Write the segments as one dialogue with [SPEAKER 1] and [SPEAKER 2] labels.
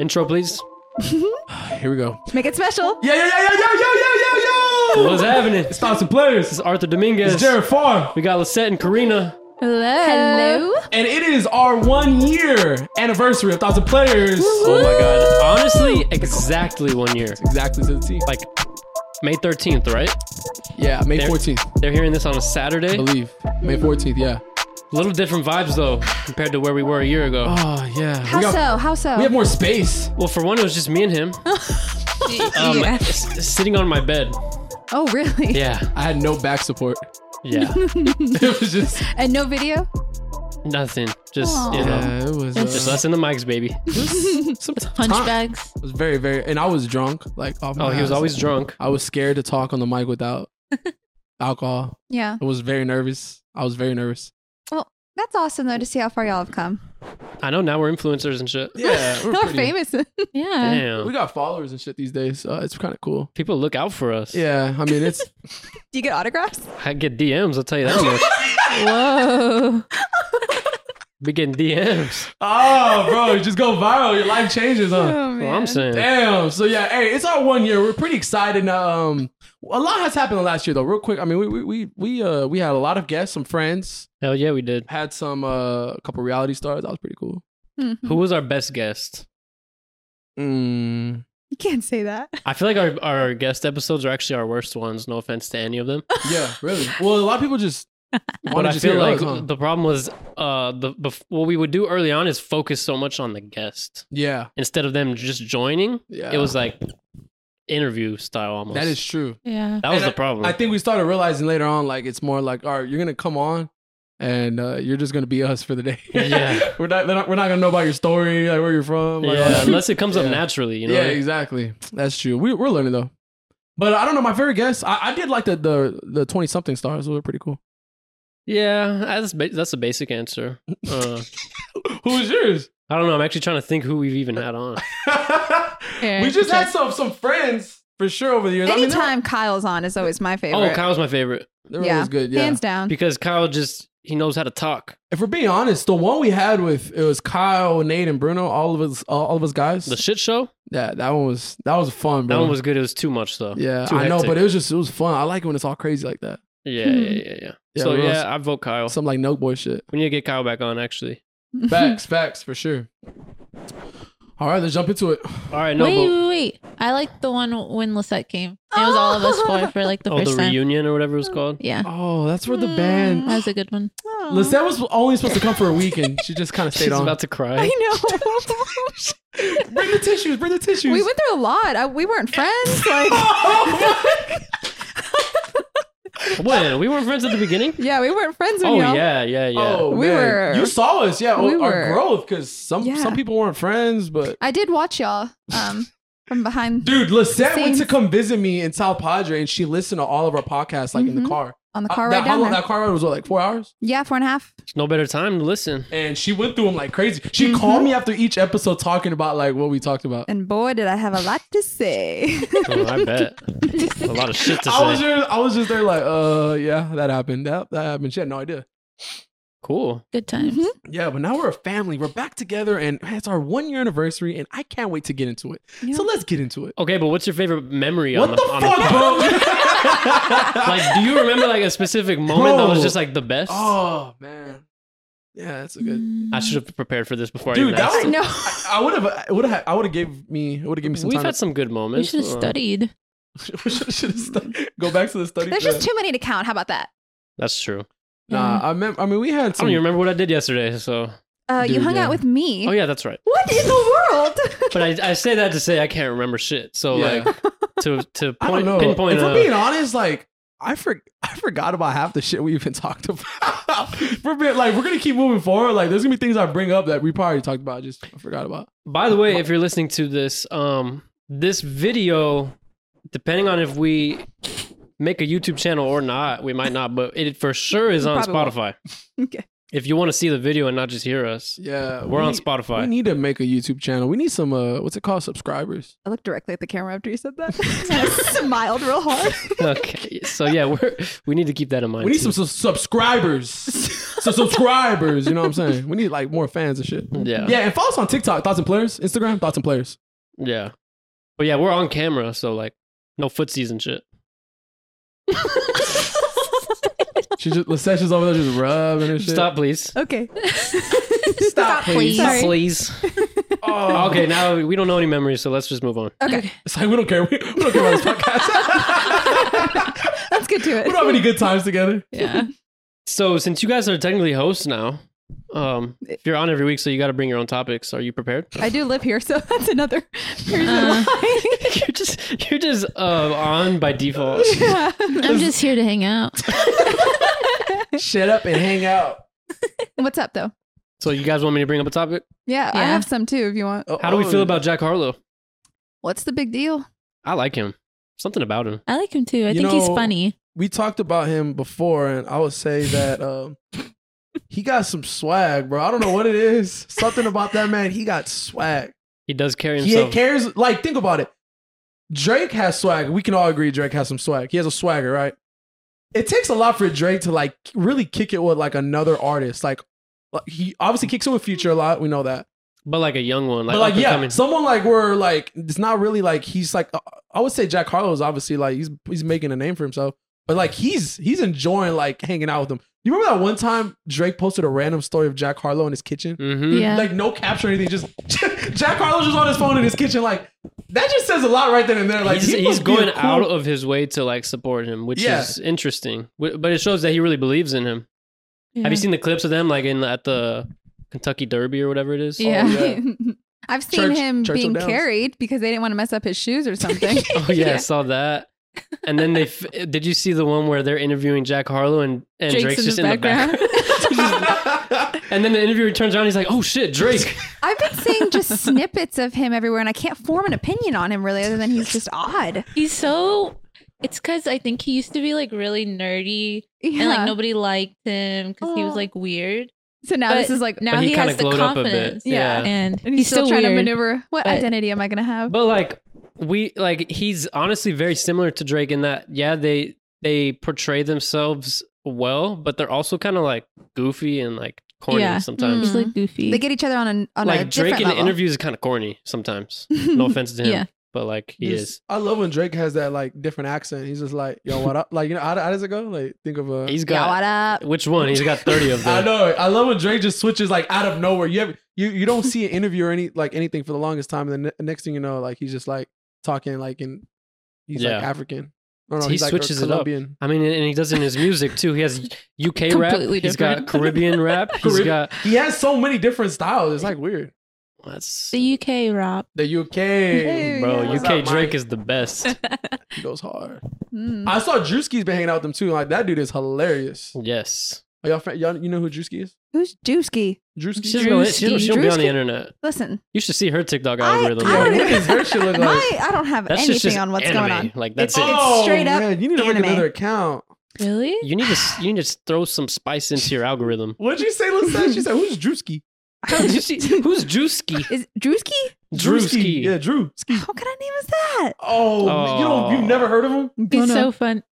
[SPEAKER 1] Intro, please. Here we go.
[SPEAKER 2] Make it special.
[SPEAKER 3] Yeah, yeah, yeah, yeah, yeah, yeah, yeah, yeah, yeah.
[SPEAKER 1] What's happening? This
[SPEAKER 3] It's not some players.
[SPEAKER 1] is Arthur Dominguez.
[SPEAKER 3] It's Jared Farr.
[SPEAKER 1] We got Lisette and Karina.
[SPEAKER 2] Hello.
[SPEAKER 3] And it is our one year anniversary of Thousand Players.
[SPEAKER 1] Oh my god. Honestly, exactly one year.
[SPEAKER 3] Exactly to the T.
[SPEAKER 1] Like May 13th, right?
[SPEAKER 3] Yeah, May
[SPEAKER 1] There-
[SPEAKER 3] 14th,
[SPEAKER 1] They're hearing this on a Saturday.
[SPEAKER 3] I believe. May 14th, yeah.
[SPEAKER 1] little different vibes though, compared to where we were a year ago.
[SPEAKER 3] Oh, yeah.
[SPEAKER 2] How
[SPEAKER 3] we, got,
[SPEAKER 2] so? How so?
[SPEAKER 3] we have more space.
[SPEAKER 1] Well, for one, it was just me and him um,
[SPEAKER 2] Yeah.
[SPEAKER 1] s- sitting on my bed.
[SPEAKER 2] Oh, really?
[SPEAKER 1] Yeah.
[SPEAKER 3] I had no back support.
[SPEAKER 1] Yeah.
[SPEAKER 3] It was just.
[SPEAKER 2] And no video?
[SPEAKER 1] Nothing. Just, you
[SPEAKER 2] Aw.
[SPEAKER 1] know,
[SPEAKER 3] Yeah, it was.
[SPEAKER 1] just
[SPEAKER 3] Uh,
[SPEAKER 1] us and the mics, baby.
[SPEAKER 3] some time.
[SPEAKER 4] Hunchbacks.
[SPEAKER 3] It was very, very. And I was drunk. Like, off
[SPEAKER 1] Oh,
[SPEAKER 3] my
[SPEAKER 1] he was
[SPEAKER 3] ass.
[SPEAKER 1] always drunk.
[SPEAKER 3] I was scared to talk on the mic without alcohol.
[SPEAKER 2] Yeah.
[SPEAKER 3] I was very nervous. I was very nervous.
[SPEAKER 2] Well, that's awesome though to see how far y'all have come.
[SPEAKER 1] I know now we're influencers and shit.
[SPEAKER 3] Yeah, we're
[SPEAKER 2] Y'all are
[SPEAKER 3] pretty-
[SPEAKER 2] famous.
[SPEAKER 4] Yeah.
[SPEAKER 1] Damn.
[SPEAKER 3] We got followers and shit these days, so it's kind of cool.
[SPEAKER 1] People look out for us.
[SPEAKER 3] Yeah, I mean it's
[SPEAKER 2] Do you get autographs?
[SPEAKER 1] I get DMs, I'll tell you that much.
[SPEAKER 2] Oh,
[SPEAKER 4] Whoa.
[SPEAKER 1] Be getting DMs.
[SPEAKER 3] oh, bro, you just go viral. Your life changes, huh?
[SPEAKER 2] man.
[SPEAKER 1] Well, I'm saying.
[SPEAKER 3] Damn. So yeah, hey, it's our one year. We're pretty excited. Um, a lot has happened last year though. Real quick, I mean, we we we we uh we had a lot of guests, some friends,
[SPEAKER 1] Hell yeah, we did.
[SPEAKER 3] had some uh a couple reality stars. That was pretty cool.
[SPEAKER 2] Mhm.
[SPEAKER 1] Who
[SPEAKER 3] Mm-hmm.
[SPEAKER 1] was our best guest?
[SPEAKER 3] Mm.
[SPEAKER 2] You can't say that.
[SPEAKER 1] I feel like our, our guest episodes are actually our worst ones. No offense to any of them.
[SPEAKER 3] Yeah, really. Well, a lot of people just.
[SPEAKER 1] But
[SPEAKER 3] wanted
[SPEAKER 1] I
[SPEAKER 3] to
[SPEAKER 1] feel
[SPEAKER 3] hear
[SPEAKER 1] like
[SPEAKER 3] us, huh?
[SPEAKER 1] the problem was uh, the bef- what we would do early on is focus so much on the guest
[SPEAKER 3] yeah,
[SPEAKER 1] instead of them just joining.
[SPEAKER 3] yeah.
[SPEAKER 1] It was like interview style almost.
[SPEAKER 3] that is true.
[SPEAKER 4] Yeah.
[SPEAKER 1] that was
[SPEAKER 3] And
[SPEAKER 1] the problem.
[SPEAKER 3] I think we started realizing later on, like it's more like, all right, you're gonna come on, and uh, you're just gonna be us for the day.
[SPEAKER 1] Yeah.
[SPEAKER 3] we're not, they're not, we're not gonna know about your story, like where you're from. Like, all
[SPEAKER 1] yeah,
[SPEAKER 3] that.
[SPEAKER 1] unless it comes up
[SPEAKER 3] Yeah.
[SPEAKER 1] naturally, you know.
[SPEAKER 3] yeah, exactly. That's true. We, we're learning though. But I don't know. My favorite guess, I, I did like the the the twenty something stars. Those were pretty cool.
[SPEAKER 1] Yeah, that's ba- that's a basic answer. Uh,
[SPEAKER 3] Who was yours?
[SPEAKER 1] I don't know. I'm actually trying to think who we've even had on.
[SPEAKER 3] we just had some some friends for sure over the years. I mean, they were-
[SPEAKER 2] Anytime Kyle's on is always my favorite.
[SPEAKER 1] Oh, Kyle's my favorite
[SPEAKER 3] they were
[SPEAKER 2] Yeah.
[SPEAKER 3] always good. Yeah.
[SPEAKER 2] Hands down.
[SPEAKER 1] because Kyle just he knows how to talk.
[SPEAKER 3] if we're being honest, the one we had with it was Kyle, Nate, and Bruno. All of us, all, all of us guys.
[SPEAKER 1] The shit show
[SPEAKER 3] Yeah, that one was that was fun, bro.
[SPEAKER 1] that one was good. It was too much though.
[SPEAKER 3] yeah,
[SPEAKER 1] too
[SPEAKER 3] I know,
[SPEAKER 1] hectic.
[SPEAKER 3] but it was just it was fun. I like it when it's all crazy like that.
[SPEAKER 1] yeah, yeah, yeah, yeah.
[SPEAKER 3] Yeah,
[SPEAKER 1] so
[SPEAKER 3] we
[SPEAKER 1] yeah,
[SPEAKER 3] lost-
[SPEAKER 1] I vote Kyle.
[SPEAKER 3] Some like no boy shit.
[SPEAKER 1] we need to get Kyle back on actually.
[SPEAKER 3] Facts, facts for sure. All right, let's jump into it.
[SPEAKER 1] All right, no
[SPEAKER 4] wait,
[SPEAKER 1] vote.
[SPEAKER 4] wait, wait. I like the one when Lisette came. It was all of us four for like the
[SPEAKER 1] oh,
[SPEAKER 4] first
[SPEAKER 1] the
[SPEAKER 4] time.
[SPEAKER 1] reunion or whatever it was called.
[SPEAKER 4] Yeah.
[SPEAKER 3] Oh, that's where the
[SPEAKER 4] That
[SPEAKER 3] band.
[SPEAKER 4] was a good one.
[SPEAKER 2] Aw.
[SPEAKER 3] Lisette was only supposed to come for a week, and she just kind of
[SPEAKER 1] She's
[SPEAKER 3] stayed on.
[SPEAKER 1] about to cry.
[SPEAKER 2] I know.
[SPEAKER 3] bring the tissues. Bring the tissues.
[SPEAKER 2] we went through a lot. I, we weren't friends. Like,
[SPEAKER 1] When we weren't friends at the beginning.
[SPEAKER 2] yeah, we weren't friends when
[SPEAKER 1] Oh
[SPEAKER 2] y'all.
[SPEAKER 1] yeah, yeah, yeah.
[SPEAKER 3] Oh,
[SPEAKER 2] We
[SPEAKER 3] man.
[SPEAKER 2] were-
[SPEAKER 3] You saw us, yeah.
[SPEAKER 2] We
[SPEAKER 3] our
[SPEAKER 2] were-
[SPEAKER 3] growth, because some
[SPEAKER 2] Yeah.
[SPEAKER 3] some people weren't friends, but
[SPEAKER 2] I did watch y'all um, from behind
[SPEAKER 3] dude, Lisette went
[SPEAKER 2] Scenes.
[SPEAKER 3] to come visit me in South Padre, and she listened to all of our podcasts like in the
[SPEAKER 2] Mhm.
[SPEAKER 3] car.
[SPEAKER 2] on the
[SPEAKER 3] Uh,
[SPEAKER 2] car
[SPEAKER 3] that,
[SPEAKER 2] right
[SPEAKER 3] how
[SPEAKER 2] down
[SPEAKER 3] long,
[SPEAKER 2] there.
[SPEAKER 3] that car ride was what, like four hours?
[SPEAKER 2] Yeah, four and a half.
[SPEAKER 1] There's no better time to listen.
[SPEAKER 3] And she went through them like crazy. She
[SPEAKER 1] Mm-hmm.
[SPEAKER 3] called me after each episode talking about like what we talked about.
[SPEAKER 2] And boy, did I have a lot to say.
[SPEAKER 1] Oh, I bet a lot of shit to
[SPEAKER 3] I was
[SPEAKER 1] say.
[SPEAKER 3] just I was just there like, uh yeah, that happened. That that happened. She had no idea.
[SPEAKER 1] Cool.
[SPEAKER 4] Good
[SPEAKER 1] Mm-hmm.
[SPEAKER 4] times.
[SPEAKER 2] Mhm.
[SPEAKER 3] Yeah, but now we're a family. We're back together and man, it's our one year anniversary and I can't wait to get into it.
[SPEAKER 2] Yeah.
[SPEAKER 3] So let's get into it.
[SPEAKER 1] Okay, but what's your favorite memory
[SPEAKER 3] What
[SPEAKER 1] on
[SPEAKER 3] the,
[SPEAKER 1] the, on the
[SPEAKER 3] fuck,
[SPEAKER 1] pod?
[SPEAKER 3] bro?
[SPEAKER 1] Like, do you remember like a specific moment that was
[SPEAKER 3] Bro.
[SPEAKER 1] just like the best?
[SPEAKER 3] oh man. Yeah, that's a good
[SPEAKER 4] Mm.
[SPEAKER 1] I should have prepared for this before. I
[SPEAKER 3] Dude,
[SPEAKER 1] even
[SPEAKER 3] that
[SPEAKER 1] asked.
[SPEAKER 3] was-
[SPEAKER 2] I know.
[SPEAKER 3] I would have would have I would have gave me it would have given me some
[SPEAKER 1] We've
[SPEAKER 3] time.
[SPEAKER 1] had some good
[SPEAKER 4] You
[SPEAKER 1] moments.
[SPEAKER 4] should have
[SPEAKER 1] Uh,
[SPEAKER 4] studied.
[SPEAKER 3] we should, should have stu- go back to the study.
[SPEAKER 2] There's
[SPEAKER 3] plan.
[SPEAKER 2] just too many to count. How about that?
[SPEAKER 1] That's true.
[SPEAKER 3] nah, I mem- I mean we had
[SPEAKER 1] I
[SPEAKER 3] some
[SPEAKER 1] don't even remember what I did yesterday. So,
[SPEAKER 2] Uh, you
[SPEAKER 3] Dude,
[SPEAKER 2] hung
[SPEAKER 3] yeah.
[SPEAKER 2] out with me.
[SPEAKER 1] oh yeah, that's right.
[SPEAKER 2] What in the world?
[SPEAKER 1] But I, I say that to say I can't remember shit. So
[SPEAKER 3] Yeah.
[SPEAKER 1] like to to
[SPEAKER 3] I don't
[SPEAKER 1] point
[SPEAKER 3] know.
[SPEAKER 1] pinpoint.
[SPEAKER 3] if
[SPEAKER 1] uh,
[SPEAKER 3] we're being honest, like I for- I forgot about half the shit we even talked about. we're being, like we're gonna keep moving forward. Like there's gonna be things I bring up that we probably talked about. I just I forgot about.
[SPEAKER 1] By the way, if you're listening to this, um, this video, depending on if we make a YouTube channel or not, we might not, but it for sure is
[SPEAKER 2] We
[SPEAKER 1] on
[SPEAKER 2] probably won't.
[SPEAKER 1] Spotify.
[SPEAKER 2] Okay.
[SPEAKER 1] If you want to see the video and not just hear us,
[SPEAKER 3] Yeah,
[SPEAKER 1] we're
[SPEAKER 3] we-
[SPEAKER 1] on
[SPEAKER 3] We
[SPEAKER 1] Spotify.
[SPEAKER 3] need to make a YouTube channel. We need some uh, what's it called? Subscribers.
[SPEAKER 2] I looked directly at the camera after you said that. I smiled real hard.
[SPEAKER 1] okay, so yeah, we're we need to keep that in mind.
[SPEAKER 3] We need
[SPEAKER 1] too.
[SPEAKER 3] some, sub subscribers. So subscribers, you know what I'm saying? We need like more fans and shit.
[SPEAKER 1] Yeah.
[SPEAKER 3] Yeah, and follow us on TikTok, thoughts and players, Instagram, thoughts and players.
[SPEAKER 1] Yeah. But yeah, we're on camera, so like no footsies and shit.
[SPEAKER 3] She just Lissette's just over there just rubbing and shit.
[SPEAKER 1] Stop, please.
[SPEAKER 2] Okay.
[SPEAKER 4] Stop, please.
[SPEAKER 2] Sorry.
[SPEAKER 1] please.
[SPEAKER 3] Oh,
[SPEAKER 1] Okay, now we don't know any memories, so let's just move on.
[SPEAKER 2] Okay.
[SPEAKER 3] It's like we don't care. We, we don't care about this podcast.
[SPEAKER 2] Let's get to
[SPEAKER 3] we don't have
[SPEAKER 2] it.
[SPEAKER 3] any good times together.
[SPEAKER 4] Yeah.
[SPEAKER 1] So since you guys are technically hosts now, um, if you're on every week, so you got to bring your own topics. Are you prepared?
[SPEAKER 2] I do live here, so that's another reason
[SPEAKER 4] Uh.
[SPEAKER 2] why.
[SPEAKER 1] you're just you're just uh, on by default.
[SPEAKER 2] yeah.
[SPEAKER 4] I'm just here to hang out.
[SPEAKER 3] Shut up and hang out.
[SPEAKER 2] What's up, though?
[SPEAKER 1] So you guys want me to bring up a topic?
[SPEAKER 2] Yeah, I
[SPEAKER 4] Yeah.
[SPEAKER 2] have some too if you want.
[SPEAKER 3] Oh,
[SPEAKER 1] How do we feel about Jack Harlow?
[SPEAKER 2] What's the big deal?
[SPEAKER 1] I like him. Something about him.
[SPEAKER 4] I like him too. I
[SPEAKER 3] You
[SPEAKER 4] think he's
[SPEAKER 3] know-
[SPEAKER 4] funny.
[SPEAKER 3] We talked about him before, and I would say that um, he got some swag, bro. I don't know what it is. Something about that man. He got swag.
[SPEAKER 1] He does carry
[SPEAKER 3] He
[SPEAKER 1] himself.
[SPEAKER 3] cares. Like, think about it. Drake has swag. We can all agree Drake has some swag. He has a swagger, right? It takes a lot for Drake to like really kick it with like another artist. Like, like, he obviously kicks it with Future a lot. We know that.
[SPEAKER 1] but like a young one, like,
[SPEAKER 3] but like,
[SPEAKER 1] up and
[SPEAKER 3] yeah,
[SPEAKER 1] coming.
[SPEAKER 3] someone like where like it's not really like he's like uh, I would say Jack Harlow is obviously like he's he's making a name for himself, but like he's he's enjoying like hanging out with them. You remember that one time Drake posted a random story of Jack Harlow in his kitchen?
[SPEAKER 1] Mhm.
[SPEAKER 4] Yeah.
[SPEAKER 3] like no capture or anything. Just Jack Harlow's just on his phone in his kitchen. Like that just says a lot right then and there. Like
[SPEAKER 1] he's,
[SPEAKER 3] he
[SPEAKER 1] he's
[SPEAKER 3] must be a
[SPEAKER 1] going
[SPEAKER 3] cool-
[SPEAKER 1] out of his way to like support him, which
[SPEAKER 3] Yeah.
[SPEAKER 1] is interesting. Wh- But it shows that he really believes in him. Have you seen the clips of them like in at the Kentucky Derby or whatever it is?
[SPEAKER 4] Yeah.
[SPEAKER 2] I've seen
[SPEAKER 3] Church-
[SPEAKER 2] him
[SPEAKER 3] Churchill
[SPEAKER 2] being
[SPEAKER 3] Downs.
[SPEAKER 2] carried because they didn't want to mess up his shoes or something.
[SPEAKER 1] Oh yeah, I saw that. And then they f- eh, did you see the one where they're interviewing Jack Harlow and, and Drake's,
[SPEAKER 4] Drake's in
[SPEAKER 1] just
[SPEAKER 4] the
[SPEAKER 1] in the background. and then the interviewer turns around, he's like, "Oh shit, Drake."
[SPEAKER 2] I've been seeing just snippets of him everywhere, and I can't form an opinion on him really, other than he's just odd.
[SPEAKER 4] He's so. It's because I think he used to be like really nerdy
[SPEAKER 2] Yeah.
[SPEAKER 4] and like nobody liked him because he was
[SPEAKER 2] Aw.
[SPEAKER 4] like weird.
[SPEAKER 2] so now
[SPEAKER 4] but
[SPEAKER 2] this is like,
[SPEAKER 4] Now
[SPEAKER 1] But
[SPEAKER 4] he,
[SPEAKER 1] he kinda
[SPEAKER 4] has the
[SPEAKER 1] glowed up a bit.
[SPEAKER 4] confidence.
[SPEAKER 1] Yeah.
[SPEAKER 4] And,
[SPEAKER 2] and he's, still, trying to
[SPEAKER 4] weird.
[SPEAKER 2] maneuver. What
[SPEAKER 4] but-
[SPEAKER 2] identity am I going to have?
[SPEAKER 1] But like we like he's honestly very similar to Drake in that yeah, they they portray themselves well, but they're also kind of like goofy and like corny
[SPEAKER 4] Yeah. Mm-hmm.
[SPEAKER 1] sometimes.
[SPEAKER 2] Mm.
[SPEAKER 4] He's like goofy.
[SPEAKER 2] they get each other on an on a
[SPEAKER 1] Like Drake
[SPEAKER 2] different
[SPEAKER 1] in the
[SPEAKER 2] level.
[SPEAKER 1] interviews is kind of corny sometimes. No offense to him,
[SPEAKER 4] Yeah.
[SPEAKER 1] but like he
[SPEAKER 3] This-
[SPEAKER 1] is.
[SPEAKER 3] I love when Drake has that like different accent. He's just like, yo, what up? Like, you know, how, how does it go? Like, think of a.
[SPEAKER 1] He's
[SPEAKER 2] Yeah,
[SPEAKER 1] got
[SPEAKER 2] what up?
[SPEAKER 1] which one? He's got 30 of
[SPEAKER 3] I
[SPEAKER 1] them.
[SPEAKER 3] know. it. I love when Drake just switches like out of nowhere. You have you you don't see an interview or any like anything for the longest time, and then ne- next thing you know, like he's just like talking like in he's like
[SPEAKER 1] Yeah.
[SPEAKER 3] African. No, no,
[SPEAKER 1] He
[SPEAKER 3] he's like
[SPEAKER 1] switches it up.
[SPEAKER 3] Colombian.
[SPEAKER 1] I mean, and he does it in his music too. He has UK rap.
[SPEAKER 4] Completely
[SPEAKER 1] He's got
[SPEAKER 4] different.
[SPEAKER 1] Caribbean rap. He's
[SPEAKER 3] Caribbean.
[SPEAKER 1] got
[SPEAKER 3] He has so many different styles. It's like weird.
[SPEAKER 1] that's
[SPEAKER 4] the UK rap.
[SPEAKER 3] The UK,
[SPEAKER 2] Hey,
[SPEAKER 1] bro.
[SPEAKER 2] yeah.
[SPEAKER 3] What's
[SPEAKER 1] UK
[SPEAKER 3] up,
[SPEAKER 1] Drake
[SPEAKER 3] Mike?
[SPEAKER 1] is the best.
[SPEAKER 3] He goes hard.
[SPEAKER 2] Mm.
[SPEAKER 3] I saw Drewski's been hanging out with them too. Like that dude is hilarious.
[SPEAKER 1] yes,
[SPEAKER 3] Are y'all, fan, y'all you know who Drewski is?
[SPEAKER 2] Who's Dusky?
[SPEAKER 1] she
[SPEAKER 3] Drewski.
[SPEAKER 1] doesn't know it. She don't, she don't be on the
[SPEAKER 2] Drewski.
[SPEAKER 1] internet.
[SPEAKER 2] Listen,
[SPEAKER 1] You should see her TikTok
[SPEAKER 2] I-
[SPEAKER 1] algorithm.
[SPEAKER 2] I
[SPEAKER 3] Yeah,
[SPEAKER 2] don't
[SPEAKER 3] what
[SPEAKER 2] even-
[SPEAKER 3] does her shit look like?
[SPEAKER 2] my I don't have
[SPEAKER 1] That's
[SPEAKER 2] anything
[SPEAKER 1] just, just
[SPEAKER 2] on what's
[SPEAKER 1] anime.
[SPEAKER 2] going on.
[SPEAKER 1] Like that's
[SPEAKER 2] It's-
[SPEAKER 1] it.
[SPEAKER 2] it's- straight up
[SPEAKER 3] Oh, Man, you need to make
[SPEAKER 2] anime.
[SPEAKER 3] another account.
[SPEAKER 4] Really?
[SPEAKER 1] You need to s- you need to s- throw some spice into your algorithm.
[SPEAKER 3] What'd you say, Lisa? She said, "Who's Drewski?"
[SPEAKER 1] Did you see- who's Drewski?
[SPEAKER 2] Is Drewski?
[SPEAKER 1] Drewski.
[SPEAKER 3] Yeah, Drew.
[SPEAKER 2] How could I name is that?
[SPEAKER 3] Oh,
[SPEAKER 1] Oh.
[SPEAKER 3] you don't, you've never heard of him?
[SPEAKER 4] He's so fun.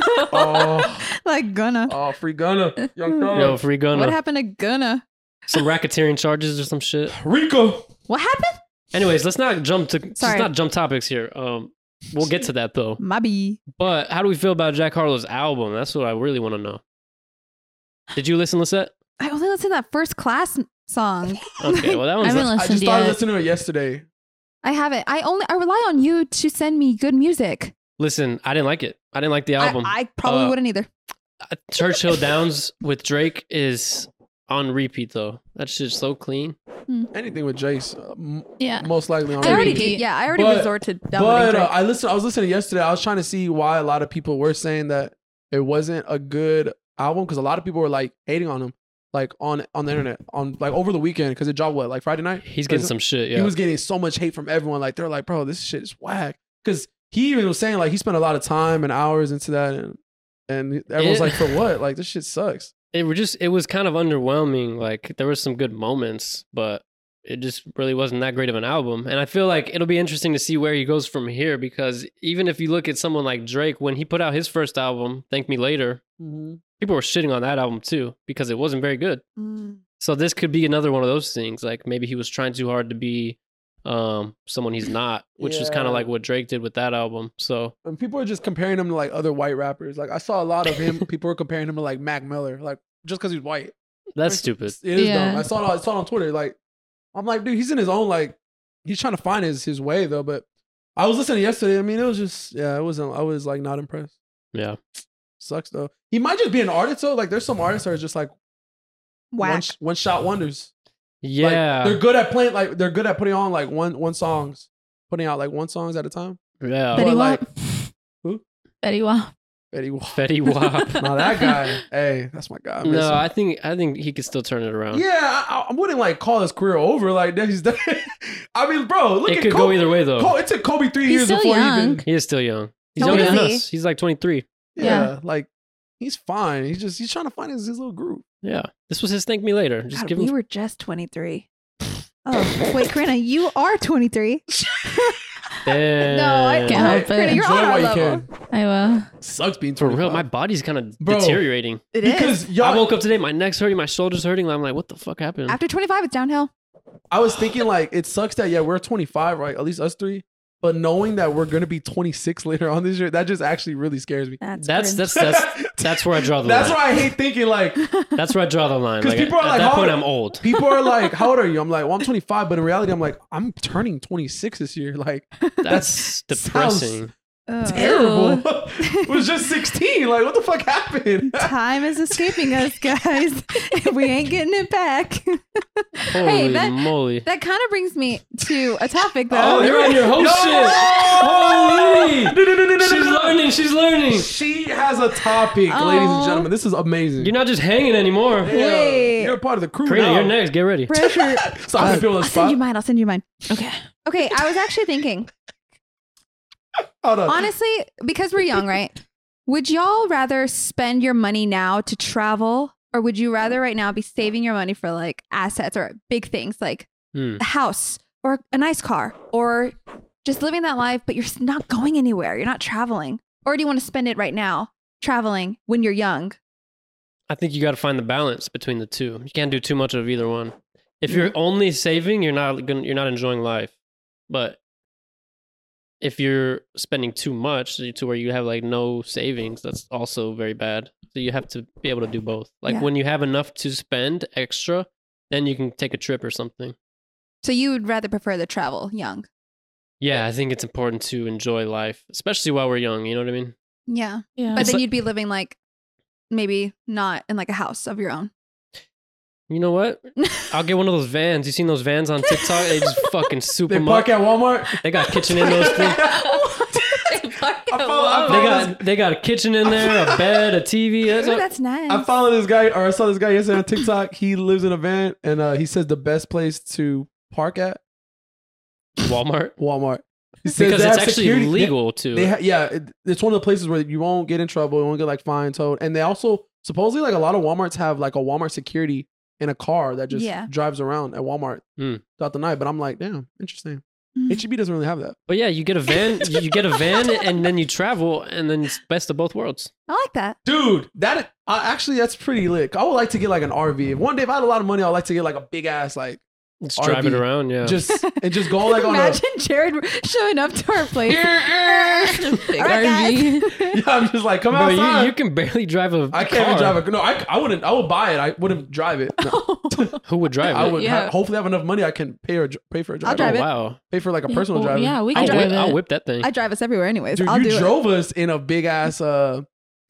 [SPEAKER 3] Oh,
[SPEAKER 2] like Gunna.
[SPEAKER 3] oh, free Gunna, young thug.
[SPEAKER 1] Yo, free
[SPEAKER 2] What
[SPEAKER 1] gunner.
[SPEAKER 2] happened to Gunna?
[SPEAKER 1] Some racketeering charges or some shit.
[SPEAKER 3] Rico.
[SPEAKER 2] What happened?
[SPEAKER 1] Anyways, let's not jump to let's
[SPEAKER 2] Sorry.
[SPEAKER 1] not jump topics here. Um, we'll get to that though.
[SPEAKER 2] My bee.
[SPEAKER 1] But how do we feel about Jack Harlow's album? That's what I really want to know. Did you listen, Lisette?
[SPEAKER 2] I only listened to that first class m- song.
[SPEAKER 1] Okay, well that
[SPEAKER 4] I
[SPEAKER 1] one's
[SPEAKER 4] haven't
[SPEAKER 1] less-
[SPEAKER 3] I just
[SPEAKER 4] listened
[SPEAKER 3] started
[SPEAKER 4] yet.
[SPEAKER 3] listening to it yesterday.
[SPEAKER 2] I haven't. I only I rely on you to send me good music.
[SPEAKER 1] listen. I didn't like it. I didn't like the
[SPEAKER 2] I-
[SPEAKER 1] album.
[SPEAKER 2] I, probably
[SPEAKER 1] Uh,
[SPEAKER 2] wouldn't either.
[SPEAKER 1] Uh, Churchill Downs with Drake is on repeat though. That shit's so clean.
[SPEAKER 3] Anything with Jace, uh, m-
[SPEAKER 4] Yeah.
[SPEAKER 3] most likely on
[SPEAKER 2] I already
[SPEAKER 3] repeat.
[SPEAKER 2] did. Yeah, I already
[SPEAKER 3] But-
[SPEAKER 2] resorted to downloading
[SPEAKER 3] But uh,
[SPEAKER 2] Drake.
[SPEAKER 3] I listened. I was listening yesterday. I was trying to see why a lot of people were saying that it wasn't a good album because a lot of people were like hating on him, like on on the internet, on like over the weekend because it dropped what like Friday night.
[SPEAKER 1] He's getting some shit. Yeah,
[SPEAKER 3] He was getting so much hate from everyone. Like they're like, bro, this shit is whack. Because he even was saying like he spent a lot of time and hours into that, and and everyone's
[SPEAKER 1] It-
[SPEAKER 3] like, for what? Like this shit sucks.
[SPEAKER 1] it was just it was kind of underwhelming. Like there were some good moments, but it just really wasn't that great of an album. And I feel like it'll be interesting to see where he goes from here because even if you look at someone like Drake, when he put out his first album, Thank Me Later, people were shitting on that album too because it wasn't very good.
[SPEAKER 2] Mm.
[SPEAKER 1] So this could be another one of those things. Like maybe he was trying too hard to be um someone he's not, which is kind
[SPEAKER 3] Yeah.
[SPEAKER 1] of like what Drake did with that album. So
[SPEAKER 3] And people are just comparing him to like other white rappers. Like I saw a lot of him. people were comparing him to like Mac Miller, like just because he's white.
[SPEAKER 1] that's stupid.
[SPEAKER 3] It is
[SPEAKER 4] Yeah.
[SPEAKER 3] dumb. I saw it. I saw it on Twitter. Like, I'm like, dude, he's in his own. Like, he's trying to find his his way though. But I was listening yesterday. I mean, it was just yeah. It wasn't. I was like not impressed.
[SPEAKER 1] Yeah.
[SPEAKER 3] Sucks though. He might just be an artist though. Like, there's some artists that are just like one,
[SPEAKER 2] Whack.
[SPEAKER 3] sh- one shot wonders. Like,
[SPEAKER 1] Yeah.
[SPEAKER 3] they're good at playing. Like they're good at putting on like one one songs, putting out like one songs at a time.
[SPEAKER 1] yeah.
[SPEAKER 3] But-
[SPEAKER 4] Betty
[SPEAKER 3] like-
[SPEAKER 4] Wap.
[SPEAKER 3] Who?
[SPEAKER 4] Betty Wap.
[SPEAKER 3] Eddie Wall.
[SPEAKER 1] Fetty Wap.
[SPEAKER 3] now that guy. hey, that's my guy. I miss
[SPEAKER 1] no,
[SPEAKER 3] him.
[SPEAKER 1] I think I think he could still turn it around.
[SPEAKER 3] yeah, I, I wouldn't like call his career over. Like that he's done. I mean, bro, look
[SPEAKER 1] it
[SPEAKER 3] at
[SPEAKER 1] could go
[SPEAKER 3] Kobe.
[SPEAKER 1] either way though.
[SPEAKER 3] Col- it took Kobe three
[SPEAKER 4] He's
[SPEAKER 3] years
[SPEAKER 4] still
[SPEAKER 3] before he
[SPEAKER 4] young.
[SPEAKER 3] even
[SPEAKER 1] He is still young. He's
[SPEAKER 2] How
[SPEAKER 1] younger
[SPEAKER 2] old
[SPEAKER 1] than
[SPEAKER 2] is
[SPEAKER 1] us. He's like 23.
[SPEAKER 3] Yeah,
[SPEAKER 4] Yeah.
[SPEAKER 3] like he's fine. He's just he's trying to find his, his little group.
[SPEAKER 1] Yeah. This was his thank me later. Just
[SPEAKER 2] God,
[SPEAKER 1] give
[SPEAKER 2] we
[SPEAKER 1] him
[SPEAKER 2] were just 23. Oh, wait, Karina, you are 23.
[SPEAKER 1] Damn.
[SPEAKER 2] no, I
[SPEAKER 4] Can't help it.
[SPEAKER 2] Karina, Oh, you're
[SPEAKER 3] Enjoy
[SPEAKER 2] on our
[SPEAKER 3] while you
[SPEAKER 2] level.
[SPEAKER 3] can.
[SPEAKER 4] I will.
[SPEAKER 3] Sucks being
[SPEAKER 1] For
[SPEAKER 3] 25.
[SPEAKER 1] real, my body's kind of
[SPEAKER 3] Bro.
[SPEAKER 1] deteriorating.
[SPEAKER 2] It is.
[SPEAKER 3] because
[SPEAKER 1] I
[SPEAKER 3] y'all,
[SPEAKER 1] woke up today, my neck's hurting, my shoulder's hurting. I'm like, what the fuck happened?
[SPEAKER 2] After 25, it's downhill.
[SPEAKER 3] I was thinking like it sucks that yeah we're 25 right at least us three, but knowing that we're gonna be 26 later on this year that just actually really scares me.
[SPEAKER 2] That's
[SPEAKER 1] that's
[SPEAKER 2] cringe.
[SPEAKER 1] that's that's that's where I draw the
[SPEAKER 3] That's
[SPEAKER 1] line.
[SPEAKER 3] why I hate thinking like
[SPEAKER 1] That's where I draw the line.
[SPEAKER 3] 'Cause
[SPEAKER 1] Like, at
[SPEAKER 3] people are like,
[SPEAKER 1] that
[SPEAKER 3] how
[SPEAKER 1] point,
[SPEAKER 3] old-
[SPEAKER 1] I'm old.
[SPEAKER 3] people are like how old are you? I'm like well I'm 25, but in reality I'm like I'm turning 26 this year. Like
[SPEAKER 1] That's
[SPEAKER 3] sounds-
[SPEAKER 1] depressing.
[SPEAKER 2] Ugh.
[SPEAKER 3] terrible. it was just 16. Like what the fuck happened?
[SPEAKER 2] Time is escaping us, guys. we ain't getting it back.
[SPEAKER 1] Holy
[SPEAKER 2] that-
[SPEAKER 1] moly.
[SPEAKER 2] That kind of brings me to a topic, though.
[SPEAKER 1] oh, you're on your host shit. Holy. She's learning. She's learning.
[SPEAKER 3] She has a topic, ladies and
[SPEAKER 2] Oh.
[SPEAKER 3] gentlemen. This is amazing.
[SPEAKER 1] You're not just hanging anymore.
[SPEAKER 3] Yeah,
[SPEAKER 2] Wait.
[SPEAKER 3] you're a part of the crew
[SPEAKER 1] Karina,
[SPEAKER 3] now.
[SPEAKER 1] you're next. Get ready.
[SPEAKER 2] pressure.
[SPEAKER 3] So I can feel the
[SPEAKER 2] I'll send you
[SPEAKER 3] spot.
[SPEAKER 2] mine. I'll send you mine.
[SPEAKER 4] Okay.
[SPEAKER 2] Okay, I was actually thinking,
[SPEAKER 3] Hold on.
[SPEAKER 2] honestly, because we're young, right? Would y'all rather spend your money now to travel, or would you rather right now be saving your money for like assets or big things like
[SPEAKER 1] Hmm.
[SPEAKER 2] a house or a nice car or just living that life, but you're s- not going anywhere? You're not traveling. Or do you want to spend it right now traveling when you're young?
[SPEAKER 1] I think you got to find the balance between the two. You can't do too much of either one. If you're only saving, you're not gonna, you're not enjoying life. But if you're spending too much to where you have like no savings, that's also very bad. So you have to be able to do both. Like
[SPEAKER 2] Yeah.
[SPEAKER 1] when you have enough to spend extra, then you can take a trip or something.
[SPEAKER 2] So you would rather prefer the travel young?
[SPEAKER 1] Yeah, I think it's important to enjoy life, especially while we're young. You know what I mean?
[SPEAKER 2] Yeah.
[SPEAKER 4] Yeah.
[SPEAKER 2] But
[SPEAKER 1] It's
[SPEAKER 2] then
[SPEAKER 1] like-
[SPEAKER 2] you'd be living like maybe not in like a house of your own.
[SPEAKER 1] You know what? I'll get one of those vans. You seen those vans on TikTok? They just fucking soup
[SPEAKER 3] They
[SPEAKER 1] them
[SPEAKER 3] park
[SPEAKER 1] up.
[SPEAKER 3] at Walmart.
[SPEAKER 1] They got kitchen in those things.
[SPEAKER 3] I follow- I
[SPEAKER 1] They
[SPEAKER 4] Oh.
[SPEAKER 3] follow-
[SPEAKER 1] got they got a kitchen in there, a bed, a TV. That's
[SPEAKER 2] Ooh,
[SPEAKER 1] what-
[SPEAKER 2] that's nice.
[SPEAKER 3] I follow this guy, or I saw this guy yesterday on TikTok. He lives in a van, and uh, he says the best place to park at
[SPEAKER 1] Walmart
[SPEAKER 3] Walmart. He says
[SPEAKER 1] because
[SPEAKER 3] they
[SPEAKER 1] it's
[SPEAKER 3] have
[SPEAKER 1] actually
[SPEAKER 3] security-
[SPEAKER 1] legal
[SPEAKER 3] They,
[SPEAKER 1] to.
[SPEAKER 3] they ha- yeah, it, it's one of the places where you won't get in trouble. You won't get like fined, towed, and they also supposedly like a lot of WalMarts have like a Walmart security in a car that just
[SPEAKER 2] Yeah.
[SPEAKER 3] drives around at Walmart
[SPEAKER 1] Mm.
[SPEAKER 3] throughout the night. But I'm like, damn, interesting.
[SPEAKER 2] Mm.
[SPEAKER 3] HEB doesn't really have that.
[SPEAKER 1] but yeah, you get a van, you get a van, and then you travel, and then it's best of both worlds.
[SPEAKER 2] I like that.
[SPEAKER 3] dude that uh, actually that's pretty lit i would like to get like an rv if one day if i had a lot of money i'd like to get like a big ass like
[SPEAKER 1] Just
[SPEAKER 3] RV.
[SPEAKER 1] drive it around, yeah.
[SPEAKER 3] just and just go like on a
[SPEAKER 2] Imagine Jared showing up to our place.
[SPEAKER 4] Big
[SPEAKER 2] All right,
[SPEAKER 4] RV.
[SPEAKER 3] yeah i'm just like come
[SPEAKER 1] Bro,
[SPEAKER 3] outside
[SPEAKER 1] you, you can barely drive a
[SPEAKER 3] i can't even
[SPEAKER 1] car.
[SPEAKER 3] drive a no I, I wouldn't i would buy it i wouldn't drive it No.
[SPEAKER 1] Who would drive it?
[SPEAKER 3] i would
[SPEAKER 4] Yeah.
[SPEAKER 3] ha- hopefully have enough money i can pay or pay for a driver
[SPEAKER 2] I'll drive
[SPEAKER 1] oh,
[SPEAKER 2] it.
[SPEAKER 1] wow.
[SPEAKER 3] pay for like a personal
[SPEAKER 4] well,
[SPEAKER 3] driver
[SPEAKER 4] Yeah, we
[SPEAKER 1] I'll
[SPEAKER 4] can
[SPEAKER 1] whip,
[SPEAKER 4] drive it.
[SPEAKER 1] I'll whip that thing.
[SPEAKER 2] I drive us everywhere, anyways.
[SPEAKER 3] Dude,
[SPEAKER 2] I'll
[SPEAKER 3] you
[SPEAKER 2] do it.
[SPEAKER 3] drove us in a big ass uh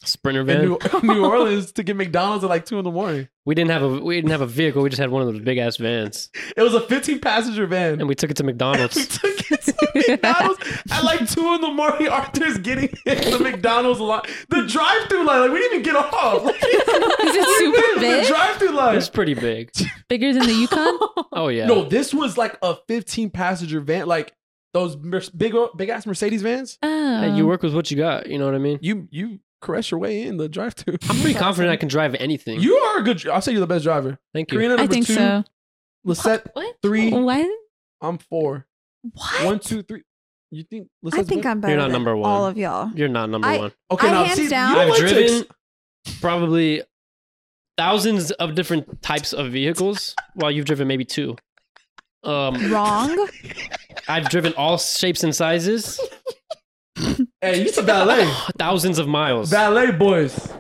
[SPEAKER 1] Sprinter
[SPEAKER 3] in
[SPEAKER 1] van.
[SPEAKER 3] New, New Orleans to get McDonald's at like two in the morning.
[SPEAKER 1] we didn't have a we didn't have a vehicle. We just had one of those big ass vans,
[SPEAKER 3] It was a 15 passenger van.
[SPEAKER 1] and we took it to
[SPEAKER 3] We
[SPEAKER 1] McDonald's.
[SPEAKER 3] took it to McDonald's at like two in the morning. Arthur's getting in the McDonald's line, the drive-through line. Like we didn't even get off. Like,
[SPEAKER 4] Is it super
[SPEAKER 3] the
[SPEAKER 4] big?
[SPEAKER 3] drive-through line.
[SPEAKER 1] it's pretty big.
[SPEAKER 4] Bigger than the Yukon?
[SPEAKER 1] Oh yeah.
[SPEAKER 3] No, this was like a 15 passenger van, like those mer- big big ass Mercedes vans.
[SPEAKER 4] Oh.
[SPEAKER 1] Hey, you work with what you got. You know what I mean.
[SPEAKER 3] You you caress your way in the drive-through.
[SPEAKER 1] I'm pretty confident I can drive anything.
[SPEAKER 3] You are a good. I'll say you're the best driver.
[SPEAKER 1] Thank you.
[SPEAKER 3] Karina, number
[SPEAKER 4] I think
[SPEAKER 3] two.
[SPEAKER 4] so.
[SPEAKER 3] Lisette,
[SPEAKER 4] What?
[SPEAKER 3] three.
[SPEAKER 4] What?
[SPEAKER 3] I'm four.
[SPEAKER 2] What?
[SPEAKER 3] One, two, three. You think?
[SPEAKER 2] I
[SPEAKER 3] Lisette's
[SPEAKER 2] think
[SPEAKER 3] better?
[SPEAKER 2] I'm better.
[SPEAKER 1] not
[SPEAKER 2] than
[SPEAKER 1] number one.
[SPEAKER 2] All of y'all.
[SPEAKER 1] You're not number
[SPEAKER 2] I-
[SPEAKER 1] one.
[SPEAKER 3] Okay,
[SPEAKER 2] I
[SPEAKER 3] now
[SPEAKER 2] hands
[SPEAKER 3] see,
[SPEAKER 2] down-
[SPEAKER 3] you
[SPEAKER 2] I
[SPEAKER 1] I've
[SPEAKER 3] like to
[SPEAKER 1] driven
[SPEAKER 3] ex-
[SPEAKER 1] probably thousands of different types of vehicles, while you've driven maybe two. Um,
[SPEAKER 2] Wrong.
[SPEAKER 1] I've driven all shapes and sizes,
[SPEAKER 3] Hey, you to ballet,
[SPEAKER 1] thousands of miles.
[SPEAKER 3] ballet boys.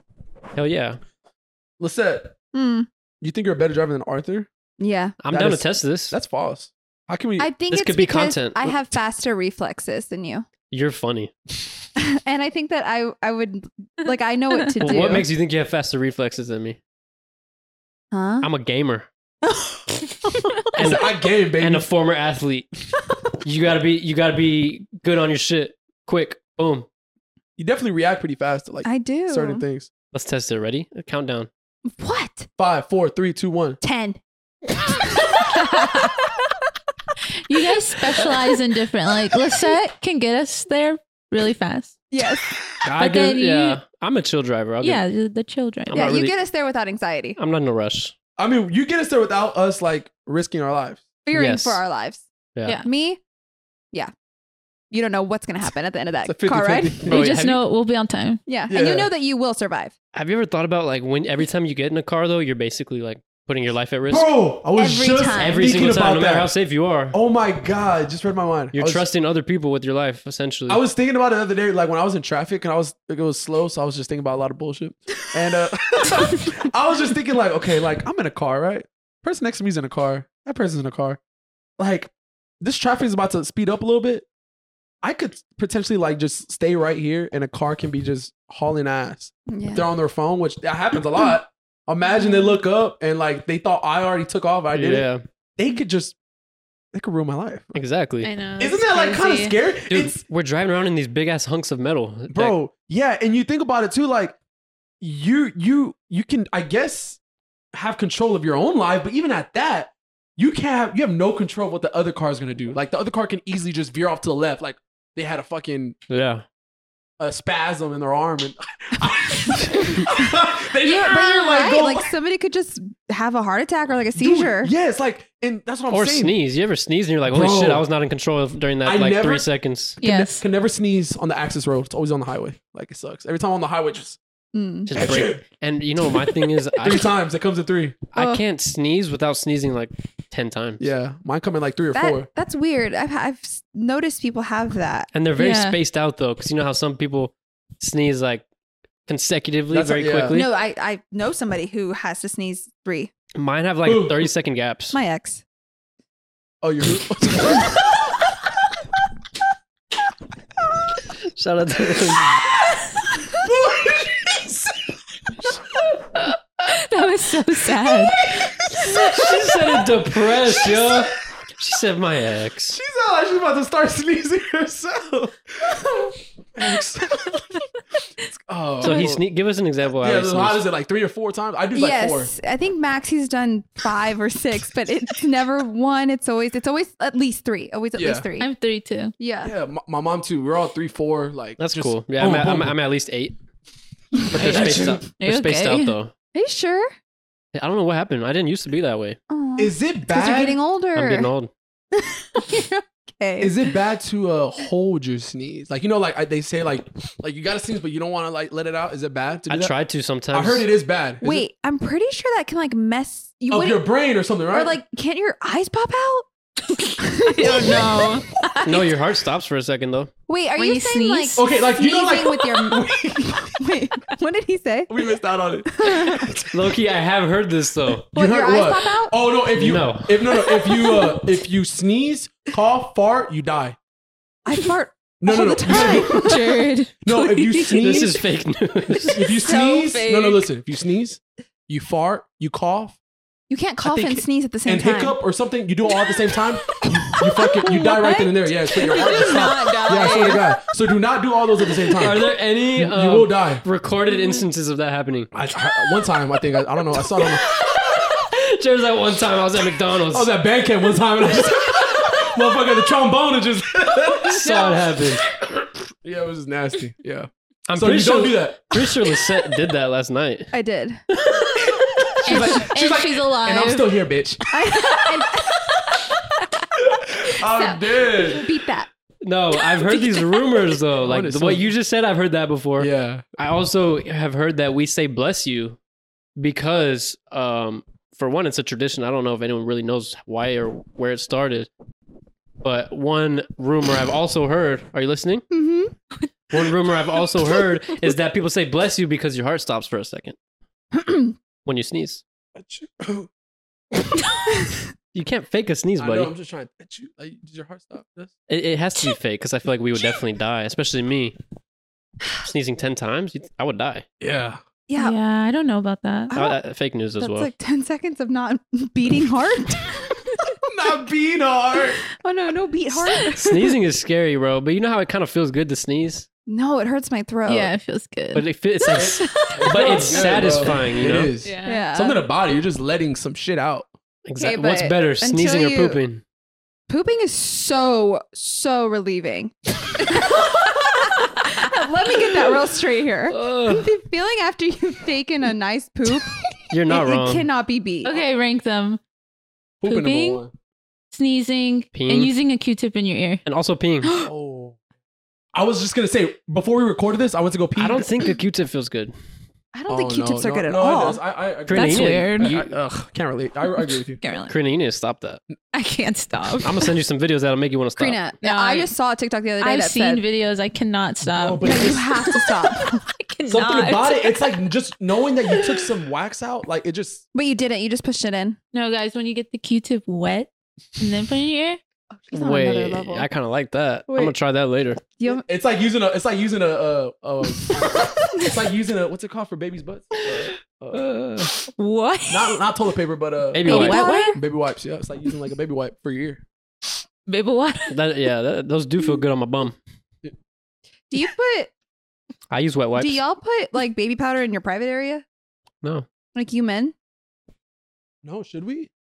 [SPEAKER 1] Hell yeah,
[SPEAKER 3] Lisette,
[SPEAKER 2] Mm,
[SPEAKER 3] you think you're a better driver than Arthur?
[SPEAKER 2] yeah.
[SPEAKER 1] I'm
[SPEAKER 3] That
[SPEAKER 1] down
[SPEAKER 3] is-
[SPEAKER 1] to test this.
[SPEAKER 3] That's false. How can we?
[SPEAKER 2] I think
[SPEAKER 1] This
[SPEAKER 2] it's
[SPEAKER 1] could be
[SPEAKER 2] because
[SPEAKER 1] content.
[SPEAKER 2] I have faster reflexes than you,
[SPEAKER 1] You're funny.
[SPEAKER 2] and I think that I I would like I know what to
[SPEAKER 1] Well,
[SPEAKER 2] do.
[SPEAKER 1] what makes you think you have faster reflexes than me?
[SPEAKER 2] huh?
[SPEAKER 1] I'm a gamer
[SPEAKER 3] I said, I gave baby.
[SPEAKER 1] and a former athlete. you gotta be you gotta be good on your shit. Quick, boom.
[SPEAKER 3] you definitely react pretty fast to like
[SPEAKER 2] I do.
[SPEAKER 3] certain things.
[SPEAKER 1] Let's test it. Ready? Countdown.
[SPEAKER 2] What?
[SPEAKER 3] Five, four, three, two, one.
[SPEAKER 2] Ten.
[SPEAKER 4] You guys specialize in different. Like Lisette can get us there really fast.
[SPEAKER 2] Yes.
[SPEAKER 1] I
[SPEAKER 4] But
[SPEAKER 1] give-
[SPEAKER 4] then you-
[SPEAKER 1] yeah, I'm a chill driver. I'll give-
[SPEAKER 4] yeah, the, the children.
[SPEAKER 1] I'm
[SPEAKER 2] yeah,
[SPEAKER 1] not
[SPEAKER 2] you
[SPEAKER 1] really-
[SPEAKER 2] get us there without anxiety.
[SPEAKER 1] I'm not in a rush.
[SPEAKER 3] I mean, you get us there without us like risking our lives.
[SPEAKER 2] Fearing
[SPEAKER 1] Yes.
[SPEAKER 2] for our lives.
[SPEAKER 1] Yeah.
[SPEAKER 4] Yeah.
[SPEAKER 2] Me? Yeah. You don't know what's gonna happen at the end of
[SPEAKER 3] It's a
[SPEAKER 2] that
[SPEAKER 3] 50
[SPEAKER 2] car ride.
[SPEAKER 3] 50.
[SPEAKER 1] Bro,
[SPEAKER 4] you just
[SPEAKER 1] have you-
[SPEAKER 4] know we'll be on time.
[SPEAKER 2] Yeah. And
[SPEAKER 3] Yeah.
[SPEAKER 2] you know that you will survive.
[SPEAKER 1] Have you ever thought about like when every time you get in a car though, you're basically like putting your life at risk
[SPEAKER 3] Bro, I was
[SPEAKER 2] Every
[SPEAKER 3] just
[SPEAKER 2] time.
[SPEAKER 1] every
[SPEAKER 3] Oh, thinking
[SPEAKER 1] single time, no
[SPEAKER 3] about
[SPEAKER 1] matter
[SPEAKER 3] that.
[SPEAKER 1] how safe you are.
[SPEAKER 3] Oh my god, just read my mind.
[SPEAKER 1] You're
[SPEAKER 3] I was,
[SPEAKER 1] trusting other people with your life, essentially.
[SPEAKER 3] I was thinking about it the other day, like when I was in traffic and I was like, it was slow, so I was just thinking about a lot of bullshit. And uh, I was just thinking like, okay, like I'm in a car, right? Person next to me's in a car. That person's in a car. Like this traffic is about to speed up a little bit. I could potentially like just stay right here, and a car can be just hauling ass.
[SPEAKER 2] Yeah.
[SPEAKER 3] They're on their phone, which that happens a lot. Imagine they look up and like they thought I already took off. I did. not
[SPEAKER 1] yeah,
[SPEAKER 3] They could just they could ruin my life.
[SPEAKER 1] exactly.
[SPEAKER 4] know.
[SPEAKER 3] Isn't that like kind of scary?
[SPEAKER 1] Dude,
[SPEAKER 3] it's
[SPEAKER 1] we're driving around in these big ass hunks of metal, that-
[SPEAKER 3] bro yeah and you think about it too like you you you can i guess have control of your own life but even at that you can't have you have no control of what the other car is going to do like the other car can easily just veer off to the left like they had a fucking
[SPEAKER 1] yeah,
[SPEAKER 3] a spasm in their arm and they
[SPEAKER 2] Yeah, but you're
[SPEAKER 3] like,
[SPEAKER 2] right.
[SPEAKER 3] go-
[SPEAKER 2] like somebody could just have a heart attack or like a
[SPEAKER 3] Dude,
[SPEAKER 2] seizure.
[SPEAKER 3] yeah it's like and that's what i'm
[SPEAKER 1] or
[SPEAKER 3] saying
[SPEAKER 1] sneeze. You ever sneeze and you're like, holy
[SPEAKER 3] Bro.
[SPEAKER 1] shit, I was not in control of, during that
[SPEAKER 3] I
[SPEAKER 1] like
[SPEAKER 3] never-
[SPEAKER 1] three seconds.
[SPEAKER 3] Can ne-
[SPEAKER 4] Yes.
[SPEAKER 3] can never sneeze on the access road it's always on the highway like it sucks every time on the highway just
[SPEAKER 2] Mm.
[SPEAKER 1] Just break. And you know, my thing is,
[SPEAKER 3] three
[SPEAKER 1] I,
[SPEAKER 3] times it comes in three
[SPEAKER 1] I can't sneeze without sneezing like ten times.
[SPEAKER 3] yeah mine come in like three or four
[SPEAKER 2] That, that's weird. I've, I've s- noticed people have that.
[SPEAKER 1] and they're very
[SPEAKER 4] Yeah.
[SPEAKER 1] spaced out though, because you know how some people sneeze like consecutively
[SPEAKER 3] That's-
[SPEAKER 1] very
[SPEAKER 3] yeah.
[SPEAKER 1] quickly.
[SPEAKER 2] No, I, I know somebody who has to sneeze three.
[SPEAKER 1] Mine have like
[SPEAKER 3] Ooh.
[SPEAKER 1] thirty second gaps.
[SPEAKER 2] My ex.
[SPEAKER 3] oh you're
[SPEAKER 1] Shout out to
[SPEAKER 4] That was so sad.
[SPEAKER 1] she said it depressed, yo. She said my ex.
[SPEAKER 3] She sounded like she's about to start sneezing herself. oh,
[SPEAKER 1] So he sne- give us an example.
[SPEAKER 3] Yeah,
[SPEAKER 1] Yeah,
[SPEAKER 3] so how does it like three or four times? I do like
[SPEAKER 2] yes,
[SPEAKER 3] four.
[SPEAKER 2] I think Max he's done five or six, but it's never one. It's always it's always at least three. Always at
[SPEAKER 3] Yeah.
[SPEAKER 2] least 3
[SPEAKER 4] I'm three too.
[SPEAKER 2] yeah.
[SPEAKER 3] Yeah, my, my mom too. We're all three, four. Like
[SPEAKER 1] That's
[SPEAKER 3] just-
[SPEAKER 1] cool. Yeah,
[SPEAKER 3] boom,
[SPEAKER 1] I'm, at,
[SPEAKER 3] boom,
[SPEAKER 1] I'm,
[SPEAKER 3] boom.
[SPEAKER 1] I'm at least eight. But they're spaced out. They're
[SPEAKER 4] You
[SPEAKER 1] spaced
[SPEAKER 4] okay?
[SPEAKER 1] out though.
[SPEAKER 2] Are you sure?
[SPEAKER 1] I don't know what happened. I didn't used to be that way.
[SPEAKER 2] Aw.
[SPEAKER 3] Is it
[SPEAKER 2] Because
[SPEAKER 3] bad?
[SPEAKER 2] you're getting older.
[SPEAKER 1] I'm getting old.
[SPEAKER 2] okay.
[SPEAKER 3] Is it bad to uh, hold your sneeze? Like you know, like I, they say, like like you gotta sneeze, but you don't want to like let it out. Is it bad to do
[SPEAKER 1] I
[SPEAKER 3] that?
[SPEAKER 1] tried to sometimes.
[SPEAKER 3] I heard it is bad. Is it-
[SPEAKER 2] Wait, I'm pretty sure that can like mess you
[SPEAKER 3] of
[SPEAKER 2] wouldn't-
[SPEAKER 3] your brain or something, right?
[SPEAKER 2] or like can't your eyes pop out?
[SPEAKER 4] no.
[SPEAKER 1] No, your heart stops for a second though.
[SPEAKER 2] Wait, are
[SPEAKER 4] When
[SPEAKER 2] you,
[SPEAKER 4] you
[SPEAKER 2] saying
[SPEAKER 4] sneeze?
[SPEAKER 2] like
[SPEAKER 3] Okay, like, Oh, you know, like-
[SPEAKER 2] sneezing with your wait? What did he say?
[SPEAKER 3] we missed out on it.
[SPEAKER 1] Loki, I have heard this though.
[SPEAKER 2] What,
[SPEAKER 3] heard
[SPEAKER 2] your eyes
[SPEAKER 3] what?
[SPEAKER 2] pop out?
[SPEAKER 3] Oh no! If you
[SPEAKER 1] No.
[SPEAKER 3] if no, no if you uh, if you sneeze, cough, fart, you die.
[SPEAKER 2] I fart
[SPEAKER 3] No,
[SPEAKER 2] all
[SPEAKER 3] no, no.
[SPEAKER 2] the time.
[SPEAKER 4] Jared.
[SPEAKER 3] No, if you
[SPEAKER 4] please.
[SPEAKER 3] sneeze,
[SPEAKER 1] This is fake news.
[SPEAKER 3] if you
[SPEAKER 4] so
[SPEAKER 3] sneeze, no, no.
[SPEAKER 4] fake.
[SPEAKER 3] Listen, if you sneeze, you fart, you cough,
[SPEAKER 2] You can't cough
[SPEAKER 3] think-
[SPEAKER 2] and sneeze at the same
[SPEAKER 3] and
[SPEAKER 2] time.
[SPEAKER 3] hiccup or something, you do it all at the same time, you, you fucking you die right then and there. Yeah, so your heart will stop. Yeah, I swear to God. So do not do all those at the same time.
[SPEAKER 1] Are there any
[SPEAKER 3] you,
[SPEAKER 1] um,
[SPEAKER 3] you will die.
[SPEAKER 1] recorded instances of that happening?
[SPEAKER 3] I, I- one time, I think I, I don't know. I saw it on the,
[SPEAKER 1] There's that one time I was at McDonald's.
[SPEAKER 3] I was at Oh, band camp one time, and I just motherfucker the trombone and just
[SPEAKER 1] saw it happen.
[SPEAKER 3] yeah, it was just nasty. Yeah,
[SPEAKER 1] I'm
[SPEAKER 3] so
[SPEAKER 1] pretty
[SPEAKER 3] you
[SPEAKER 1] sure
[SPEAKER 3] don't do that.
[SPEAKER 1] Pretty sure Lisette did that last night.
[SPEAKER 2] I did.
[SPEAKER 3] She's like,
[SPEAKER 4] and
[SPEAKER 3] she's like,
[SPEAKER 4] she's alive.
[SPEAKER 3] and I'm still here, bitch. I'm dead.
[SPEAKER 2] Beat that.
[SPEAKER 1] No, I've heard these rumors though.
[SPEAKER 3] What
[SPEAKER 1] Like
[SPEAKER 3] is
[SPEAKER 1] the,
[SPEAKER 3] so-
[SPEAKER 1] what you just said, I've heard that before.
[SPEAKER 3] Yeah.
[SPEAKER 1] I also have heard that we say bless you because, um, for one, it's a tradition. I don't know if anyone really knows why or where it started. But one rumor I've also heard, are you listening?
[SPEAKER 2] Mm-hmm.
[SPEAKER 1] One rumor I've also heard is that people say bless you because your heart stops for a second when you sneeze. You can't fake a sneeze,
[SPEAKER 3] I know, I'm
[SPEAKER 1] buddy.
[SPEAKER 3] just trying. Did you- like, did your heart stop? That's-
[SPEAKER 1] It, it has to be fake because I feel like we would definitely die, especially me. Sneezing 10 times, you'd- I would die.
[SPEAKER 3] Yeah.
[SPEAKER 2] Yeah.
[SPEAKER 4] I don't know about that.
[SPEAKER 2] I
[SPEAKER 1] Uh,
[SPEAKER 2] don't-
[SPEAKER 1] uh, fake news as
[SPEAKER 2] That's
[SPEAKER 1] well.
[SPEAKER 2] like 10 seconds of not beating hard.
[SPEAKER 3] Not being hard.
[SPEAKER 2] oh, no, no beat hard.
[SPEAKER 1] Sneezing is scary, bro. But you know how it kind of feels good to sneeze,
[SPEAKER 2] No, it hurts my throat.
[SPEAKER 4] Yeah, it feels good.
[SPEAKER 1] but it feels, it's like, but it's
[SPEAKER 3] Yeah,
[SPEAKER 1] satisfying,
[SPEAKER 3] bro.
[SPEAKER 1] you know.
[SPEAKER 3] It is.
[SPEAKER 4] yeah.
[SPEAKER 2] Yeah.
[SPEAKER 3] Something about it. You're just letting some shit out.
[SPEAKER 1] Exactly.
[SPEAKER 2] but
[SPEAKER 1] What's better, sneezing or
[SPEAKER 2] until you-
[SPEAKER 1] pooping?
[SPEAKER 2] Pooping is so, so relieving. Let me get that real straight here.
[SPEAKER 1] Ugh,
[SPEAKER 2] The feeling after you've taken a nice poop,
[SPEAKER 1] you're not
[SPEAKER 2] it, it
[SPEAKER 1] wrong.
[SPEAKER 2] cannot be beat.
[SPEAKER 4] Okay, rank them.
[SPEAKER 3] Pooping
[SPEAKER 4] Pooping?
[SPEAKER 3] number one.
[SPEAKER 4] Sneezing
[SPEAKER 1] Peeing.
[SPEAKER 4] and using a Q-tip in your ear.
[SPEAKER 1] and also peeing.
[SPEAKER 3] Oh. I was just gonna say before we recorded this, I went to go pee.
[SPEAKER 1] I don't think a Q-tip feels good.
[SPEAKER 2] I don't think
[SPEAKER 3] Oh,
[SPEAKER 2] Q-tips
[SPEAKER 3] no,
[SPEAKER 2] are good
[SPEAKER 3] no,
[SPEAKER 2] at
[SPEAKER 3] no, it
[SPEAKER 2] all.
[SPEAKER 3] does. I, I agree.
[SPEAKER 1] Karina,
[SPEAKER 4] That's
[SPEAKER 1] you need-
[SPEAKER 4] weird.
[SPEAKER 1] You,
[SPEAKER 3] I- ugh, can't relate. I, I agree with you.
[SPEAKER 4] Can't really-
[SPEAKER 1] Karina, you need to stop that.
[SPEAKER 4] I can't stop.
[SPEAKER 1] I'm gonna send you some videos that'll make you want to stop.
[SPEAKER 2] Karina,
[SPEAKER 4] No,
[SPEAKER 2] I
[SPEAKER 4] I-
[SPEAKER 2] just saw a TikTok the other day
[SPEAKER 4] I've
[SPEAKER 2] that
[SPEAKER 4] seen
[SPEAKER 2] said,
[SPEAKER 4] videos. I cannot stop.
[SPEAKER 3] No, but it's
[SPEAKER 2] you
[SPEAKER 3] just-
[SPEAKER 2] have to stop.
[SPEAKER 4] I cannot.
[SPEAKER 3] Something about it. It's like just knowing that you took some wax out, like it just
[SPEAKER 2] but you didn't. You just pushed it in.
[SPEAKER 4] No, guys, when you get the Q-tip wet and then put it in your ear,
[SPEAKER 2] Oh, she's on another
[SPEAKER 1] Wait,
[SPEAKER 2] level.
[SPEAKER 1] I kind of like that.
[SPEAKER 2] Wait.
[SPEAKER 1] I'm gonna try that later.
[SPEAKER 2] You-
[SPEAKER 3] it's like using a it's like using a uh, uh it's like using a what's it called for babies' butts? Uh, uh,
[SPEAKER 1] Uh,
[SPEAKER 4] what?
[SPEAKER 3] not not toilet paper, but uh
[SPEAKER 1] Baby
[SPEAKER 4] Baby
[SPEAKER 1] wipe.
[SPEAKER 4] wipes.
[SPEAKER 2] powder?
[SPEAKER 3] baby wipes. Yeah, it's like using like a baby wipe for your ear.
[SPEAKER 4] Baby, what?
[SPEAKER 1] that, yeah, that, those do feel good on my bum.
[SPEAKER 2] Do you put?
[SPEAKER 1] I use wet wipes.
[SPEAKER 2] Do y'all put like baby powder in your private area?
[SPEAKER 1] no,
[SPEAKER 2] Like you men?
[SPEAKER 3] No, should we?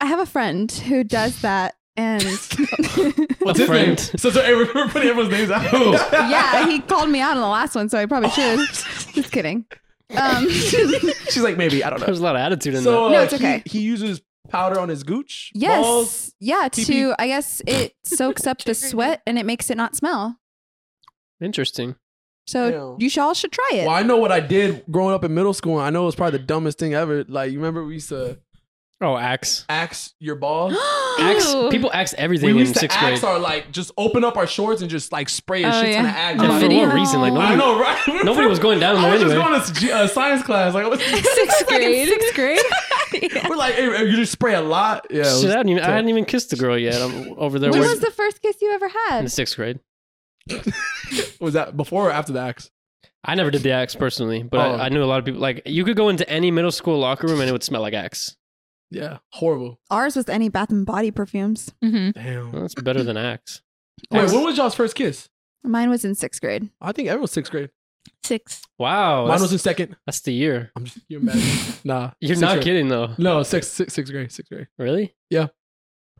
[SPEAKER 2] I have a friend who does that, and
[SPEAKER 1] What's his friend. name?
[SPEAKER 3] So, so hey, we're we're putting everyone's names out.
[SPEAKER 2] yeah, he called me out on the last one, so I probably should. Just kidding. Um,
[SPEAKER 3] She's like maybe I don't know.
[SPEAKER 1] there's a lot of attitude in
[SPEAKER 3] So
[SPEAKER 1] that.
[SPEAKER 3] uh,
[SPEAKER 2] No, it's
[SPEAKER 3] he-
[SPEAKER 2] okay.
[SPEAKER 3] He, uses powder on his gooch.
[SPEAKER 2] yes,
[SPEAKER 3] balls.
[SPEAKER 2] yeah.
[SPEAKER 3] pee-pee.
[SPEAKER 2] To I guess it soaks up the sweat and it makes it not smell.
[SPEAKER 1] Interesting.
[SPEAKER 2] So
[SPEAKER 3] Ew.
[SPEAKER 2] you should all should try it.
[SPEAKER 3] Well, I know what I did growing up in middle school, and I know it was probably the dumbest thing ever. Like, you remember we used to
[SPEAKER 1] Oh, axe.
[SPEAKER 3] axe your balls?
[SPEAKER 1] Axe.
[SPEAKER 4] Ew.
[SPEAKER 1] People axe
[SPEAKER 3] we
[SPEAKER 1] everything in
[SPEAKER 3] used to
[SPEAKER 1] sixth grade.
[SPEAKER 3] axe our like just open up our shorts and just like spray a
[SPEAKER 4] Oh,
[SPEAKER 3] shit ton
[SPEAKER 4] yeah.
[SPEAKER 3] of axe.
[SPEAKER 1] And
[SPEAKER 3] on
[SPEAKER 1] for
[SPEAKER 3] our-
[SPEAKER 1] what reason? Like
[SPEAKER 2] Oh.
[SPEAKER 1] nobody,
[SPEAKER 3] I know, right?
[SPEAKER 1] nobody was going down
[SPEAKER 3] I
[SPEAKER 1] there
[SPEAKER 3] was
[SPEAKER 1] anyway.
[SPEAKER 3] just going to s- uh, science class. Like, I was,
[SPEAKER 4] Sixth grade.
[SPEAKER 2] Sixth grade.
[SPEAKER 3] we're like, hey, you just spray a lot. Yeah, it was-
[SPEAKER 1] Shit, I, hadn't even, I hadn't even kissed the girl yet. I'm over there
[SPEAKER 2] When
[SPEAKER 1] with-
[SPEAKER 2] was the first kiss you ever
[SPEAKER 1] in
[SPEAKER 2] had?
[SPEAKER 1] sixth grade.
[SPEAKER 3] was that before or after the axe?
[SPEAKER 1] I never did the axe personally, but
[SPEAKER 3] Oh.
[SPEAKER 1] I, I knew a lot of people. Like you could go into any middle school locker room and it would smell like axe.
[SPEAKER 3] Yeah, horrible.
[SPEAKER 2] Ours was any Bath and Body perfumes.
[SPEAKER 4] hmm
[SPEAKER 3] Damn.
[SPEAKER 1] Well, that's better than axe.
[SPEAKER 3] Wait,
[SPEAKER 1] Axe-
[SPEAKER 3] when was y'all's first kiss?
[SPEAKER 2] Mine was in sixth grade.
[SPEAKER 3] I think everyone was sixth grade.
[SPEAKER 4] Six.
[SPEAKER 1] wow,
[SPEAKER 3] Mine
[SPEAKER 1] Oh, that's,
[SPEAKER 3] was in second.
[SPEAKER 1] that's the year.
[SPEAKER 3] I'm just, you're mad. nah,
[SPEAKER 1] You're
[SPEAKER 3] sixth
[SPEAKER 1] not
[SPEAKER 3] grade.
[SPEAKER 1] kidding though,
[SPEAKER 3] No, sixth, sixth, sixth grade, sixth grade.
[SPEAKER 1] really?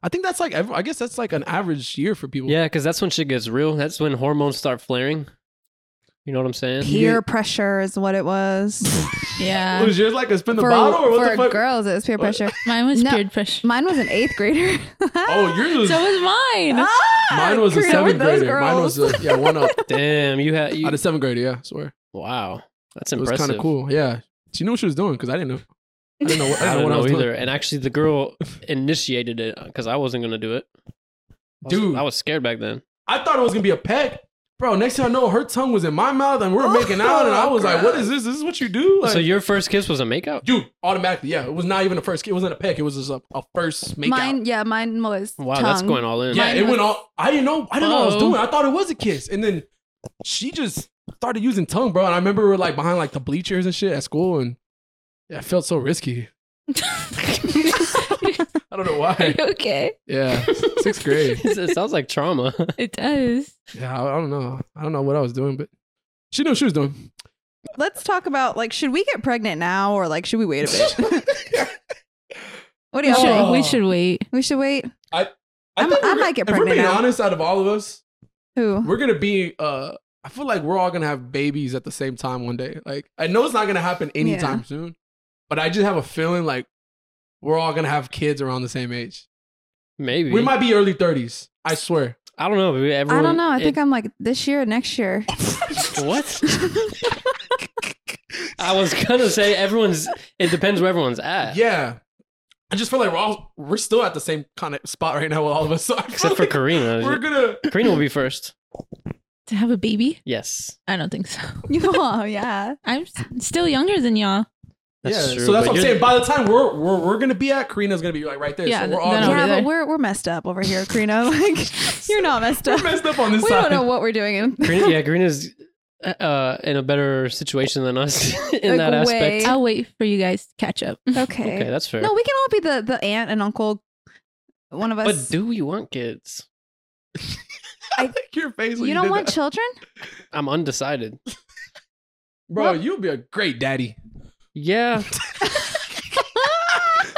[SPEAKER 3] I think that's like, ev- I guess that's like an average year for people.
[SPEAKER 1] Yeah, because that's when shit gets real. That's when hormones start flaring. You know what I'm saying?
[SPEAKER 2] Peer pressure is what it was.
[SPEAKER 4] Yeah.
[SPEAKER 3] was yours like a spin the
[SPEAKER 2] for
[SPEAKER 3] bottle or what
[SPEAKER 2] for
[SPEAKER 3] the fuck?
[SPEAKER 2] girls, it was peer
[SPEAKER 3] What?
[SPEAKER 2] pressure.
[SPEAKER 4] Mine was
[SPEAKER 2] No.
[SPEAKER 4] peer pressure.
[SPEAKER 2] Mine was an eighth grader.
[SPEAKER 3] Oh, yours was.
[SPEAKER 4] So was mine.
[SPEAKER 2] Ah,
[SPEAKER 3] mine was a
[SPEAKER 2] Karina,
[SPEAKER 3] seventh
[SPEAKER 2] with those
[SPEAKER 3] grader. Mine was
[SPEAKER 2] girls.
[SPEAKER 3] a, yeah, one up.
[SPEAKER 1] Damn, you had
[SPEAKER 3] I
[SPEAKER 1] you.
[SPEAKER 3] had a seventh grader. Yeah, I swear.
[SPEAKER 1] Wow, that's
[SPEAKER 3] It was
[SPEAKER 1] impressive.
[SPEAKER 3] kind of cool. Yeah, she knew what she was doing because I didn't know. I didn't know.
[SPEAKER 1] I
[SPEAKER 3] What, didn't
[SPEAKER 1] don't
[SPEAKER 3] what
[SPEAKER 1] know
[SPEAKER 3] was doing.
[SPEAKER 1] either. And actually, the girl initiated it because I wasn't gonna do it. I was-
[SPEAKER 3] Dude.
[SPEAKER 1] I was scared back then.
[SPEAKER 3] I thought it was gonna be a peck. Bro, next thing I know, her tongue was in my mouth and we were making out, and I was like, "What is this? This is what you do?" Like,
[SPEAKER 1] so your first kiss was a makeout?
[SPEAKER 3] dude, automatically, yeah, it was not even a first. It wasn't a peck. It was just a, a first makeout.
[SPEAKER 2] Mine, yeah, mine was.
[SPEAKER 1] Wow, that's
[SPEAKER 2] tongue.
[SPEAKER 1] going all in.
[SPEAKER 3] Yeah,
[SPEAKER 2] Mine
[SPEAKER 3] it
[SPEAKER 2] was-
[SPEAKER 3] went all. I didn't know. I didn't know what I was
[SPEAKER 4] Oh.
[SPEAKER 3] doing. I thought it was a kiss, and then she just started using tongue, bro. And I remember we were like behind like the bleachers and shit at school, and yeah, I felt so risky. I don't know
[SPEAKER 4] Are
[SPEAKER 3] why.
[SPEAKER 4] you okay?
[SPEAKER 3] Yeah, sixth grade.
[SPEAKER 1] it sounds like trauma.
[SPEAKER 4] It does.
[SPEAKER 3] Yeah, I, I don't know. I don't know what I was doing, but she knew what she was doing.
[SPEAKER 2] Let's talk about like, should we get pregnant now or like, should we wait a bit? what do
[SPEAKER 4] We
[SPEAKER 2] you
[SPEAKER 4] should,
[SPEAKER 2] think?
[SPEAKER 4] we should wait.
[SPEAKER 2] We should wait. I'm-
[SPEAKER 3] think
[SPEAKER 2] I
[SPEAKER 3] we're-
[SPEAKER 2] might get
[SPEAKER 3] If we're
[SPEAKER 2] pregnant
[SPEAKER 3] being
[SPEAKER 2] now.
[SPEAKER 3] honest, out of all of us,
[SPEAKER 2] Who?
[SPEAKER 3] we're gonna be. uh I feel like we're all gonna have babies at the same time one day. Like I know it's not gonna happen anytime soon, but But I just have a feeling like we're all gonna have kids around the same age.
[SPEAKER 1] Maybe
[SPEAKER 3] We might be early thirties. I swear.
[SPEAKER 1] I don't know. Maybe
[SPEAKER 2] I
[SPEAKER 1] everyone,
[SPEAKER 2] don't know. I think
[SPEAKER 1] it-
[SPEAKER 2] I'm like this year, next year.
[SPEAKER 1] what? I was gonna say everyone's. It depends where everyone's at.
[SPEAKER 3] Yeah. I just feel like we're all we're still at the same kind of spot right now with all of us. So I feel
[SPEAKER 1] Except for
[SPEAKER 3] like We're
[SPEAKER 1] Karina.
[SPEAKER 3] gonna.
[SPEAKER 1] Karina will be first.
[SPEAKER 4] to have a baby?
[SPEAKER 1] Yes,
[SPEAKER 4] I don't think so.
[SPEAKER 2] oh yeah.
[SPEAKER 4] I'm s- still younger than y'all.
[SPEAKER 1] that's
[SPEAKER 3] yeah.
[SPEAKER 1] true.
[SPEAKER 3] so that's
[SPEAKER 1] but
[SPEAKER 3] what I'm
[SPEAKER 1] you're-
[SPEAKER 3] saying. By the time we're we're, we're gonna be at, Karina's gonna be like right there.
[SPEAKER 4] Yeah,
[SPEAKER 3] So we're all
[SPEAKER 4] then I'll
[SPEAKER 3] gonna-
[SPEAKER 2] yeah,
[SPEAKER 4] be there.
[SPEAKER 2] but we're we're messed up over here, Karina. Like you're not messed up.
[SPEAKER 3] we're messed up on this
[SPEAKER 2] We
[SPEAKER 3] side.
[SPEAKER 2] don't know what we're doing. In-
[SPEAKER 1] Karina, yeah, Karina's uh, in a better situation than us in
[SPEAKER 2] Like,
[SPEAKER 1] that
[SPEAKER 2] way-
[SPEAKER 1] aspect.
[SPEAKER 4] I'll wait for you guys to catch up.
[SPEAKER 2] okay.
[SPEAKER 1] Okay, that's fair.
[SPEAKER 2] no, we can all be the the aunt and uncle. One of
[SPEAKER 1] but
[SPEAKER 2] us.
[SPEAKER 1] do we want kids?
[SPEAKER 3] I like your face. When
[SPEAKER 2] you
[SPEAKER 3] you,
[SPEAKER 2] don't
[SPEAKER 3] did
[SPEAKER 2] want
[SPEAKER 3] that.
[SPEAKER 2] children?
[SPEAKER 1] I'm undecided.
[SPEAKER 3] bro. You'll be a great daddy.
[SPEAKER 1] Yeah,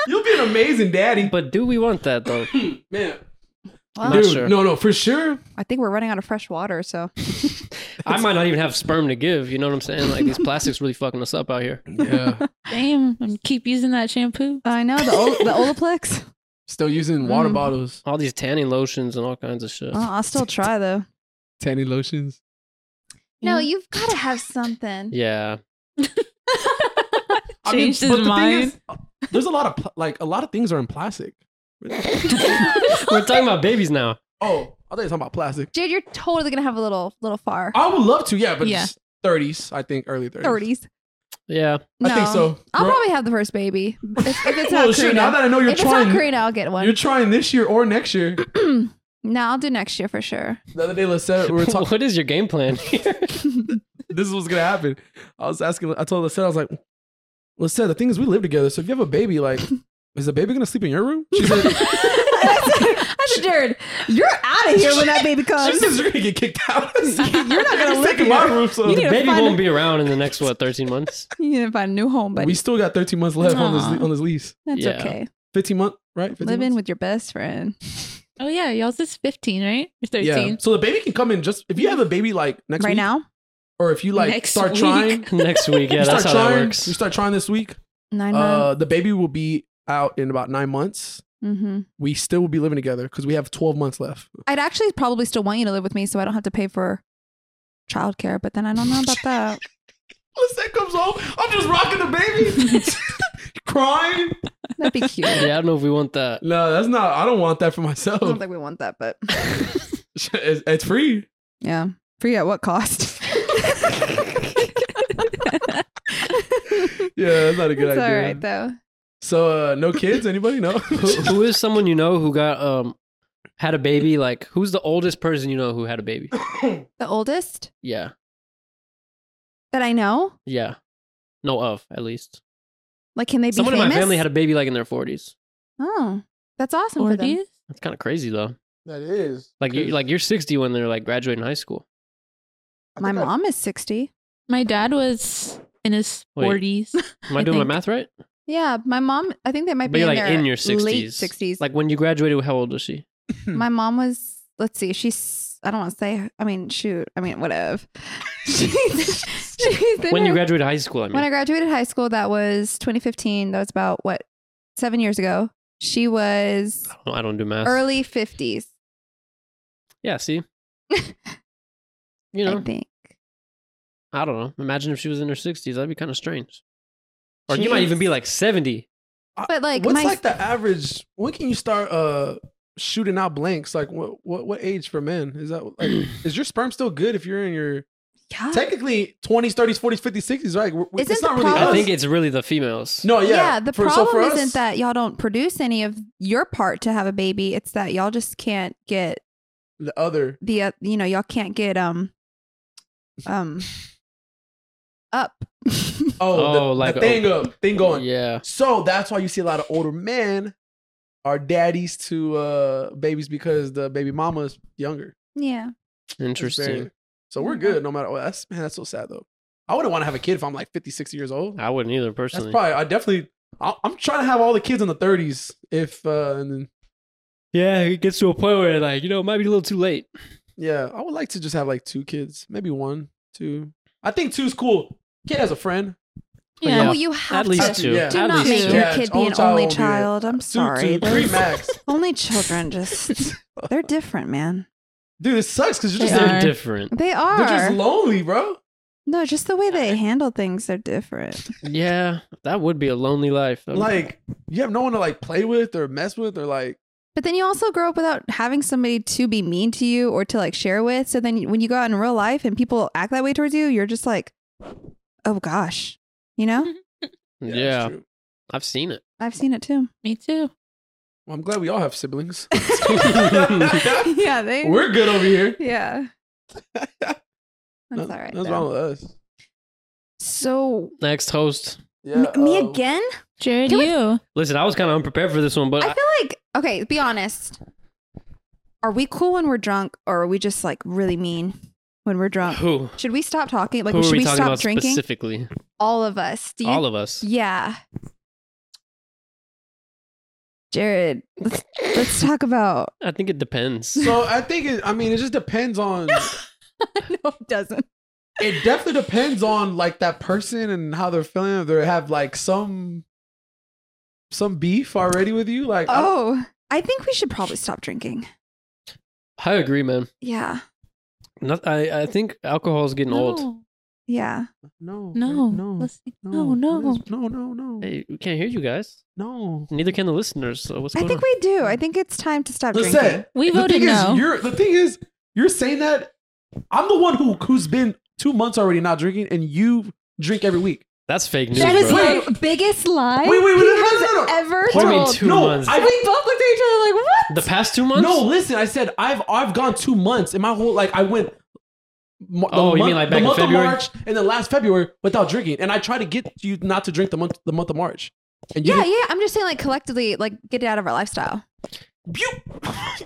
[SPEAKER 3] You'll be an amazing daddy.
[SPEAKER 1] but do we want that though?
[SPEAKER 3] Man,
[SPEAKER 2] Well,
[SPEAKER 1] Not
[SPEAKER 3] dude,
[SPEAKER 1] sure.
[SPEAKER 3] no, no, for sure.
[SPEAKER 2] I think we're running out of fresh water, so
[SPEAKER 1] I might not even have sperm to give. You know what I'm saying? Like these plastics really fucking us up out here.
[SPEAKER 3] Yeah,
[SPEAKER 4] Damn, I'm keep using that shampoo.
[SPEAKER 2] I know the ol- the Olaplex.
[SPEAKER 3] still using water
[SPEAKER 2] Mm.
[SPEAKER 3] bottles,
[SPEAKER 1] All these tanning lotions and all kinds of shit.
[SPEAKER 2] Well, I'll still try though.
[SPEAKER 3] tanning lotions.
[SPEAKER 2] No, you've got to have something.
[SPEAKER 1] Yeah,
[SPEAKER 4] Changed his
[SPEAKER 3] but the thing
[SPEAKER 4] mind.
[SPEAKER 3] is, uh, there's a lot of pl- like a lot of things are in plastic.
[SPEAKER 1] we're talking about babies now.
[SPEAKER 3] Oh, I thought you were talking about plastic.
[SPEAKER 2] Jade, you're totally gonna have a little little far.
[SPEAKER 3] I would love to, yeah, but
[SPEAKER 4] Yeah.
[SPEAKER 3] it's 30s, I think, early 30s.
[SPEAKER 2] Thirties.
[SPEAKER 1] Yeah,
[SPEAKER 3] I think so.
[SPEAKER 2] I'll
[SPEAKER 3] Bro-
[SPEAKER 2] probably have the first baby if, if it's
[SPEAKER 3] well,
[SPEAKER 2] not
[SPEAKER 3] shit,
[SPEAKER 2] Karina.
[SPEAKER 3] now that I know you're
[SPEAKER 2] if it's
[SPEAKER 3] trying,
[SPEAKER 2] not Karina, I'll get
[SPEAKER 3] you're
[SPEAKER 2] one.
[SPEAKER 3] trying this year or next year.
[SPEAKER 2] no, I'll do next year for sure.
[SPEAKER 3] The other day, Lissette, we were talking.
[SPEAKER 1] what is your game plan?
[SPEAKER 3] this is what's gonna happen. I was asking. I told Lissette, I was like, Lissette, the thing is, we live together, so if you have a baby, like, is the baby gonna sleep in your room? She said,
[SPEAKER 2] I said, Jared, you're out of here when that baby
[SPEAKER 3] she
[SPEAKER 2] comes.
[SPEAKER 3] says you're gonna get kicked out.
[SPEAKER 2] You're not gonna live
[SPEAKER 3] taking
[SPEAKER 2] here.
[SPEAKER 3] my room. So
[SPEAKER 2] You need
[SPEAKER 1] the
[SPEAKER 2] to
[SPEAKER 1] baby
[SPEAKER 2] find-
[SPEAKER 1] won't be around in the next what 13 months.
[SPEAKER 2] You need to find a new home, buddy.
[SPEAKER 3] we still got 13 months left on this
[SPEAKER 4] Aw.
[SPEAKER 3] on this lease.
[SPEAKER 2] That's
[SPEAKER 1] Yeah.
[SPEAKER 2] okay.
[SPEAKER 3] 15 month, right? 15
[SPEAKER 2] Living
[SPEAKER 3] months?
[SPEAKER 2] with your best friend.
[SPEAKER 4] Oh yeah, y'all's is 15, right? Or 13.
[SPEAKER 3] So the baby can come in just if you have a baby like next
[SPEAKER 2] right
[SPEAKER 3] week,
[SPEAKER 2] now?
[SPEAKER 3] or if you like
[SPEAKER 4] Next
[SPEAKER 3] start
[SPEAKER 4] week.
[SPEAKER 3] trying.
[SPEAKER 1] next week. Yeah,
[SPEAKER 3] you
[SPEAKER 1] that's how
[SPEAKER 3] start trying.
[SPEAKER 1] that
[SPEAKER 3] You
[SPEAKER 1] works.
[SPEAKER 3] start trying this week.
[SPEAKER 2] Nine months.
[SPEAKER 3] Uh, the baby will be out in about nine months.
[SPEAKER 2] hmm
[SPEAKER 3] We still will be living together because we have 12 months left.
[SPEAKER 2] I'd actually probably still want you to live with me so I don't have to pay for childcare, but then I don't know about that.
[SPEAKER 3] Listen comes home. I'm just rocking the baby, crying.
[SPEAKER 2] That'd be cute.
[SPEAKER 1] Yeah, I don't know if we want that.
[SPEAKER 3] No, that's not. I don't want that for
[SPEAKER 2] I don't
[SPEAKER 3] myself.
[SPEAKER 2] think we want that, but
[SPEAKER 3] it's, it's free.
[SPEAKER 2] yeah. Free at what cost?
[SPEAKER 3] Yeah, that's not a good
[SPEAKER 2] it's all
[SPEAKER 3] idea.
[SPEAKER 2] right though.
[SPEAKER 3] So uh, no kids? Anybody? No.
[SPEAKER 1] Who- who is someone you know who got um had a baby? Like, who's the oldest person you know who had a baby?
[SPEAKER 2] The oldest
[SPEAKER 1] Yeah,
[SPEAKER 2] that I know,
[SPEAKER 1] yeah, no of at least.
[SPEAKER 2] like, can they be
[SPEAKER 1] Someone
[SPEAKER 2] famous?
[SPEAKER 1] in my family had a baby like in their 40s.
[SPEAKER 2] oh, that's awesome for them.
[SPEAKER 4] 40s?
[SPEAKER 1] That's kind of crazy though.
[SPEAKER 3] that is
[SPEAKER 1] Like you, like you're 60 when they're like graduating high school.
[SPEAKER 2] My mom is sixty.
[SPEAKER 4] My dad was in his
[SPEAKER 1] Wait.
[SPEAKER 4] 40s.
[SPEAKER 1] Am I,
[SPEAKER 4] I
[SPEAKER 1] doing
[SPEAKER 4] think-
[SPEAKER 1] my math right?
[SPEAKER 2] Yeah, my mom. I think they might
[SPEAKER 1] But
[SPEAKER 2] be
[SPEAKER 1] you're,
[SPEAKER 2] in
[SPEAKER 1] like,
[SPEAKER 2] their
[SPEAKER 1] in your 60s.
[SPEAKER 2] late sixties.
[SPEAKER 1] Like hmm. when you graduated, how old was she?
[SPEAKER 2] my mom was. Let's see. She's. I don't want to say. I mean, shoot. I mean, whatever. she's. she's in
[SPEAKER 1] When you
[SPEAKER 2] her-
[SPEAKER 1] graduated high school, I mean.
[SPEAKER 2] When I graduated high school, that was 2015. That was about what seven years ago. She was
[SPEAKER 1] Oh, I don't do math.
[SPEAKER 2] early 50s,
[SPEAKER 1] Yeah, see? you know,
[SPEAKER 2] I think.
[SPEAKER 1] I don't know. Imagine if she was in her 60s. That'd be kind of strange. Or
[SPEAKER 2] She
[SPEAKER 1] you might
[SPEAKER 2] is.
[SPEAKER 1] even be like 70.
[SPEAKER 2] But like
[SPEAKER 3] what's
[SPEAKER 2] my
[SPEAKER 3] like the average? When can you start uh shooting out blanks? Like what what what age for men? Is that like is your sperm still good if you're in your
[SPEAKER 2] yeah.
[SPEAKER 3] technically 20s, 30s, 40s, 50s, 60s, right? We're- we-
[SPEAKER 2] Uh, Isn't
[SPEAKER 3] it's not
[SPEAKER 2] the
[SPEAKER 1] I
[SPEAKER 3] really
[SPEAKER 2] problem-
[SPEAKER 3] us.
[SPEAKER 1] think it's really the females.
[SPEAKER 3] no, oh, yeah.
[SPEAKER 2] the
[SPEAKER 3] For- so
[SPEAKER 2] problem
[SPEAKER 3] for us-
[SPEAKER 2] isn't that y'all don't produce any of your part to have a baby. It's that y'all just can't get
[SPEAKER 3] the other
[SPEAKER 2] the uh, you know y'all can't get um um up.
[SPEAKER 3] oh, the,
[SPEAKER 1] Oh,
[SPEAKER 3] the
[SPEAKER 1] like,
[SPEAKER 3] thing up, thing going.
[SPEAKER 1] Yeah.
[SPEAKER 3] So that's why you see a lot of older men are daddies to uh babies because the baby mama's younger.
[SPEAKER 2] yeah,
[SPEAKER 3] It's very-
[SPEAKER 1] Interesting.
[SPEAKER 3] So
[SPEAKER 2] Mm-hmm.
[SPEAKER 3] we're good no matter what. That's man, that's so sad though. I wouldn't want to have a kid if I'm like 50, 60 years old.
[SPEAKER 1] I wouldn't either
[SPEAKER 3] That's
[SPEAKER 1] personally.
[SPEAKER 3] probably I definitely I, I'm trying to have all the kids in the 30s if uh and then,
[SPEAKER 1] yeah, it gets to a point where like, you know, it might be a little too late.
[SPEAKER 3] yeah, I would like to just have like two kids, maybe one, two. I think two's cool. Kid has a friend.
[SPEAKER 1] Yeah.
[SPEAKER 2] Well, you have
[SPEAKER 1] At least
[SPEAKER 2] to.
[SPEAKER 1] two.
[SPEAKER 3] Yeah.
[SPEAKER 2] Do
[SPEAKER 1] At
[SPEAKER 2] not
[SPEAKER 1] least
[SPEAKER 2] make
[SPEAKER 1] two.
[SPEAKER 2] your
[SPEAKER 3] Yeah,
[SPEAKER 2] kid
[SPEAKER 3] it's
[SPEAKER 2] be
[SPEAKER 3] own
[SPEAKER 2] an
[SPEAKER 3] child,
[SPEAKER 2] only
[SPEAKER 3] own kid.
[SPEAKER 2] child. I'm
[SPEAKER 3] Two,
[SPEAKER 2] sorry.
[SPEAKER 3] two, three
[SPEAKER 2] Those-
[SPEAKER 3] max.
[SPEAKER 2] Only children just they're different, man.
[SPEAKER 3] Dude, it sucks because you're
[SPEAKER 4] They
[SPEAKER 3] just
[SPEAKER 1] They're
[SPEAKER 4] are.
[SPEAKER 1] different.
[SPEAKER 2] They
[SPEAKER 3] they're just
[SPEAKER 2] are.
[SPEAKER 3] lonely, bro.
[SPEAKER 2] No, just the way they handle things are different.
[SPEAKER 1] Yeah, that would be a lonely life. That would-
[SPEAKER 3] Like you have no one to like play with or mess with or like.
[SPEAKER 2] But then you also grow up without having somebody to be mean to you or to like share with. So then when you go out in real life and people act that way towards you, you're just like, oh gosh, you know?
[SPEAKER 1] yeah,
[SPEAKER 3] that's true.
[SPEAKER 1] I've seen it.
[SPEAKER 2] I've seen it too.
[SPEAKER 4] Me too.
[SPEAKER 3] Well, I'm glad we all have siblings.
[SPEAKER 2] yeah, they.
[SPEAKER 3] We're good over here.
[SPEAKER 2] yeah. That's all
[SPEAKER 3] Nothing-
[SPEAKER 2] right.
[SPEAKER 3] Nothing's
[SPEAKER 2] though.
[SPEAKER 3] wrong with us.
[SPEAKER 2] So
[SPEAKER 1] Next host.
[SPEAKER 3] Yeah,
[SPEAKER 2] M- me
[SPEAKER 1] uh,
[SPEAKER 3] um,
[SPEAKER 2] again?
[SPEAKER 4] Jared,
[SPEAKER 2] Can we-
[SPEAKER 4] you.
[SPEAKER 1] Listen, I was kind of unprepared for this one, but
[SPEAKER 2] I
[SPEAKER 1] I,
[SPEAKER 2] feel like okay. Be honest. Are we cool when we're drunk, or are we just like really mean when we're drunk?
[SPEAKER 1] who?
[SPEAKER 2] Should we stop talking? Like,
[SPEAKER 1] who
[SPEAKER 2] should
[SPEAKER 1] are we
[SPEAKER 2] we,
[SPEAKER 1] talking
[SPEAKER 2] stop
[SPEAKER 1] about
[SPEAKER 2] drinking?
[SPEAKER 1] specifically?
[SPEAKER 2] All of us. Do you?
[SPEAKER 1] All of us.
[SPEAKER 2] yeah. Jared, let's, let's talk about.
[SPEAKER 1] I think it depends.
[SPEAKER 3] So I think it. I mean, it just depends on.
[SPEAKER 2] no, it doesn't.
[SPEAKER 3] it definitely depends on like that person and how they're feeling. If they have like some some beef already with you, like I don't-
[SPEAKER 2] Oh, I think we should probably stop drinking.
[SPEAKER 1] I agree, man.
[SPEAKER 2] Yeah.
[SPEAKER 1] Not, I, I think alcohol is getting old.
[SPEAKER 4] No,
[SPEAKER 2] Yeah.
[SPEAKER 3] no,
[SPEAKER 4] no,
[SPEAKER 3] no,
[SPEAKER 4] listen- no, no.
[SPEAKER 3] no, no, no, no,
[SPEAKER 1] Hey, we can't hear you guys.
[SPEAKER 3] no.
[SPEAKER 1] Neither can the listeners. So what's
[SPEAKER 2] I
[SPEAKER 1] going
[SPEAKER 2] think we do. I think it's time to stop drinking.
[SPEAKER 3] Listen,
[SPEAKER 4] We
[SPEAKER 3] the
[SPEAKER 4] voted
[SPEAKER 3] thing
[SPEAKER 4] no.
[SPEAKER 3] is, you're the thing is, you're saying that I'm the one who who's been two months already not drinking, and you drink every week.
[SPEAKER 1] on? That's fake news,
[SPEAKER 4] That is
[SPEAKER 1] bro.
[SPEAKER 3] Wait.
[SPEAKER 4] the biggest lie
[SPEAKER 3] Wait, wait, wait, no,
[SPEAKER 2] He
[SPEAKER 3] no,
[SPEAKER 2] has
[SPEAKER 3] no, no.
[SPEAKER 2] ever
[SPEAKER 1] What do you mean
[SPEAKER 2] told
[SPEAKER 1] two
[SPEAKER 3] no,
[SPEAKER 1] months?
[SPEAKER 3] I,
[SPEAKER 4] We both looked at each other like, what?
[SPEAKER 1] the past two months?
[SPEAKER 3] No, listen. I said I've I've gone two months in my whole like I went. mo- the
[SPEAKER 1] Oh, you mean like back
[SPEAKER 3] the
[SPEAKER 1] in
[SPEAKER 3] month
[SPEAKER 1] February?
[SPEAKER 3] of March and then last February without drinking, and I try to get you not to drink the month the month of March. And you
[SPEAKER 2] Yeah,
[SPEAKER 3] didn't-
[SPEAKER 2] yeah. I'm just saying, like collectively, like get it out of our lifestyle.
[SPEAKER 3] you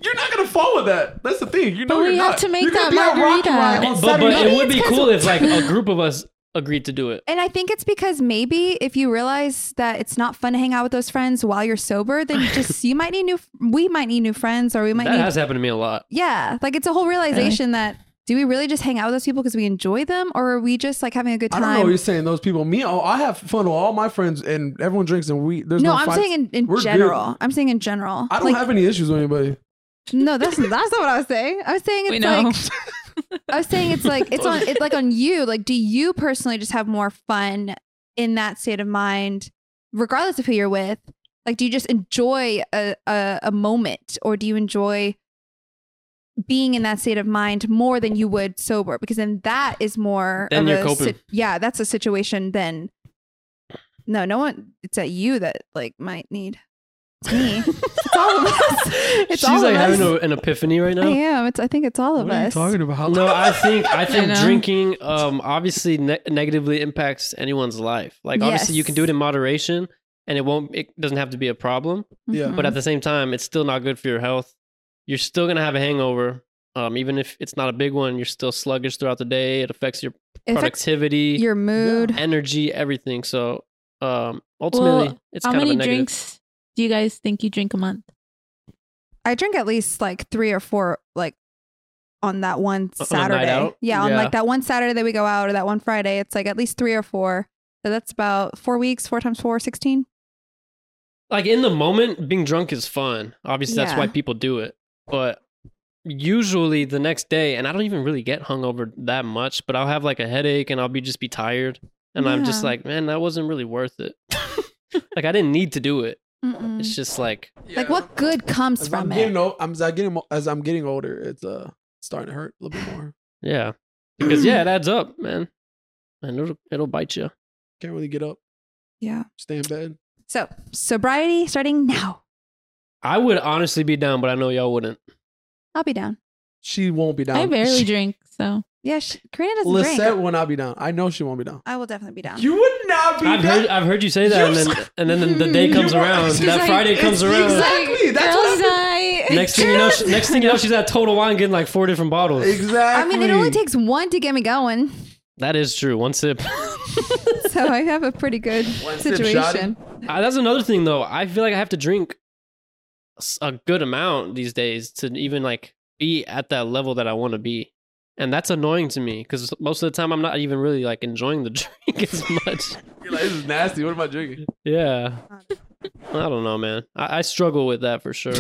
[SPEAKER 3] you're not gonna fall with that. That's the thing. You know,
[SPEAKER 4] But we
[SPEAKER 3] you're
[SPEAKER 4] have
[SPEAKER 3] not.
[SPEAKER 4] to make
[SPEAKER 3] You're gonna
[SPEAKER 4] that
[SPEAKER 3] be out
[SPEAKER 4] margarita.
[SPEAKER 3] rocking
[SPEAKER 1] but
[SPEAKER 3] on
[SPEAKER 1] but
[SPEAKER 3] Saturday
[SPEAKER 1] it
[SPEAKER 3] night.
[SPEAKER 1] would be cool if like a group of us agreed to do it.
[SPEAKER 2] And I think it's because maybe if you realize that it's not fun to hang out with those friends while you're sober, then you just you might need new. We might need new friends, or we might
[SPEAKER 1] That
[SPEAKER 2] need.
[SPEAKER 1] has happened to me a lot.
[SPEAKER 2] yeah, like it's a whole realization that do we really just hang out with those people because we enjoy them, or are we just like having a
[SPEAKER 3] I
[SPEAKER 2] good
[SPEAKER 3] don't know what
[SPEAKER 2] time?
[SPEAKER 3] you're saying. Those people, me, oh, I have fun with all my friends, and everyone drinks, and we there's no.
[SPEAKER 2] no, I'm
[SPEAKER 3] fights.
[SPEAKER 2] saying in, in
[SPEAKER 3] We're good.
[SPEAKER 2] general. I'm saying in general.
[SPEAKER 3] I don't
[SPEAKER 2] Like,
[SPEAKER 3] have any issues with anybody.
[SPEAKER 2] No, that's that's not what I was saying. I was saying it's like I was saying it's like it's on it's like on you. Like, do you personally just have more fun in that state of mind, regardless of who you're with? Like, do you just enjoy a a, a moment, or do you enjoy being in that state of mind more than you would sober? Because then that is more.
[SPEAKER 1] Then
[SPEAKER 2] of
[SPEAKER 1] you're
[SPEAKER 2] a
[SPEAKER 1] coping.
[SPEAKER 2] sit- yeah, that's a situation. Then no, no one. It's at you that like might need. It's me. it's all of us. It's
[SPEAKER 1] She's
[SPEAKER 2] all
[SPEAKER 1] like
[SPEAKER 2] of us.
[SPEAKER 1] having a, an epiphany right
[SPEAKER 2] I
[SPEAKER 1] now.
[SPEAKER 2] am. It's. I think it's all of
[SPEAKER 3] what are you
[SPEAKER 2] us.
[SPEAKER 3] talking about?
[SPEAKER 1] No, I think I think
[SPEAKER 4] know.
[SPEAKER 1] drinking um obviously ne- negatively impacts anyone's life. Like obviously you can do it
[SPEAKER 2] Yes.
[SPEAKER 1] in moderation and it won't it doesn't have to be a problem,
[SPEAKER 2] Mm-hmm.
[SPEAKER 3] Yeah.
[SPEAKER 1] but at the same time it's still not good for your health. You're still going to have a hangover. Um even if it's not a big one, you're still sluggish throughout the day. It affects your
[SPEAKER 2] It affects
[SPEAKER 1] productivity,
[SPEAKER 2] your mood.
[SPEAKER 1] energy, everything. So um ultimately
[SPEAKER 4] Well,
[SPEAKER 1] it's
[SPEAKER 4] How
[SPEAKER 1] kind
[SPEAKER 4] many
[SPEAKER 1] of a negative.
[SPEAKER 4] drinks do you guys think you drink a month?
[SPEAKER 2] I drink at least like three or four, like on that one
[SPEAKER 1] night
[SPEAKER 2] Saturday.
[SPEAKER 1] out?
[SPEAKER 2] Yeah, on
[SPEAKER 1] Yeah.
[SPEAKER 2] like that one Saturday that we go out or that one Friday. It's like at least three or four. So that's about four weeks, four times four, 16.
[SPEAKER 1] like in the moment being drunk is fun obviously that's
[SPEAKER 2] Yeah.
[SPEAKER 1] why people do it but usually the next day and i don't even really get hungover that much but i'll have like a headache and i'll be just be tired and i'm just
[SPEAKER 2] Yeah.
[SPEAKER 1] like man that wasn't really worth it like i didn't need to do it
[SPEAKER 2] Mm-mm.
[SPEAKER 1] it's
[SPEAKER 3] Mm.
[SPEAKER 1] just like
[SPEAKER 2] Like what good comes
[SPEAKER 3] As I'm
[SPEAKER 2] from
[SPEAKER 3] getting
[SPEAKER 2] it?
[SPEAKER 3] old, I'm as I getting as I'm getting older, it's uh starting to hurt a little bit more.
[SPEAKER 1] yeah because yeah it adds up man and it'll, it'll bite you
[SPEAKER 3] Can't really get up,
[SPEAKER 2] Yeah.
[SPEAKER 3] stay in bed.
[SPEAKER 2] So sobriety starting now.
[SPEAKER 1] i would honestly be down but i know y'all wouldn't
[SPEAKER 2] I'll be down.
[SPEAKER 3] She won't be down.
[SPEAKER 4] I barely
[SPEAKER 3] She-
[SPEAKER 4] drink, so
[SPEAKER 2] Yeah, sh- Karina doesn't
[SPEAKER 3] Lisette
[SPEAKER 2] drink.
[SPEAKER 3] will not be down. I know she won't be down.
[SPEAKER 2] I will definitely be down.
[SPEAKER 3] You would not be
[SPEAKER 1] i've
[SPEAKER 3] down.
[SPEAKER 1] heard i've heard you say that and then and then the day
[SPEAKER 3] You
[SPEAKER 1] comes
[SPEAKER 3] were-
[SPEAKER 1] around
[SPEAKER 3] She's
[SPEAKER 1] that
[SPEAKER 3] like,
[SPEAKER 1] friday comes
[SPEAKER 3] it's
[SPEAKER 1] around
[SPEAKER 3] Exactly. That's what
[SPEAKER 4] girls
[SPEAKER 3] happened.
[SPEAKER 4] night.
[SPEAKER 1] next thing you know she, next thing you know she's at total wine getting like four different bottles
[SPEAKER 2] I
[SPEAKER 3] Exactly.
[SPEAKER 2] mean, it only takes one to get me going.
[SPEAKER 1] That is true. One sip.
[SPEAKER 2] So I have a pretty good
[SPEAKER 3] sip,
[SPEAKER 2] situation.
[SPEAKER 1] Uh, that's another thing, though. I feel like I have to drink s- a good amount these days to even like be at that level that I want to be. and that's annoying to me because most of the time I'm not even really like enjoying the drink as much.
[SPEAKER 3] You're like, this is nasty. What am I drinking?
[SPEAKER 1] Yeah, I don't know, man. I, I struggle with that for sure.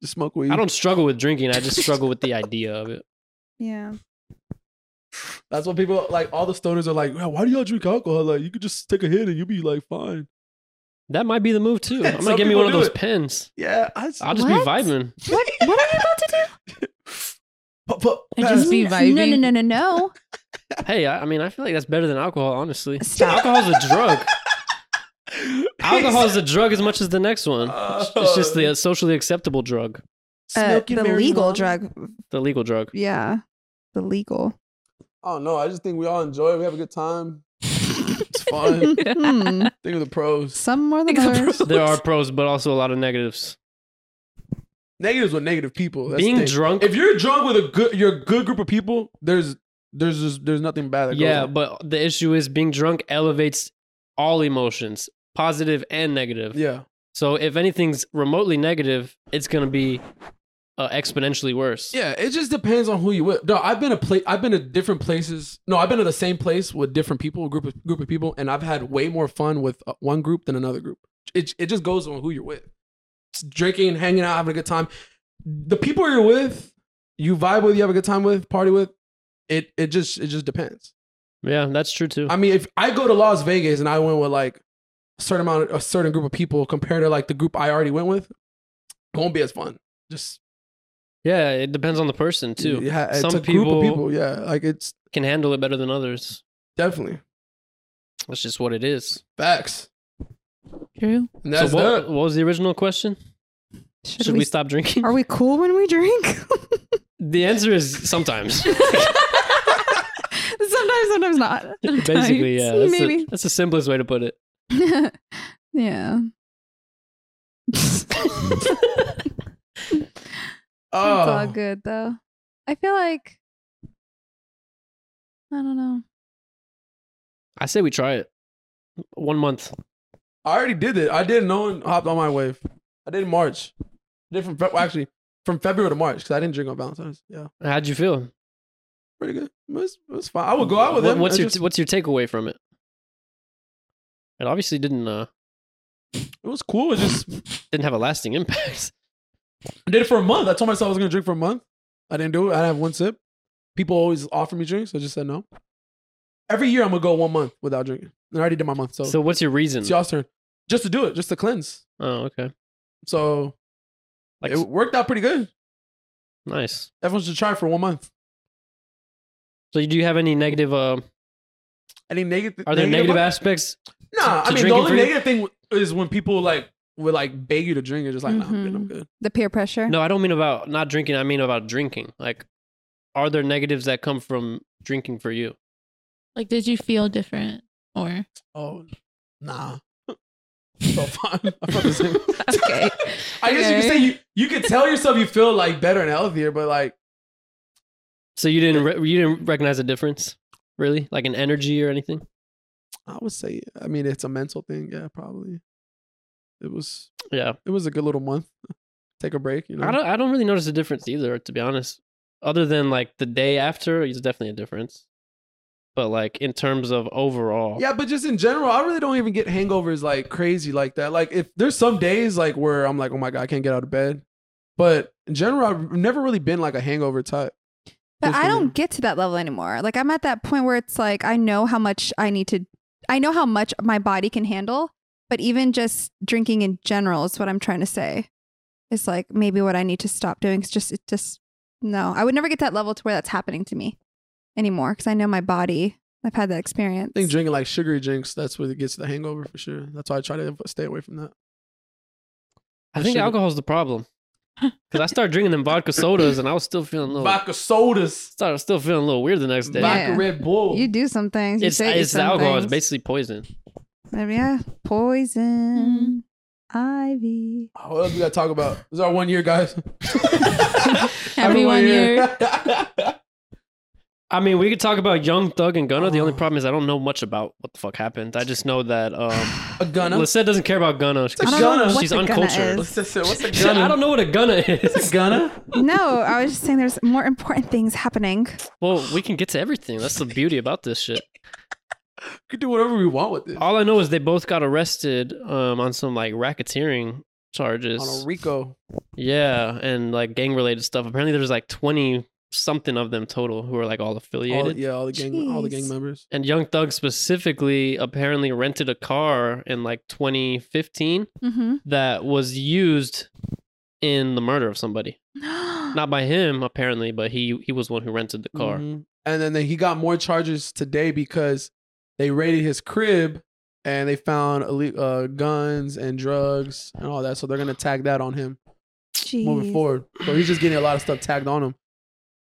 [SPEAKER 3] Just smoke weed.
[SPEAKER 1] I don't struggle with drinking. I just struggle with the idea of it.
[SPEAKER 2] Yeah.
[SPEAKER 3] That's what people like. All the stoners are like, "Wow, why do y'all drink alcohol? Like, you could just take a hit and you'll be like fine.
[SPEAKER 1] That might be the move too. I'm
[SPEAKER 3] Some
[SPEAKER 1] gonna get me
[SPEAKER 3] people
[SPEAKER 1] one of
[SPEAKER 3] do
[SPEAKER 1] those
[SPEAKER 3] it.
[SPEAKER 1] pens.
[SPEAKER 3] Yeah, I just,
[SPEAKER 1] I'll just
[SPEAKER 4] What?
[SPEAKER 1] be vibing.
[SPEAKER 2] What What are you about to do?
[SPEAKER 3] but, but,
[SPEAKER 4] I just be vibing.
[SPEAKER 2] No, no, no, no, no.
[SPEAKER 1] Hey, I, I mean, I feel like that's better than alcohol, honestly.
[SPEAKER 2] Stop.
[SPEAKER 1] Alcohol's a drug. Alcohol's a drug as much as the next one.
[SPEAKER 3] Oh.
[SPEAKER 1] It's- It's just the uh, socially acceptable drug,
[SPEAKER 2] Uh,
[SPEAKER 3] Smoking
[SPEAKER 2] the legal
[SPEAKER 3] marijuana?
[SPEAKER 2] drug.
[SPEAKER 1] the legal drug.
[SPEAKER 2] Yeah. The legal.
[SPEAKER 3] I don't know. I just think we all enjoy. it. We have a good time. It's fun.
[SPEAKER 2] Hmm.
[SPEAKER 3] think of the pros.
[SPEAKER 2] Some more than others.
[SPEAKER 1] There are pros, but also a lot of negatives.
[SPEAKER 3] Negatives with negative people. That's the
[SPEAKER 1] Being
[SPEAKER 3] thing.
[SPEAKER 1] drunk,
[SPEAKER 3] If you're drunk with a good, you're a good group of people. There's, there's, just, there's nothing bad. That
[SPEAKER 1] yeah,
[SPEAKER 3] goes on.
[SPEAKER 1] but the issue is being drunk elevates all emotions, positive and negative.
[SPEAKER 3] yeah.
[SPEAKER 1] So if anything's remotely negative, it's gonna be uh, exponentially worse.
[SPEAKER 3] Yeah, it just depends on who you with. No, I've been a place. I've been to different places. No, I've been to the same place with different people, group of group of people, and I've had way more fun with uh, one group than another group. It it just goes on who you're with. Just drinking, hanging out, having a good time. The people you're with, you vibe with, you have a good time with, party with. It it just it just depends.
[SPEAKER 1] yeah, that's true too.
[SPEAKER 3] I mean, if I go to Las Vegas and I went with like a certain amount, a certain group of people compared to like the group I already went with, it won't be as fun. Just
[SPEAKER 1] yeah, it depends on the person too.
[SPEAKER 3] Yeah, it's
[SPEAKER 1] Some
[SPEAKER 3] a group
[SPEAKER 1] people-
[SPEAKER 3] of people. Yeah, like it's
[SPEAKER 1] Can handle it better than others.
[SPEAKER 3] Definitely.
[SPEAKER 1] That's just what it is.
[SPEAKER 3] Facts.
[SPEAKER 4] True.
[SPEAKER 3] And that's
[SPEAKER 1] so what,
[SPEAKER 3] that.
[SPEAKER 1] what was the original question?
[SPEAKER 2] Should,
[SPEAKER 1] Should, we, stop drinking?
[SPEAKER 2] Are we cool when we drink?
[SPEAKER 1] the answer is sometimes.
[SPEAKER 2] sometimes, sometimes not.
[SPEAKER 1] Basically, yeah. That's, the-
[SPEAKER 2] Maybe.
[SPEAKER 1] that's the simplest way to put it.
[SPEAKER 2] yeah. It's all
[SPEAKER 3] Oh,
[SPEAKER 2] good though. I feel like I don't know.
[SPEAKER 1] I say we try it. One month.
[SPEAKER 3] I already did it. I did. No one hopped on my wave. I did in March. I did from Fe- well, actually from February to March because I didn't drink on Valentine's. Yeah,
[SPEAKER 1] How'd you feel?
[SPEAKER 3] pretty good. It was, it was fine. I would go out with
[SPEAKER 1] What-
[SPEAKER 3] them.
[SPEAKER 1] what's
[SPEAKER 3] I
[SPEAKER 1] your
[SPEAKER 3] just-
[SPEAKER 1] What's your takeaway from it? It obviously didn't uh,
[SPEAKER 3] it was cool. It just I
[SPEAKER 1] didn't have a lasting impact.
[SPEAKER 3] did it for a month. I told myself I was gonna drink for a month. I didn't do it. I didn't have one sip. People always offer me drinks. I just said no. Every year I'm gonna go one month without drinking. And I already did my month, so,
[SPEAKER 1] So, what's your reason?
[SPEAKER 3] it's y'all's turn. Just to do it, just to cleanse.
[SPEAKER 1] Oh, okay.
[SPEAKER 3] So
[SPEAKER 1] Like
[SPEAKER 3] it worked out pretty good.
[SPEAKER 1] nice.
[SPEAKER 3] Everyone should try for one month.
[SPEAKER 1] So, do you have any negative? Uh,
[SPEAKER 3] Any negative?
[SPEAKER 1] are there negative aspects?
[SPEAKER 3] Nah,
[SPEAKER 1] to- to
[SPEAKER 3] I mean the
[SPEAKER 1] drinking
[SPEAKER 3] only
[SPEAKER 1] for you?
[SPEAKER 3] negative thing is when people like would like beg you to drink. You're just like, nah, I'm good. I'm
[SPEAKER 2] Mhm.
[SPEAKER 3] good.
[SPEAKER 2] The peer pressure.
[SPEAKER 1] No, I don't mean about not drinking. I mean about drinking. Like, are there negatives that come from drinking for you?
[SPEAKER 4] Like, did you feel different or?
[SPEAKER 3] Oh, nah. so fine. I felt the same.
[SPEAKER 4] Okay.
[SPEAKER 3] I guess you could
[SPEAKER 4] Okay.
[SPEAKER 3] say you you could tell yourself you feel like better and healthier, but like
[SPEAKER 1] So you didn't re- you didn't recognize a difference, really, like an energy or anything.
[SPEAKER 3] I would say, I mean, it's a mental thing. Yeah, probably. It was
[SPEAKER 1] Yeah,
[SPEAKER 3] it was a good little month. Take a break, you know.
[SPEAKER 1] I don't I don't really notice a difference either, to be honest. Other than like the day after, is definitely a difference. But like in terms of overall,
[SPEAKER 3] Yeah, but just in general, I really don't even get hangovers like crazy like that. Like if there's some days like where I'm like, oh my god, I can't get out of bed. But in general, I've never really been like a hangover type.
[SPEAKER 2] but I
[SPEAKER 3] Definitely.
[SPEAKER 2] don't get to that level anymore. Like I'm at that point where it's like I know how much I need to I know how much my body can handle, but even just drinking in general is what I'm trying to say. It's like maybe what I need to stop doing is just it just no. I would never get to that level to where that's happening to me anymore cuz I know my body. I've had that experience.
[SPEAKER 3] I think drinking like sugary drinks, that's where it gets the hangover for sure. That's why I try to stay away from that.
[SPEAKER 1] I think
[SPEAKER 3] Sugar.
[SPEAKER 1] alcohol's the problem. Because I started drinking them vodka sodas and I was still feeling a little,
[SPEAKER 3] Vodka sodas,
[SPEAKER 1] started still feeling a little weird the next day.
[SPEAKER 2] Yeah.
[SPEAKER 3] vodka Red Bull.
[SPEAKER 2] you do some things. You
[SPEAKER 1] It's
[SPEAKER 2] say
[SPEAKER 1] it's the
[SPEAKER 2] some
[SPEAKER 1] alcohol. It's
[SPEAKER 2] things.
[SPEAKER 1] basically poison.
[SPEAKER 2] Um, yeah, poison ivy.
[SPEAKER 3] Oh, what else we gotta talk about? This is our one year, guys.
[SPEAKER 4] Every one year.
[SPEAKER 1] I mean, we could talk about Young Thug and Gunna. The
[SPEAKER 2] Oh.
[SPEAKER 1] only problem is I don't know much about what the fuck happened. I just know that um,
[SPEAKER 3] A gunner.
[SPEAKER 1] Lisette doesn't care about Gunna.
[SPEAKER 3] a
[SPEAKER 2] I
[SPEAKER 1] She's,
[SPEAKER 2] don't know
[SPEAKER 3] Gunna.
[SPEAKER 2] what
[SPEAKER 1] she's
[SPEAKER 2] the gunna
[SPEAKER 1] uncultured.
[SPEAKER 2] is.
[SPEAKER 3] what's a
[SPEAKER 1] She said, I don't know what a Gunna
[SPEAKER 3] What's
[SPEAKER 1] is.
[SPEAKER 3] a gunner?
[SPEAKER 2] No, I was just saying there's more important things happening.
[SPEAKER 1] well, we can get to everything. That's the beauty about this shit.
[SPEAKER 3] We can do whatever we want with this.
[SPEAKER 1] All I know is they both got arrested um, on some like racketeering charges.
[SPEAKER 3] On a Rico.
[SPEAKER 1] yeah, and like gang related stuff. Apparently, there's like 20 something of them total who are like all affiliated.
[SPEAKER 3] All, Oh, yeah, all the gang, all the gang
[SPEAKER 2] Jeez.
[SPEAKER 3] members.
[SPEAKER 1] and Young Thug specifically apparently rented a car in like 2015
[SPEAKER 2] Mm-hmm.
[SPEAKER 1] that was used in the murder of somebody. Not by him apparently, but he he was one who rented the car.
[SPEAKER 3] Mhm. And then they, he got more charges today because they raided his crib and they found ille- uh, guns and drugs and all that. So they're gonna tag that on him moving forward. So he's just getting a lot of stuff tagged on him.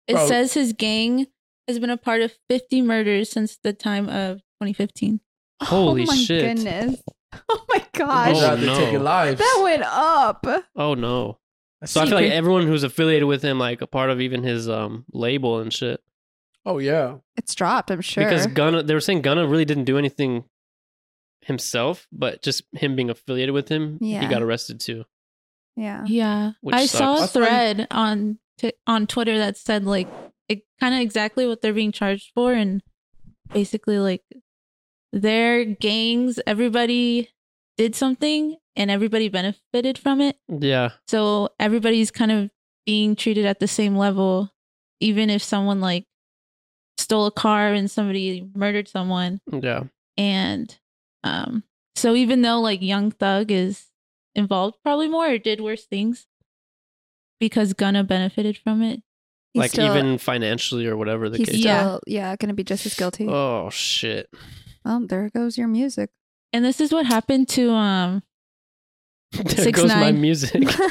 [SPEAKER 4] It
[SPEAKER 3] Bro.
[SPEAKER 4] says his gang has been a part of 50 murders since the time of 2015.
[SPEAKER 1] Holy
[SPEAKER 2] oh my
[SPEAKER 1] shit.
[SPEAKER 2] Goodness. Oh my
[SPEAKER 1] Oh,
[SPEAKER 3] They're
[SPEAKER 2] gosh.
[SPEAKER 3] out there
[SPEAKER 1] no.
[SPEAKER 3] taking lives.
[SPEAKER 2] That went up.
[SPEAKER 1] Oh no. So I feel like everyone who's affiliated with him like a part of even his um label and shit.
[SPEAKER 3] oh yeah,
[SPEAKER 2] It's dropped, I'm sure.
[SPEAKER 1] Because Gunna they were saying Gunna really didn't do anything himself, but just him being affiliated with him, he
[SPEAKER 2] Yeah.
[SPEAKER 1] got arrested too.
[SPEAKER 2] yeah.
[SPEAKER 4] Yeah.
[SPEAKER 1] Which
[SPEAKER 4] I saw a
[SPEAKER 1] sucks.
[SPEAKER 3] That's why you-
[SPEAKER 4] thread on t- on Twitter that said like it, kind of exactly what they're being charged for and basically like their gangs everybody did something and everybody benefited from it.
[SPEAKER 1] Yeah.
[SPEAKER 4] So everybody's kind of being treated at the same level even if someone like stole a car and somebody murdered someone
[SPEAKER 1] Yeah.
[SPEAKER 4] and um so even though like young thug is involved probably more or did worse things because gunna benefited from it
[SPEAKER 2] He's
[SPEAKER 1] like
[SPEAKER 2] still,
[SPEAKER 1] even financially or whatever the
[SPEAKER 2] he's
[SPEAKER 1] case.
[SPEAKER 2] still,
[SPEAKER 1] is.
[SPEAKER 4] Yeah.
[SPEAKER 2] yeah, going to be just as guilty. Oh,
[SPEAKER 1] Oh shit.
[SPEAKER 2] there goes your music.
[SPEAKER 4] and this is what happened to um
[SPEAKER 1] There
[SPEAKER 4] Six
[SPEAKER 1] goes my
[SPEAKER 4] nine.
[SPEAKER 1] music.
[SPEAKER 2] That's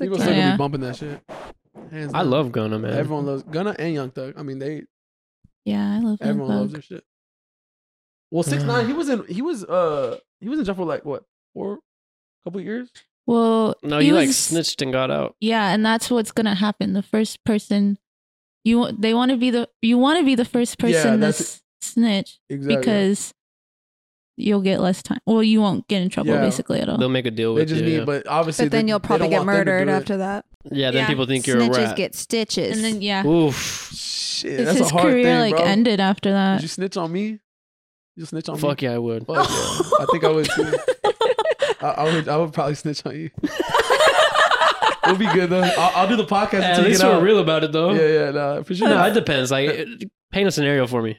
[SPEAKER 3] people still
[SPEAKER 2] okay.
[SPEAKER 3] gonna
[SPEAKER 4] Yeah.
[SPEAKER 3] be bumping that shit. Hands
[SPEAKER 1] I
[SPEAKER 3] down.
[SPEAKER 1] love Gunna, man.
[SPEAKER 3] Everyone loves Gunna and Young Thug. I mean, they
[SPEAKER 4] yeah i love Young
[SPEAKER 3] everyone loves their
[SPEAKER 4] Thug.
[SPEAKER 3] shit. Well, six nine, he was in he was uh he was in jail for like what four couple years.
[SPEAKER 4] well
[SPEAKER 1] no,
[SPEAKER 4] he
[SPEAKER 1] you like
[SPEAKER 4] was-
[SPEAKER 1] snitched and got out.
[SPEAKER 4] yeah and that's what's gonna happen the first person you want- they want to be the you want to be the first
[SPEAKER 3] Yeah,
[SPEAKER 4] person to
[SPEAKER 3] that's
[SPEAKER 4] s- snitch
[SPEAKER 3] Exactly.
[SPEAKER 4] because you'll get less time well you won't get in trouble
[SPEAKER 3] Yeah.
[SPEAKER 4] basically at all
[SPEAKER 2] Oh.
[SPEAKER 1] They'll make a deal
[SPEAKER 3] they
[SPEAKER 1] with
[SPEAKER 3] just
[SPEAKER 1] you.
[SPEAKER 3] need,
[SPEAKER 1] yeah.
[SPEAKER 3] but obviously,
[SPEAKER 2] But then
[SPEAKER 3] they-
[SPEAKER 2] you'll
[SPEAKER 3] they
[SPEAKER 2] probably
[SPEAKER 3] don't
[SPEAKER 2] get
[SPEAKER 3] want them to
[SPEAKER 2] murdered
[SPEAKER 3] do it.
[SPEAKER 2] after that.
[SPEAKER 1] yeah, then
[SPEAKER 4] Yeah.
[SPEAKER 1] people think you're
[SPEAKER 2] Snitches
[SPEAKER 1] a rat.
[SPEAKER 2] get stitches.
[SPEAKER 4] and then yeah
[SPEAKER 1] Oof.
[SPEAKER 3] Shit,
[SPEAKER 4] it's
[SPEAKER 3] that's
[SPEAKER 4] his
[SPEAKER 3] a hard
[SPEAKER 4] career
[SPEAKER 3] thing,
[SPEAKER 4] like
[SPEAKER 3] bro.
[SPEAKER 4] ended after
[SPEAKER 3] Did
[SPEAKER 4] that
[SPEAKER 3] you snitch on me? You snitch on
[SPEAKER 1] Fuck
[SPEAKER 3] me?
[SPEAKER 1] yeah, I would.
[SPEAKER 3] Fuck yeah. I think I would too. I, I would. I would probably snitch on you. We'll be good though. I'll, I'll do the podcast.
[SPEAKER 1] At
[SPEAKER 3] until you
[SPEAKER 1] least
[SPEAKER 3] get
[SPEAKER 1] we're
[SPEAKER 3] out.
[SPEAKER 1] real about it though.
[SPEAKER 3] Yeah, yeah, nah, for sure.
[SPEAKER 1] No, it depends. Like, it- paint a scenario for me.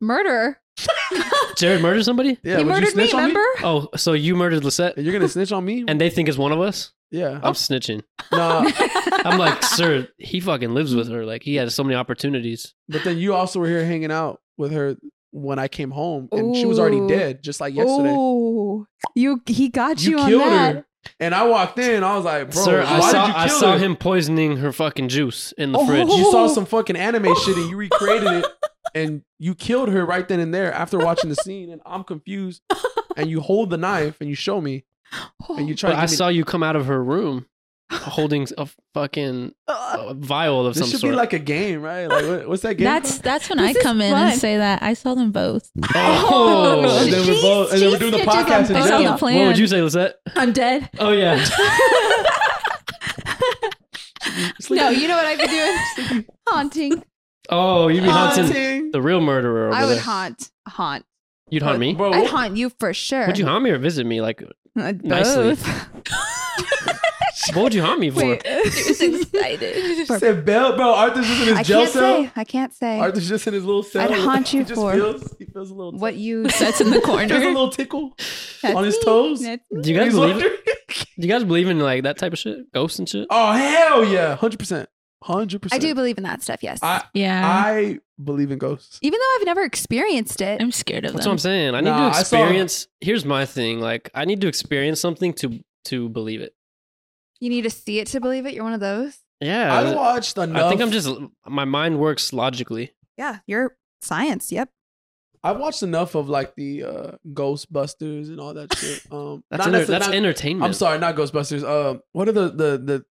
[SPEAKER 2] Murder.
[SPEAKER 1] Jared murdered somebody.
[SPEAKER 3] yeah,
[SPEAKER 2] he
[SPEAKER 3] would you
[SPEAKER 2] murdered me,
[SPEAKER 3] snitch on
[SPEAKER 2] remember?
[SPEAKER 1] Oh, so you murdered Lisette,
[SPEAKER 3] And You're gonna snitch on me?
[SPEAKER 1] and they think it's one of us.
[SPEAKER 3] yeah.
[SPEAKER 1] I'm snitching.
[SPEAKER 3] Nah,
[SPEAKER 1] I'm like, sir, he fucking lives with her. Like, he had so many opportunities.
[SPEAKER 3] but then you also were here hanging out with her when I came home, and she was already
[SPEAKER 2] Ooh.
[SPEAKER 3] dead, just like yesterday.
[SPEAKER 2] Oh, you he got you,
[SPEAKER 3] You
[SPEAKER 2] on
[SPEAKER 3] killed
[SPEAKER 2] that.
[SPEAKER 3] her, and I walked in. I was like, bro,
[SPEAKER 1] sir,
[SPEAKER 3] why
[SPEAKER 1] I saw
[SPEAKER 3] did you
[SPEAKER 1] I
[SPEAKER 3] kill
[SPEAKER 1] saw
[SPEAKER 3] her?
[SPEAKER 1] him poisoning her fucking juice in the
[SPEAKER 2] Oh.
[SPEAKER 1] fridge.
[SPEAKER 3] You saw some fucking anime shit, and you recreated it, and you killed her right then and there after watching the scene. And I'm confused, and you hold the knife, and you show me, and you try.
[SPEAKER 1] But
[SPEAKER 3] to
[SPEAKER 1] I
[SPEAKER 3] give me-
[SPEAKER 1] saw you come out of her room holding a fucking
[SPEAKER 2] Ugh.
[SPEAKER 1] uh, vial of
[SPEAKER 3] This
[SPEAKER 1] some
[SPEAKER 3] should
[SPEAKER 1] sort.
[SPEAKER 3] be like a game, right? Like, what, what's that game?
[SPEAKER 4] That's that's when
[SPEAKER 2] This
[SPEAKER 4] I
[SPEAKER 2] is
[SPEAKER 4] come in
[SPEAKER 2] fun.
[SPEAKER 4] and say that I saw them both.
[SPEAKER 1] oh,
[SPEAKER 3] Oh, and
[SPEAKER 1] what
[SPEAKER 3] then we're
[SPEAKER 2] She-
[SPEAKER 3] both- and then
[SPEAKER 2] she
[SPEAKER 3] we're doing the
[SPEAKER 2] stitches on
[SPEAKER 3] podcast in
[SPEAKER 2] both
[SPEAKER 3] jail.
[SPEAKER 4] It's on
[SPEAKER 2] of
[SPEAKER 4] the
[SPEAKER 2] them.
[SPEAKER 4] plan.
[SPEAKER 1] would you say, Lisette?
[SPEAKER 2] I'm dead.
[SPEAKER 1] Oh yeah,
[SPEAKER 2] no, you know what I'd be doing? Haunting.
[SPEAKER 1] oh you'd be haunting
[SPEAKER 3] Haunting.
[SPEAKER 1] the real murderer. Over
[SPEAKER 2] I would
[SPEAKER 1] there.
[SPEAKER 2] haunt. Haunt.
[SPEAKER 1] You'd haunt me.
[SPEAKER 3] Bro,
[SPEAKER 2] I'd haunt you for sure.
[SPEAKER 1] Would you haunt me or visit me? Like,
[SPEAKER 2] Uh,
[SPEAKER 1] Nicely.
[SPEAKER 2] Both.
[SPEAKER 1] what would you haunt me for?
[SPEAKER 2] Wait.
[SPEAKER 4] excited.
[SPEAKER 2] For-
[SPEAKER 3] said Bell, bro. Arthur's just in his
[SPEAKER 2] I
[SPEAKER 3] jail
[SPEAKER 2] can't
[SPEAKER 3] cell.
[SPEAKER 2] say. I can't say
[SPEAKER 3] Arthur's just in his little cell.
[SPEAKER 2] I'd haunt you
[SPEAKER 3] he just
[SPEAKER 2] for-
[SPEAKER 3] feels, he feels a little.
[SPEAKER 2] what
[SPEAKER 3] tick-
[SPEAKER 2] you
[SPEAKER 4] That's in the
[SPEAKER 3] He feels a
[SPEAKER 4] corner.
[SPEAKER 3] little tickle
[SPEAKER 2] That's
[SPEAKER 3] on his
[SPEAKER 2] me.
[SPEAKER 3] toes.
[SPEAKER 2] That's-
[SPEAKER 1] Do you guys
[SPEAKER 3] He's
[SPEAKER 1] believe?
[SPEAKER 3] wondering-
[SPEAKER 1] Do you guys believe in like that type of shit, ghosts and shit?
[SPEAKER 3] Oh hell yeah, hundred percent, hundred
[SPEAKER 2] I
[SPEAKER 3] percent.
[SPEAKER 2] do believe in that stuff. Yes.
[SPEAKER 3] I
[SPEAKER 4] Yeah,
[SPEAKER 3] I believe in ghosts.
[SPEAKER 2] Even though I've never experienced it.
[SPEAKER 4] I'm scared of
[SPEAKER 1] That's what
[SPEAKER 4] them.
[SPEAKER 1] I'm saying. I need
[SPEAKER 3] Nah,
[SPEAKER 1] to
[SPEAKER 3] I saw-
[SPEAKER 1] experience. Here's my thing. Like, I need to experience something to to believe it.
[SPEAKER 2] you need to see it to believe it. You're one of those.
[SPEAKER 1] Yeah,
[SPEAKER 3] I watched enough.
[SPEAKER 1] I think I'm just my mind works logically.
[SPEAKER 2] Yeah. You're science. Yep.
[SPEAKER 3] I watched enough of like the uh, Ghostbusters and all that shit. Um,
[SPEAKER 1] That's
[SPEAKER 3] not
[SPEAKER 1] enter-
[SPEAKER 3] necessarily-
[SPEAKER 1] that's
[SPEAKER 3] not- Uh,
[SPEAKER 1] entertainment.
[SPEAKER 3] I'm sorry, not Ghostbusters. Um, what are the the the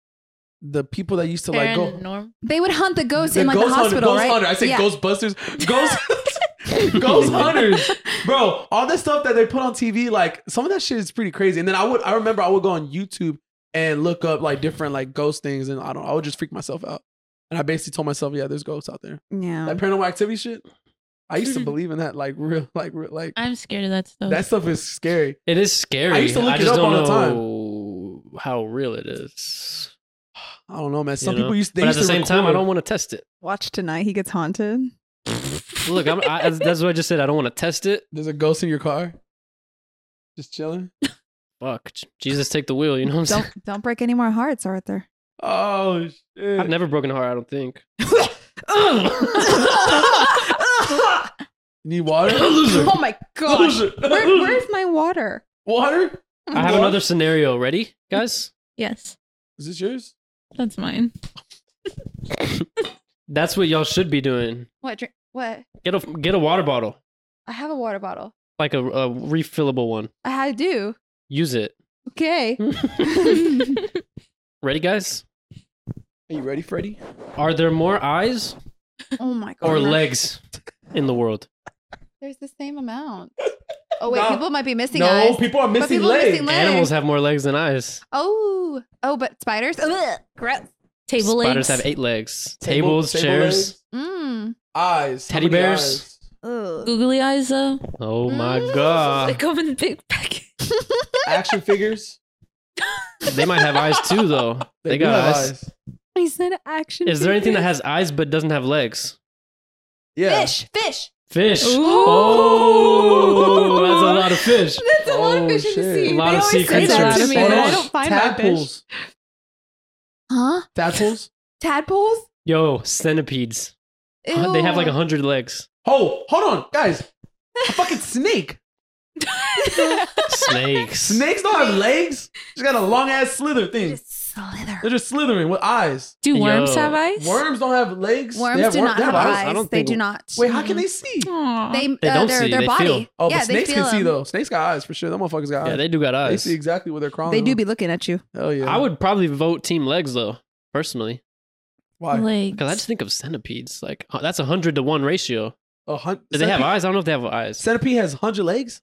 [SPEAKER 3] the people that used to like go
[SPEAKER 4] Paranorm-
[SPEAKER 2] They would hunt the ghosts in like
[SPEAKER 3] ghost
[SPEAKER 2] the
[SPEAKER 3] hunter-
[SPEAKER 2] hospital,
[SPEAKER 3] ghost
[SPEAKER 2] right?
[SPEAKER 3] hunter. I say
[SPEAKER 2] yeah.
[SPEAKER 3] Ghostbusters. Ghost Ghost hunters. Bro, all the stuff that they put on TV, like some of that shit is pretty crazy. And then I would I remember I would go on YouTube and look up like different like ghost things and I don't I would just freak myself out. And I basically told myself, yeah, there's ghosts out there.
[SPEAKER 2] Yeah.
[SPEAKER 3] That paranormal activity shit. I used to believe in that like real like real, like
[SPEAKER 4] I'm scared of that stuff.
[SPEAKER 3] that stuff is scary.
[SPEAKER 1] It is scary.
[SPEAKER 3] I used to look it
[SPEAKER 1] just
[SPEAKER 3] up
[SPEAKER 1] don't
[SPEAKER 3] all the time.
[SPEAKER 1] know how real it is.
[SPEAKER 3] I don't know, man.
[SPEAKER 1] you
[SPEAKER 3] Some
[SPEAKER 1] know?
[SPEAKER 3] people used they
[SPEAKER 1] but at
[SPEAKER 3] used
[SPEAKER 1] the
[SPEAKER 3] to
[SPEAKER 1] same time, I
[SPEAKER 3] record.
[SPEAKER 1] don't want to test it.
[SPEAKER 2] Watch tonight. He gets haunted.
[SPEAKER 1] Look, I'm, I, that's what I just said. I don't want to test it.
[SPEAKER 3] There's a ghost in your car. Just chilling.
[SPEAKER 1] Fuck, J- Jesus, take the wheel. You know what I'm saying?
[SPEAKER 2] Don't don't break any more hearts, Arthur.
[SPEAKER 3] Oh shit.
[SPEAKER 1] I've never broken a heart. I don't think.
[SPEAKER 3] You Need water?
[SPEAKER 2] Oh my gosh.
[SPEAKER 3] Loser.
[SPEAKER 2] Where, where's my water?
[SPEAKER 3] Water?
[SPEAKER 1] I have another scenario. Ready, guys?
[SPEAKER 4] yes,
[SPEAKER 3] Is this yours?
[SPEAKER 4] that's mine.
[SPEAKER 1] That's what y'all should be doing.
[SPEAKER 2] What? Drink, what?
[SPEAKER 1] Get a get a water bottle,
[SPEAKER 2] I have a water bottle.
[SPEAKER 1] like a, a refillable one.
[SPEAKER 2] I had do.
[SPEAKER 1] Use it.
[SPEAKER 2] Okay. Oh
[SPEAKER 1] Ready, guys?
[SPEAKER 3] Are you ready, Freddy?
[SPEAKER 1] Are there more eyes
[SPEAKER 2] Oh my god.
[SPEAKER 1] or legs in the world?
[SPEAKER 2] There's the same amount. Oh wait,
[SPEAKER 3] No.
[SPEAKER 2] people might be missing
[SPEAKER 3] no,
[SPEAKER 2] eyes.
[SPEAKER 3] people are missing
[SPEAKER 2] people are
[SPEAKER 3] legs.
[SPEAKER 2] missing legs.
[SPEAKER 1] Animals have more legs than eyes.
[SPEAKER 2] Oh, oh, but spiders. Ugh, gross.
[SPEAKER 4] Table
[SPEAKER 1] Spiders
[SPEAKER 4] legs.
[SPEAKER 1] have eight legs.
[SPEAKER 3] Table-
[SPEAKER 1] Tables,
[SPEAKER 3] table
[SPEAKER 1] chairs.
[SPEAKER 3] legs,
[SPEAKER 2] Mm.
[SPEAKER 3] eyes, how
[SPEAKER 1] Teddy
[SPEAKER 3] many
[SPEAKER 1] bears.
[SPEAKER 3] eyes?
[SPEAKER 2] Ugh.
[SPEAKER 4] Googly eyes though.
[SPEAKER 1] Oh my
[SPEAKER 2] Mm.
[SPEAKER 4] they
[SPEAKER 1] god.
[SPEAKER 4] come in big package.
[SPEAKER 3] action figures.
[SPEAKER 1] They might have eyes too though. They,
[SPEAKER 3] do
[SPEAKER 1] got
[SPEAKER 3] have
[SPEAKER 1] eyes.
[SPEAKER 2] He said action.
[SPEAKER 1] Is there anything that
[SPEAKER 2] figures.
[SPEAKER 1] has eyes but doesn't have legs?
[SPEAKER 3] Yeah.
[SPEAKER 2] fish? Fish.
[SPEAKER 1] Fish.
[SPEAKER 4] Ooh.
[SPEAKER 1] Oh, that's a lot of fish.
[SPEAKER 2] That's a lot
[SPEAKER 3] Oh,
[SPEAKER 2] of fish in the
[SPEAKER 3] shit.
[SPEAKER 2] sea.
[SPEAKER 1] A lot
[SPEAKER 2] they
[SPEAKER 1] of sea
[SPEAKER 2] always say that to
[SPEAKER 1] creatures.
[SPEAKER 2] me,
[SPEAKER 3] Hold
[SPEAKER 2] and I
[SPEAKER 3] on.
[SPEAKER 2] don't find my fish.
[SPEAKER 3] Tadpoles.
[SPEAKER 2] Huh?
[SPEAKER 3] Tadpoles.
[SPEAKER 2] Tadpoles?
[SPEAKER 1] Yo, centipedes. Uh, They have like a
[SPEAKER 2] Ew.
[SPEAKER 1] hundred legs.
[SPEAKER 3] Oh, hold on, guys. A fucking snake.
[SPEAKER 1] Snakes.
[SPEAKER 3] Snakes don't have legs. Just got a long ass slither thing.
[SPEAKER 2] Just slither.
[SPEAKER 3] They're just slithering with eyes.
[SPEAKER 4] Do worms
[SPEAKER 1] Yo.
[SPEAKER 4] have eyes?
[SPEAKER 3] Worms don't have legs. They
[SPEAKER 2] Worms
[SPEAKER 3] have
[SPEAKER 2] do
[SPEAKER 3] wor-
[SPEAKER 2] not
[SPEAKER 3] they
[SPEAKER 2] have eyes.
[SPEAKER 1] I don't
[SPEAKER 2] they
[SPEAKER 1] think-
[SPEAKER 2] do not.
[SPEAKER 3] Wait, how can they see?
[SPEAKER 4] Aw.
[SPEAKER 2] They,
[SPEAKER 1] They
[SPEAKER 2] uh,
[SPEAKER 1] don't
[SPEAKER 2] their,
[SPEAKER 1] see,
[SPEAKER 2] Their
[SPEAKER 1] they
[SPEAKER 2] body.
[SPEAKER 1] feel.
[SPEAKER 3] Oh,
[SPEAKER 2] yeah,
[SPEAKER 3] but snakes
[SPEAKER 2] they feel
[SPEAKER 3] can see
[SPEAKER 2] them.
[SPEAKER 3] though. Snakes got eyes for sure. That motherfuckers got eyes.
[SPEAKER 1] Yeah, they do got
[SPEAKER 3] They
[SPEAKER 1] eyes.
[SPEAKER 3] see exactly where they're crawling.
[SPEAKER 2] They do
[SPEAKER 3] on.
[SPEAKER 2] be looking at you.
[SPEAKER 3] Oh yeah.
[SPEAKER 1] I would probably vote team legs though, personally.
[SPEAKER 3] Why?
[SPEAKER 4] legs.
[SPEAKER 1] Because I just think of centipedes. Like uh, that's a hundred to one ratio.
[SPEAKER 3] A hun-
[SPEAKER 1] Do they have
[SPEAKER 3] centipede-
[SPEAKER 1] eyes? I don't know if they have eyes.
[SPEAKER 3] Centipede has hundred legs.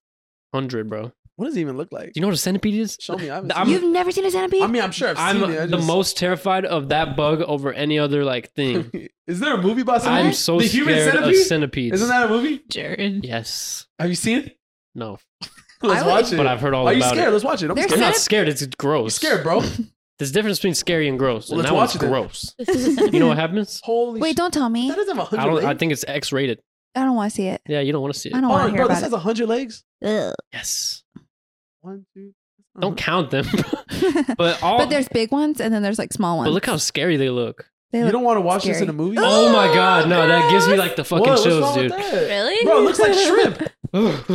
[SPEAKER 1] Hundred, bro. Do
[SPEAKER 3] What does it even look like?
[SPEAKER 1] you know what a centipede is?
[SPEAKER 3] Show me. I, haven't
[SPEAKER 1] The-
[SPEAKER 3] seen
[SPEAKER 1] I'm-
[SPEAKER 2] You've never seen a
[SPEAKER 3] it.
[SPEAKER 2] centipede?
[SPEAKER 3] I mean, I'm sure I've
[SPEAKER 1] I'm
[SPEAKER 3] seen it. I
[SPEAKER 1] the
[SPEAKER 3] just-
[SPEAKER 1] most terrified of that bug over any other like thing.
[SPEAKER 3] Is there a movie about centipede?
[SPEAKER 1] I'm so
[SPEAKER 3] the human
[SPEAKER 1] scared
[SPEAKER 3] centipede.
[SPEAKER 1] of centipedes.
[SPEAKER 3] Isn't that a movie?
[SPEAKER 4] Jared.
[SPEAKER 1] Yes.
[SPEAKER 3] Have you seen it?
[SPEAKER 1] No.
[SPEAKER 3] Let's
[SPEAKER 2] I would-
[SPEAKER 3] watch it.
[SPEAKER 1] But I've heard all
[SPEAKER 3] Are you
[SPEAKER 1] about
[SPEAKER 3] scared?
[SPEAKER 1] it.
[SPEAKER 3] Let's watch it. I'm
[SPEAKER 2] They're
[SPEAKER 1] I'm
[SPEAKER 3] scared.
[SPEAKER 1] not
[SPEAKER 2] Centip-
[SPEAKER 1] scared. It's
[SPEAKER 3] I'm
[SPEAKER 1] gross.
[SPEAKER 3] scared, bro.
[SPEAKER 1] There's a difference between scary and gross.
[SPEAKER 3] Well,
[SPEAKER 1] and
[SPEAKER 3] let's
[SPEAKER 1] that one's
[SPEAKER 3] watch it then.
[SPEAKER 1] gross.
[SPEAKER 4] This is a
[SPEAKER 1] You know what happens?
[SPEAKER 3] Holy
[SPEAKER 2] Wait,
[SPEAKER 3] shit.
[SPEAKER 2] don't tell me.
[SPEAKER 3] That doesn't have
[SPEAKER 1] I
[SPEAKER 3] hundred
[SPEAKER 1] don't.
[SPEAKER 3] legs.
[SPEAKER 1] I think it's X-rated.
[SPEAKER 2] I don't want to see it.
[SPEAKER 1] Yeah, you don't want to see
[SPEAKER 2] I
[SPEAKER 1] it.
[SPEAKER 2] don't
[SPEAKER 3] Hold
[SPEAKER 2] want to
[SPEAKER 3] on,
[SPEAKER 2] hear
[SPEAKER 3] bro, this
[SPEAKER 2] about
[SPEAKER 3] has
[SPEAKER 2] it.
[SPEAKER 3] hundred legs.
[SPEAKER 1] Yes.
[SPEAKER 3] One, two. three.
[SPEAKER 1] Don't count them. but all.
[SPEAKER 2] Mm-hmm. but there's big ones and then there's like small ones.
[SPEAKER 1] But look how scary they look.
[SPEAKER 2] They
[SPEAKER 3] You
[SPEAKER 2] look-
[SPEAKER 3] don't want to watch this
[SPEAKER 2] scary.
[SPEAKER 3] in a movie.
[SPEAKER 1] Oh my god, no, that gives me like the fucking
[SPEAKER 3] What? What's
[SPEAKER 1] chills,
[SPEAKER 3] wrong with
[SPEAKER 1] dude.
[SPEAKER 3] that?
[SPEAKER 4] Really?
[SPEAKER 3] Bro, it looks like shrimp.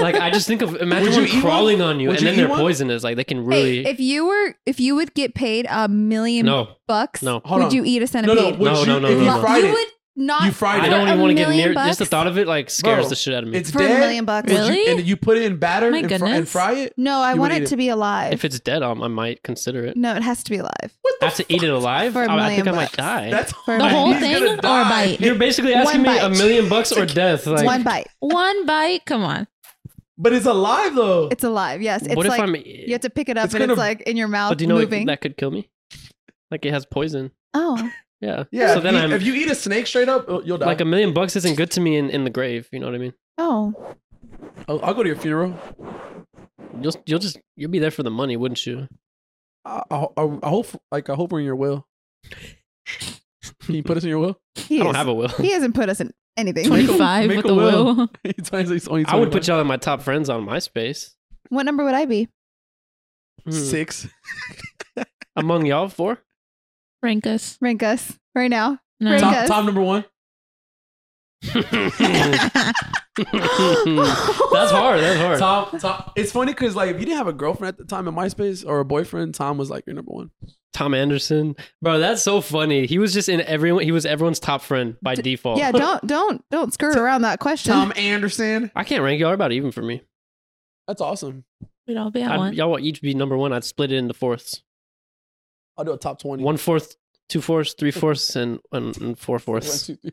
[SPEAKER 1] like I just think of imagine
[SPEAKER 3] Would you eat
[SPEAKER 1] one
[SPEAKER 3] one?
[SPEAKER 1] crawling on you,
[SPEAKER 3] Would
[SPEAKER 1] and
[SPEAKER 3] you
[SPEAKER 1] then
[SPEAKER 3] eat
[SPEAKER 1] they're
[SPEAKER 3] one?
[SPEAKER 1] poisonous. Like they can
[SPEAKER 2] Hey,
[SPEAKER 1] really.
[SPEAKER 2] if you were, if you would get paid a million
[SPEAKER 1] no,
[SPEAKER 2] bucks,
[SPEAKER 1] no.
[SPEAKER 3] Hold
[SPEAKER 2] would
[SPEAKER 3] on.
[SPEAKER 2] you eat a
[SPEAKER 3] No,
[SPEAKER 2] centipede?
[SPEAKER 3] no, would
[SPEAKER 1] No,
[SPEAKER 3] you,
[SPEAKER 1] no, no,
[SPEAKER 3] if
[SPEAKER 1] no,
[SPEAKER 3] you
[SPEAKER 1] no.
[SPEAKER 3] fried
[SPEAKER 2] you
[SPEAKER 3] it,
[SPEAKER 2] would not.
[SPEAKER 3] you fried
[SPEAKER 1] I
[SPEAKER 3] it.
[SPEAKER 1] don't
[SPEAKER 2] For
[SPEAKER 1] even
[SPEAKER 2] a
[SPEAKER 1] want to get
[SPEAKER 2] million
[SPEAKER 1] near. Just the
[SPEAKER 2] bucks?
[SPEAKER 1] thought of it like scares
[SPEAKER 3] Bro,
[SPEAKER 1] the shit out of me.
[SPEAKER 3] It's
[SPEAKER 2] For a
[SPEAKER 3] dead.
[SPEAKER 2] million bucks.
[SPEAKER 3] Would you-
[SPEAKER 4] Really?
[SPEAKER 3] and you put it in batter
[SPEAKER 4] My
[SPEAKER 3] and, fr- and
[SPEAKER 4] goodness.
[SPEAKER 3] fry it.
[SPEAKER 2] No, I
[SPEAKER 3] You
[SPEAKER 2] want
[SPEAKER 3] would
[SPEAKER 2] it,
[SPEAKER 3] eat
[SPEAKER 2] to be alive.
[SPEAKER 1] If it's dead, um, I might consider it.
[SPEAKER 2] no, it has to be alive.
[SPEAKER 3] What
[SPEAKER 1] I
[SPEAKER 3] the
[SPEAKER 1] have to eat it alive.
[SPEAKER 2] For a
[SPEAKER 1] I, I think
[SPEAKER 2] million
[SPEAKER 1] I might
[SPEAKER 2] bucks.
[SPEAKER 1] die.
[SPEAKER 3] That's
[SPEAKER 2] For
[SPEAKER 4] The
[SPEAKER 2] a
[SPEAKER 4] whole
[SPEAKER 2] million.
[SPEAKER 3] He's
[SPEAKER 4] thing
[SPEAKER 3] gonna
[SPEAKER 4] or a
[SPEAKER 3] die.
[SPEAKER 4] bite?
[SPEAKER 1] You're basically
[SPEAKER 2] One
[SPEAKER 1] asking me a
[SPEAKER 2] bite.
[SPEAKER 1] million bucks or death. Like,
[SPEAKER 2] One bite.
[SPEAKER 4] One bite. Come on.
[SPEAKER 3] But it's alive though.
[SPEAKER 2] It's alive. Yes. It's
[SPEAKER 1] what if
[SPEAKER 2] like
[SPEAKER 1] I'm?
[SPEAKER 2] you have to pick it up
[SPEAKER 3] It's
[SPEAKER 2] and
[SPEAKER 3] gonna-
[SPEAKER 2] it's like in your mouth
[SPEAKER 1] but do you know it-
[SPEAKER 2] moving.
[SPEAKER 1] that could kill me? Like it has poison.
[SPEAKER 2] oh,
[SPEAKER 1] Yeah.
[SPEAKER 3] yeah.
[SPEAKER 1] So
[SPEAKER 3] if,
[SPEAKER 1] then
[SPEAKER 3] you,
[SPEAKER 1] I'm
[SPEAKER 3] if you eat a snake straight up, uh, you'll die.
[SPEAKER 1] like a million bucks isn't good to me in, in the grave. You know what I mean?
[SPEAKER 2] oh,
[SPEAKER 3] I'll, I'll go to your funeral.
[SPEAKER 1] You'll you'll just you'll be there for the money, wouldn't you?
[SPEAKER 3] I, I, I I hope like I hope we're in your will. Can you put us in your will?
[SPEAKER 2] he,
[SPEAKER 1] I don't
[SPEAKER 2] is-
[SPEAKER 1] have a will.
[SPEAKER 2] he hasn't put us in anything.
[SPEAKER 3] Make a-
[SPEAKER 4] 25
[SPEAKER 3] make
[SPEAKER 4] with
[SPEAKER 3] a
[SPEAKER 4] the
[SPEAKER 3] will.
[SPEAKER 4] will.
[SPEAKER 3] It's only- it's only
[SPEAKER 1] I would put
[SPEAKER 3] 21.
[SPEAKER 1] y'all in my top friends on MySpace.
[SPEAKER 2] what number would I be?
[SPEAKER 1] Hmm.
[SPEAKER 3] six.
[SPEAKER 1] Among y'all four?
[SPEAKER 4] Rank us.
[SPEAKER 2] Rank us right now.
[SPEAKER 4] No.
[SPEAKER 2] Rank
[SPEAKER 3] Top,
[SPEAKER 2] us.
[SPEAKER 3] top number one.
[SPEAKER 1] that's hard. That's hard.
[SPEAKER 3] Tom, Tom. It's funny because like if you didn't have a girlfriend at the time in MySpace or a boyfriend, Tom was like your number one.
[SPEAKER 1] Tom Anderson, bro, that's so funny. He was just in everyone. He was everyone's top friend by default.
[SPEAKER 2] Yeah, don't don't don't skirt around that question.
[SPEAKER 3] Tom Anderson.
[SPEAKER 1] I can't rank y'all about even for me.
[SPEAKER 3] That's awesome.
[SPEAKER 4] We'd all be at
[SPEAKER 1] I'd-
[SPEAKER 4] one.
[SPEAKER 1] y'all would each be number one. I'd split it into fourths.
[SPEAKER 3] I'll do a top twenty.
[SPEAKER 1] One fourth, two fourths, three fourths, and, and, and four
[SPEAKER 3] One,
[SPEAKER 1] fourths.
[SPEAKER 3] two, three.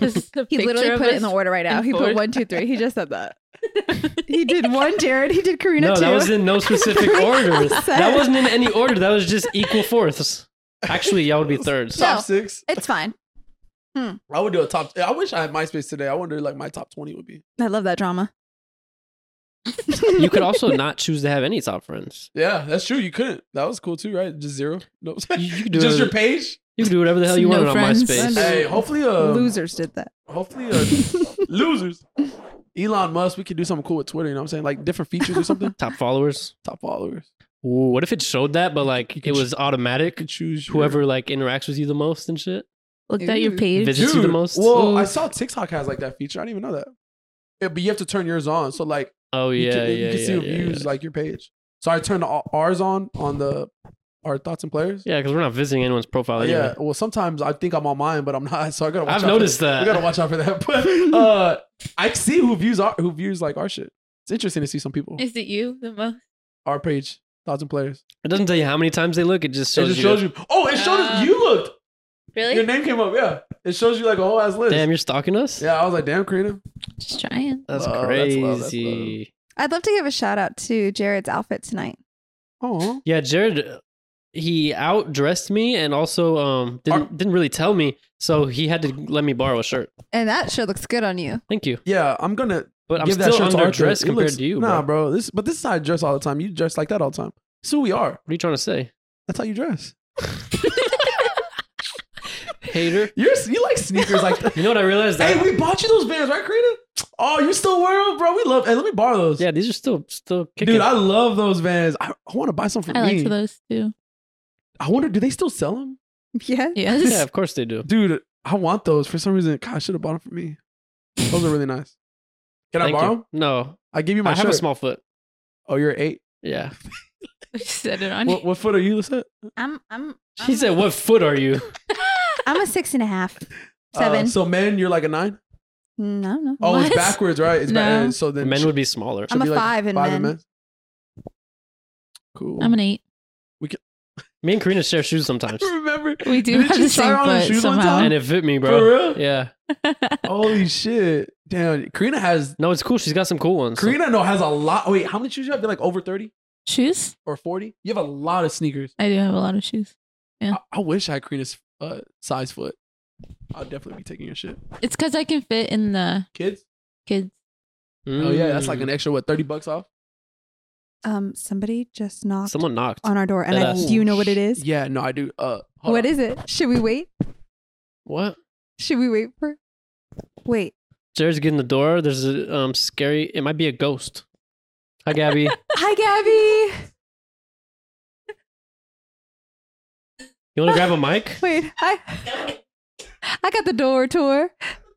[SPEAKER 4] This is a
[SPEAKER 2] He
[SPEAKER 4] picture
[SPEAKER 2] literally
[SPEAKER 4] of
[SPEAKER 2] put it
[SPEAKER 4] us.
[SPEAKER 2] in the order right now.
[SPEAKER 4] and
[SPEAKER 2] He put
[SPEAKER 4] forward.
[SPEAKER 2] one, two, three. He just said that. he did one, Jared. He did Karina
[SPEAKER 1] No,
[SPEAKER 2] too.
[SPEAKER 1] that was in no specific
[SPEAKER 2] Pretty
[SPEAKER 1] order.
[SPEAKER 2] upset.
[SPEAKER 1] That wasn't in any order. That was just equal fourths. Actually, y'all would be thirds.
[SPEAKER 2] No.
[SPEAKER 3] Top six.
[SPEAKER 2] it's fine.
[SPEAKER 3] I would do a top. I wish I had MySpace today. I wonder like my top twenty would be.
[SPEAKER 2] I love that drama.
[SPEAKER 1] You could also not choose to have any top friends.
[SPEAKER 3] Yeah, that's true. You couldn't. That was cool too, right? Just zero. No.
[SPEAKER 1] You, you could do
[SPEAKER 3] Just your
[SPEAKER 1] whatever,
[SPEAKER 3] page.
[SPEAKER 1] you could do whatever the hell
[SPEAKER 4] It's
[SPEAKER 1] you
[SPEAKER 4] no
[SPEAKER 1] wanted on
[SPEAKER 4] friends.
[SPEAKER 1] MySpace.
[SPEAKER 2] Friends.
[SPEAKER 3] Hey, hopefully, uh,
[SPEAKER 2] Losers did that.
[SPEAKER 3] hopefully, uh, losers. Elon Musk, we could do something cool with Twitter. You know what I'm saying? Like different features or something.
[SPEAKER 1] Top followers.
[SPEAKER 3] Top followers.
[SPEAKER 1] Ooh, what if it showed that, but like it
[SPEAKER 3] could
[SPEAKER 1] was
[SPEAKER 3] You could
[SPEAKER 1] automatic?
[SPEAKER 3] choose your-
[SPEAKER 1] Whoever like interacts with you the most and shit.
[SPEAKER 4] Looked at your
[SPEAKER 2] Ooh.
[SPEAKER 4] page.
[SPEAKER 1] Visit- visits you the most?
[SPEAKER 3] Well, I
[SPEAKER 1] Ooh.
[SPEAKER 3] saw TikTok has like that feature. I didn't even know that. Yeah, but you have to turn yours on. So like,
[SPEAKER 1] Oh
[SPEAKER 3] you
[SPEAKER 1] yeah,
[SPEAKER 3] can, you
[SPEAKER 1] yeah,
[SPEAKER 3] can
[SPEAKER 1] yeah,
[SPEAKER 3] see
[SPEAKER 1] yeah,
[SPEAKER 3] views
[SPEAKER 1] yeah.
[SPEAKER 3] like your page. So I turned all- ours on on the our thoughts and players.
[SPEAKER 1] Yeah, because we're not visiting anyone's profile.
[SPEAKER 3] Uh,
[SPEAKER 1] anyway.
[SPEAKER 3] yeah. Well, sometimes I think I'm on mine, but I'm not. So I gotta. Watch
[SPEAKER 1] I've
[SPEAKER 3] out
[SPEAKER 1] noticed
[SPEAKER 3] for,
[SPEAKER 1] that.
[SPEAKER 3] We gotta watch out for that. But uh, I see who views our who views like our shit. It's interesting to see some people
[SPEAKER 4] Is it you the most?
[SPEAKER 3] our page thoughts and players.
[SPEAKER 1] It doesn't tell you how many times they look. It just
[SPEAKER 3] It
[SPEAKER 1] shows,
[SPEAKER 3] just shows you. Oh, it showed us.
[SPEAKER 4] Uh,
[SPEAKER 3] You looked.
[SPEAKER 4] Really?
[SPEAKER 3] Your name came up. Yeah. It shows you like a whole ass list.
[SPEAKER 1] Damn, you're stalking us.
[SPEAKER 3] Yeah. I was like, damn, Karina.
[SPEAKER 4] Just trying.
[SPEAKER 1] that's
[SPEAKER 3] Oh, that's love, that's
[SPEAKER 1] crazy.
[SPEAKER 3] love.
[SPEAKER 2] I'd love to give a shout out to Jared's outfit tonight.
[SPEAKER 3] Oh.
[SPEAKER 1] Yeah, Jared, uh, he outdressed me and also um didn't
[SPEAKER 3] Are-
[SPEAKER 1] didn't really tell me, so he had to let me borrow a shirt.
[SPEAKER 2] And that shirt looks good on you.
[SPEAKER 1] Thank you,
[SPEAKER 3] Yeah. I'm gonna
[SPEAKER 1] but I'm
[SPEAKER 3] give
[SPEAKER 1] still
[SPEAKER 3] that shirt to Arthur.
[SPEAKER 1] underdressed
[SPEAKER 3] It
[SPEAKER 1] compared
[SPEAKER 3] looks-
[SPEAKER 1] to you.
[SPEAKER 3] Nah,
[SPEAKER 1] bro.
[SPEAKER 3] bro. This but this is how I dress all the time. You dress like that all the time. It's who we are.
[SPEAKER 1] What are you trying to say,
[SPEAKER 3] That's how you dress.
[SPEAKER 1] hater?
[SPEAKER 3] You're you like sneakers like that.
[SPEAKER 1] You know what I realized? That
[SPEAKER 3] Hey, we bought you those bands, right, Karina? Oh, you still wear them, bro? We love. Hey, let me borrow those.
[SPEAKER 1] yeah, these are still still kicking.
[SPEAKER 3] dude, I love those bands. I, I want to buy some for
[SPEAKER 4] I
[SPEAKER 3] me.
[SPEAKER 4] liked those too.
[SPEAKER 3] I wonder, do they still sell them?
[SPEAKER 2] Yeah.
[SPEAKER 4] Yes.
[SPEAKER 1] yeah, of course they do.
[SPEAKER 3] Dude, I want those for some reason. God, I should have bought them for me. Those are really nice. Can
[SPEAKER 1] Thank
[SPEAKER 3] I borrow?
[SPEAKER 1] you.
[SPEAKER 3] them?
[SPEAKER 1] No,
[SPEAKER 3] I give you my
[SPEAKER 1] I have
[SPEAKER 3] shirt.
[SPEAKER 1] a small foot.
[SPEAKER 3] oh, you're eight.
[SPEAKER 1] Yeah,
[SPEAKER 4] Set it on.
[SPEAKER 3] What, what foot are you? Let's hit?
[SPEAKER 2] I'm I'm
[SPEAKER 1] he said, "What foot are you?"
[SPEAKER 2] I'm a six and a half.
[SPEAKER 3] Uh,
[SPEAKER 2] Seven.
[SPEAKER 3] so men, you're like a nine.
[SPEAKER 2] Mm, I don't know.
[SPEAKER 3] Oh, it's
[SPEAKER 4] What?
[SPEAKER 3] backwards, right? It's
[SPEAKER 4] No.
[SPEAKER 3] back- So then
[SPEAKER 1] Men would be smaller.
[SPEAKER 3] should
[SPEAKER 2] I'm a
[SPEAKER 3] be like
[SPEAKER 2] five in men.
[SPEAKER 3] Cool.
[SPEAKER 4] I'm an eight.
[SPEAKER 1] Me and Karina share shoes sometimes,
[SPEAKER 3] Remember?
[SPEAKER 4] We do
[SPEAKER 3] Didn't
[SPEAKER 4] have
[SPEAKER 3] you
[SPEAKER 4] the
[SPEAKER 3] try
[SPEAKER 4] same
[SPEAKER 3] on
[SPEAKER 4] foot
[SPEAKER 3] shoes one
[SPEAKER 4] somehow.
[SPEAKER 3] time?
[SPEAKER 1] and it fit me,
[SPEAKER 3] For
[SPEAKER 1] bro.
[SPEAKER 3] real?
[SPEAKER 1] Yeah.
[SPEAKER 3] Holy shit! Damn, Karina has
[SPEAKER 1] No, it's cool. She's got some cool ones. So-
[SPEAKER 3] Karina. No, has a lot. Wait, how many shoes you have? They're like over thirty
[SPEAKER 4] shoes?
[SPEAKER 3] or forty. You have a lot of sneakers.
[SPEAKER 4] I do have a lot of shoes. Yeah.
[SPEAKER 3] I, I wish I had Karina's uh, size foot. I'll definitely be taking your shit.
[SPEAKER 4] It's because I can fit in the
[SPEAKER 3] Kids?
[SPEAKER 4] kids.
[SPEAKER 3] Oh yeah, that's like
[SPEAKER 1] Mm.
[SPEAKER 3] an extra what thirty bucks off.
[SPEAKER 2] Um somebody just knocked
[SPEAKER 1] Someone knocked.
[SPEAKER 2] on our door and I,
[SPEAKER 1] Deadass.
[SPEAKER 2] do you know what it is?
[SPEAKER 3] Yeah, no, I do. Uh,
[SPEAKER 2] What is it? Should we wait?
[SPEAKER 1] What?
[SPEAKER 2] Should we wait for Wait.
[SPEAKER 1] Jared's getting the door. There's a um scary. It might be a ghost. Hi, Gabby.
[SPEAKER 2] Hi Gabby.
[SPEAKER 1] you want to grab a mic?
[SPEAKER 2] Wait, hi. I got the door tour.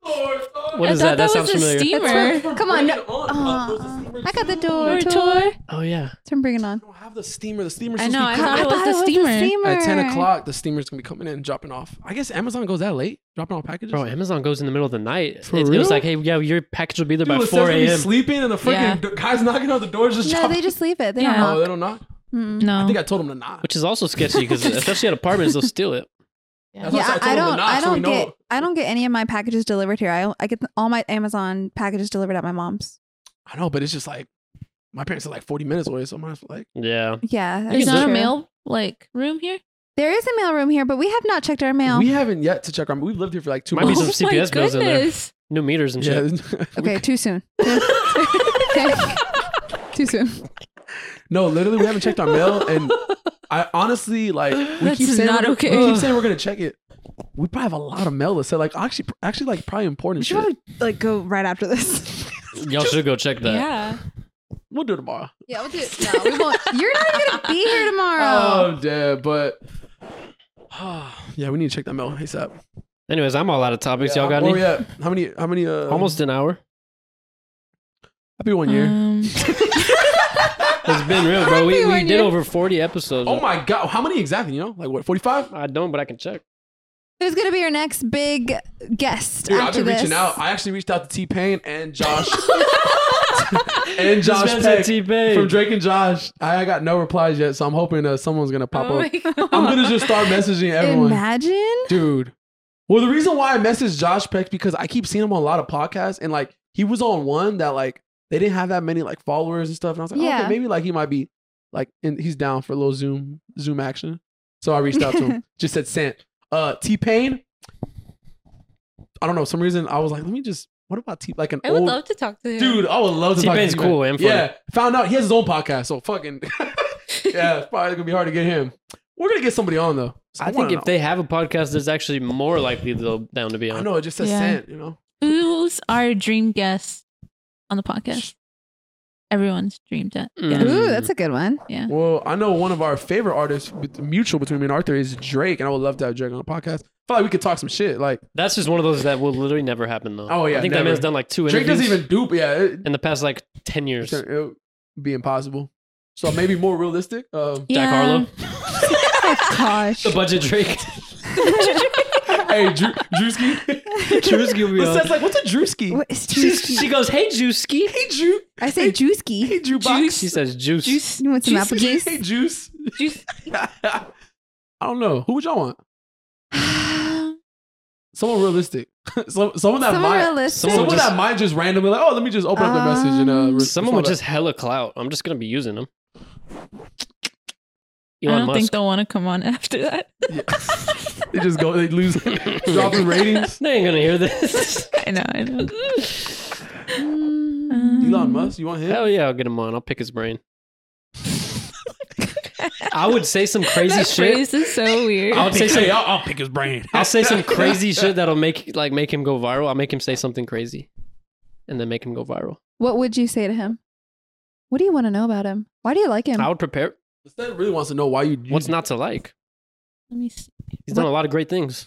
[SPEAKER 1] What
[SPEAKER 4] I
[SPEAKER 1] is that? That,
[SPEAKER 4] thought that
[SPEAKER 1] sounds
[SPEAKER 4] was
[SPEAKER 1] familiar.
[SPEAKER 4] a steamer.
[SPEAKER 2] That's what- Come on. no- Aw, I got the door tour.
[SPEAKER 1] oh yeah.
[SPEAKER 2] Turn bring it on.
[SPEAKER 3] I don't have the steamer. The steamer.
[SPEAKER 4] I know, I thought it was the steamer.
[SPEAKER 3] At ten o'clock, the steamer's gonna be coming in and dropping off. I guess Amazon goes that late, dropping off packages.
[SPEAKER 1] Bro, Amazon goes in the middle of the night.
[SPEAKER 3] For
[SPEAKER 1] it, it was
[SPEAKER 3] real?
[SPEAKER 1] like, hey, yeah, your package will be there
[SPEAKER 3] Dude,
[SPEAKER 1] by
[SPEAKER 3] it says
[SPEAKER 1] 4
[SPEAKER 3] when he's
[SPEAKER 1] a.m.
[SPEAKER 3] Sleeping and the freaking
[SPEAKER 4] Yeah.
[SPEAKER 3] d- guys knocking on the doors just.
[SPEAKER 2] No,
[SPEAKER 3] drop-
[SPEAKER 2] they just leave it. They
[SPEAKER 4] Yeah.
[SPEAKER 3] Oh,
[SPEAKER 2] don't
[SPEAKER 3] they
[SPEAKER 2] knock.
[SPEAKER 3] don't knock.
[SPEAKER 2] Mm.
[SPEAKER 4] No.
[SPEAKER 3] I think I told them to knock.
[SPEAKER 1] Which is also sketchy because especially at apartments, they'll steal it.
[SPEAKER 3] That's why
[SPEAKER 2] Yeah,
[SPEAKER 3] said told
[SPEAKER 2] I,
[SPEAKER 3] them to
[SPEAKER 2] don't.
[SPEAKER 3] knock
[SPEAKER 2] I
[SPEAKER 3] so we
[SPEAKER 2] don't
[SPEAKER 3] know.
[SPEAKER 2] get. I don't get any of my packages delivered here. I I get all my Amazon packages delivered at my mom's.
[SPEAKER 3] I know, but it's just like my parents are like forty minutes away, so I'm just like,
[SPEAKER 1] Yeah.
[SPEAKER 2] Yeah, that's
[SPEAKER 4] There's
[SPEAKER 1] can
[SPEAKER 4] not a
[SPEAKER 2] true.
[SPEAKER 4] mail like room here.
[SPEAKER 2] There is a mail room here, but we have not checked our mail.
[SPEAKER 3] we haven't yet to check our. We've lived here for like two
[SPEAKER 1] Might be
[SPEAKER 3] months.
[SPEAKER 1] some CPS bills in there.
[SPEAKER 4] Oh goodness.
[SPEAKER 1] New meters and shit.
[SPEAKER 3] Yeah.
[SPEAKER 2] okay, too soon. okay. Too soon.
[SPEAKER 3] no, literally, we haven't checked our mail, and I honestly like we
[SPEAKER 4] That's
[SPEAKER 3] keep saying
[SPEAKER 4] not
[SPEAKER 3] we're-
[SPEAKER 4] okay.
[SPEAKER 3] We keep saying we're gonna check it. We probably have a lot of mail that said like actually actually like probably important shit.
[SPEAKER 2] like go right after this.
[SPEAKER 1] Y'all should go check that.
[SPEAKER 4] Yeah.
[SPEAKER 3] we'll do it tomorrow.
[SPEAKER 2] yeah, we'll do it. No, we won't. You're not even gonna be here tomorrow.
[SPEAKER 3] Oh, I'm dead, but. yeah, we need to check that mail ASAP.
[SPEAKER 1] Anyways, I'm all out of topics.
[SPEAKER 3] Yeah,
[SPEAKER 1] Y'all got
[SPEAKER 3] where
[SPEAKER 1] any?
[SPEAKER 3] we at? How many? How many? Uh,
[SPEAKER 1] Almost Uh, an hour.
[SPEAKER 3] Happy one year.
[SPEAKER 4] Um,
[SPEAKER 1] It's been real, bro. We,
[SPEAKER 2] Happy
[SPEAKER 1] we
[SPEAKER 2] one
[SPEAKER 1] did
[SPEAKER 2] year.
[SPEAKER 1] over 40 episodes.
[SPEAKER 3] oh my god, how many exactly? You know, like what? Forty-five.
[SPEAKER 1] I don't, but I can check.
[SPEAKER 2] Who's gonna be your next big guest?
[SPEAKER 3] Dude, I've
[SPEAKER 2] after
[SPEAKER 3] been
[SPEAKER 2] this?
[SPEAKER 3] reaching out. I actually reached out to T Pain and Josh and Josh
[SPEAKER 1] This man said
[SPEAKER 3] Peck
[SPEAKER 1] T-Pain.
[SPEAKER 3] from Drake and Josh. I, I got no replies yet, so I'm hoping that someone's gonna pop
[SPEAKER 4] Oh
[SPEAKER 3] up.
[SPEAKER 4] my God.
[SPEAKER 3] I'm gonna just start messaging everyone,
[SPEAKER 2] Imagine.
[SPEAKER 3] dude. Well, the reason why I messaged Josh Peck because I keep seeing him on a lot of podcasts, and like he was on one that like they didn't have that many like followers and stuff, and I was like, oh,
[SPEAKER 2] Yeah.
[SPEAKER 3] okay, maybe like he might be like, and he's down for a little Zoom Zoom action. So I reached out to him, just said sent. Uh, T Pain. I don't know. Some reason I was like, let me just. What about T? Like an
[SPEAKER 4] I would
[SPEAKER 3] old
[SPEAKER 4] love to talk to him.
[SPEAKER 3] Dude, I would love to talk to
[SPEAKER 1] T-Pain's
[SPEAKER 3] T-Pain.
[SPEAKER 1] cool and funny.
[SPEAKER 3] Yeah, found out he has his own podcast, so fucking yeah, it's probably gonna be hard to get him. We're gonna get somebody on though. So
[SPEAKER 1] I think
[SPEAKER 3] wanna
[SPEAKER 1] if they have a podcast, there's actually more likely they'll down to be
[SPEAKER 3] know. I
[SPEAKER 1] on.
[SPEAKER 3] know it just says
[SPEAKER 4] Yeah.
[SPEAKER 3] sent, you know.
[SPEAKER 4] Who's our dream guest on the podcast? Everyone's dream guest.
[SPEAKER 1] Mm.
[SPEAKER 4] Yeah.
[SPEAKER 2] Ooh, that's a good one.
[SPEAKER 3] Well, I know one of our favorite artists, bet- mutual between me and Arthur, is Drake, and I would love to have Drake on the podcast. I feel like we could talk some shit. Like
[SPEAKER 1] That's just one of those that will literally never happen though.
[SPEAKER 3] Oh, yeah,
[SPEAKER 1] I think that
[SPEAKER 3] never.
[SPEAKER 1] man's done like two
[SPEAKER 3] Drake
[SPEAKER 1] interviews
[SPEAKER 3] doesn't even dupe. Yeah, it,
[SPEAKER 1] in the past like ten years.
[SPEAKER 3] it would be impossible. So maybe more realistic. Um,
[SPEAKER 1] Jack Harlow,
[SPEAKER 2] Oh, Gosh.
[SPEAKER 1] the budget Drake.
[SPEAKER 3] hey, Drew, Drewski.
[SPEAKER 1] Drewski will be
[SPEAKER 3] What's,
[SPEAKER 1] on.
[SPEAKER 3] that's like, what's a Drewski?
[SPEAKER 2] What is
[SPEAKER 1] She,
[SPEAKER 2] juice?
[SPEAKER 1] she goes, "Hey, Drewski."
[SPEAKER 3] Hey, Drew.
[SPEAKER 2] I say
[SPEAKER 3] Hey,
[SPEAKER 2] Juicy.
[SPEAKER 3] Drew. Box.
[SPEAKER 1] She says, "Juice."
[SPEAKER 4] Juice.
[SPEAKER 2] You want some apple juice?
[SPEAKER 3] Hey, Juice.
[SPEAKER 4] Juice.
[SPEAKER 3] I don't know. Who would y'all want? Someone realistic. Some, someone that
[SPEAKER 2] Someone
[SPEAKER 3] might.
[SPEAKER 2] realistic.
[SPEAKER 1] Someone
[SPEAKER 3] Someone
[SPEAKER 1] just-
[SPEAKER 3] that might just randomly like, oh, let me just open up the message and uh.
[SPEAKER 2] Um,
[SPEAKER 3] re-
[SPEAKER 1] Someone with
[SPEAKER 3] respond
[SPEAKER 1] just hella clout. I'm just gonna be using them.
[SPEAKER 4] I
[SPEAKER 1] Elon
[SPEAKER 4] don't think
[SPEAKER 1] Musk.
[SPEAKER 4] they'll want to come on after that.
[SPEAKER 3] back. They just go. They lose. dropping ratings.
[SPEAKER 1] They ain't gonna hear this.
[SPEAKER 4] I know. I know.
[SPEAKER 2] Mm.
[SPEAKER 3] Elon Musk. You want him?
[SPEAKER 1] Hell yeah, I'll get him on. I'll pick his brain. I would say some crazy
[SPEAKER 4] That
[SPEAKER 1] shit.
[SPEAKER 4] phrase is so weird.
[SPEAKER 1] I'll say some.
[SPEAKER 3] I'll, I'll pick his brain.
[SPEAKER 1] I'll say some crazy shit that'll make like make him go viral. I'll make him say something crazy, and then make him go viral.
[SPEAKER 2] What would you say to him? What do you want to know about him? Why do you like him?
[SPEAKER 1] I would prepare.
[SPEAKER 3] Stan really wants to know why you.
[SPEAKER 1] What's not to like?
[SPEAKER 4] Let me see.
[SPEAKER 1] He's done a lot of great things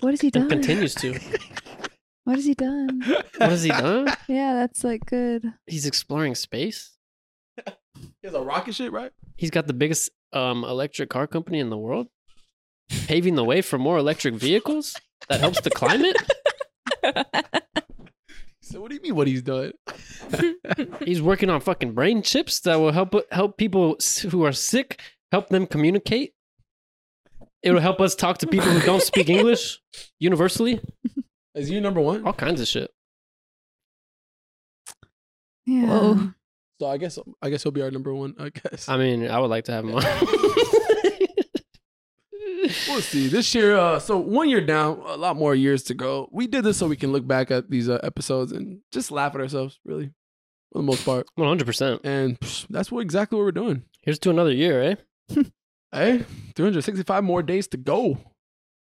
[SPEAKER 2] What has he
[SPEAKER 1] and
[SPEAKER 2] done?
[SPEAKER 1] continues to.
[SPEAKER 2] What has he done?
[SPEAKER 1] What has he done?
[SPEAKER 2] Yeah, that's like good.
[SPEAKER 1] He's exploring space.
[SPEAKER 3] He has a rocket ship, right?
[SPEAKER 1] He's got the biggest um, electric car company in the world, paving the way for more electric vehicles that helps the climate.
[SPEAKER 3] So what do you mean? What he's done?
[SPEAKER 1] He's working on fucking brain chips that will help help people s- who are sick help them communicate. It'll help us talk to people who don't speak English universally.
[SPEAKER 3] Is you number one?
[SPEAKER 1] All kinds of shit.
[SPEAKER 2] Yeah.
[SPEAKER 4] Whoa.
[SPEAKER 3] So I guess I guess he'll be our number one. I guess.
[SPEAKER 1] I mean, I would like to have him on.
[SPEAKER 3] We'll see this year. Uh, so one year down, a lot more years to go. We did this so we can look back at these uh, episodes and just laugh at ourselves, really, for the most part.
[SPEAKER 1] One hundred percent.
[SPEAKER 3] And psh, that's what exactly what we're doing.
[SPEAKER 1] Here's to another year, eh?
[SPEAKER 3] Hey, 365 more days to go.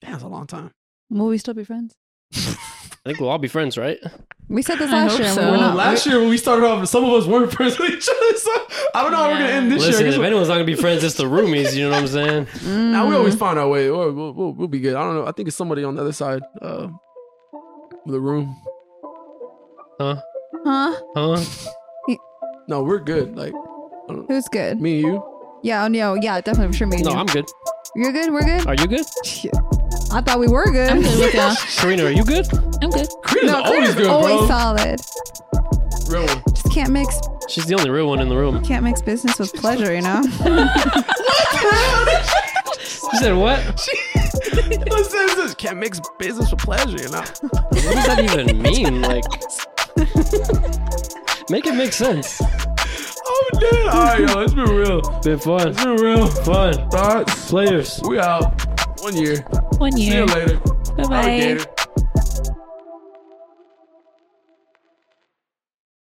[SPEAKER 3] Damn, that's a long time.
[SPEAKER 2] Will we still be friends?
[SPEAKER 1] I think we'll all be friends, right?
[SPEAKER 2] We said this
[SPEAKER 4] I
[SPEAKER 2] last
[SPEAKER 4] hope
[SPEAKER 2] year. and we
[SPEAKER 4] so.
[SPEAKER 2] were not.
[SPEAKER 3] Oh, Last year when we started off, some of us weren't friends with each other. So I don't know how we're gonna
[SPEAKER 4] Yeah.
[SPEAKER 3] end this
[SPEAKER 1] Listen,
[SPEAKER 3] year.
[SPEAKER 1] if anyone's not gonna be friends, it's the roomies. You know what I'm saying?
[SPEAKER 2] Mm.
[SPEAKER 3] Now we always find our way. We'll, we'll, we'll, we'll be good. I don't know. I think it's somebody on the other side uh, of the room.
[SPEAKER 1] Huh?
[SPEAKER 2] Mm. Huh?
[SPEAKER 1] Huh?
[SPEAKER 3] No, we're good. Like
[SPEAKER 2] Who's good?
[SPEAKER 3] me and you.
[SPEAKER 2] Yeah, oh no, yeah, definitely. I'm sure me and
[SPEAKER 1] No,
[SPEAKER 2] you.
[SPEAKER 1] I'm good.
[SPEAKER 2] You're good? We're good?
[SPEAKER 1] Are you good?
[SPEAKER 2] I thought we were good.
[SPEAKER 4] I'm good with y'all.
[SPEAKER 1] Serena, are you good?
[SPEAKER 4] I'm good.
[SPEAKER 3] Creed
[SPEAKER 2] no, Claire's always solid.
[SPEAKER 3] Real one.
[SPEAKER 2] Just can't mix
[SPEAKER 1] She's the only real one in the room.
[SPEAKER 2] can't mix business with pleasure, you know?
[SPEAKER 1] She said, "What? What
[SPEAKER 3] What says this? Can't mix business with pleasure, you know?
[SPEAKER 1] does that even mean? Like, make it make sense.
[SPEAKER 3] Oh, dude. All right, yo. It's been real.
[SPEAKER 1] Been fun,
[SPEAKER 3] It's been real.
[SPEAKER 1] fun.
[SPEAKER 3] Thoughts.
[SPEAKER 1] Players."
[SPEAKER 3] We out. One year.
[SPEAKER 4] One
[SPEAKER 3] See you
[SPEAKER 4] year.
[SPEAKER 3] later.
[SPEAKER 4] Bye bye.
[SPEAKER 3] Alligator.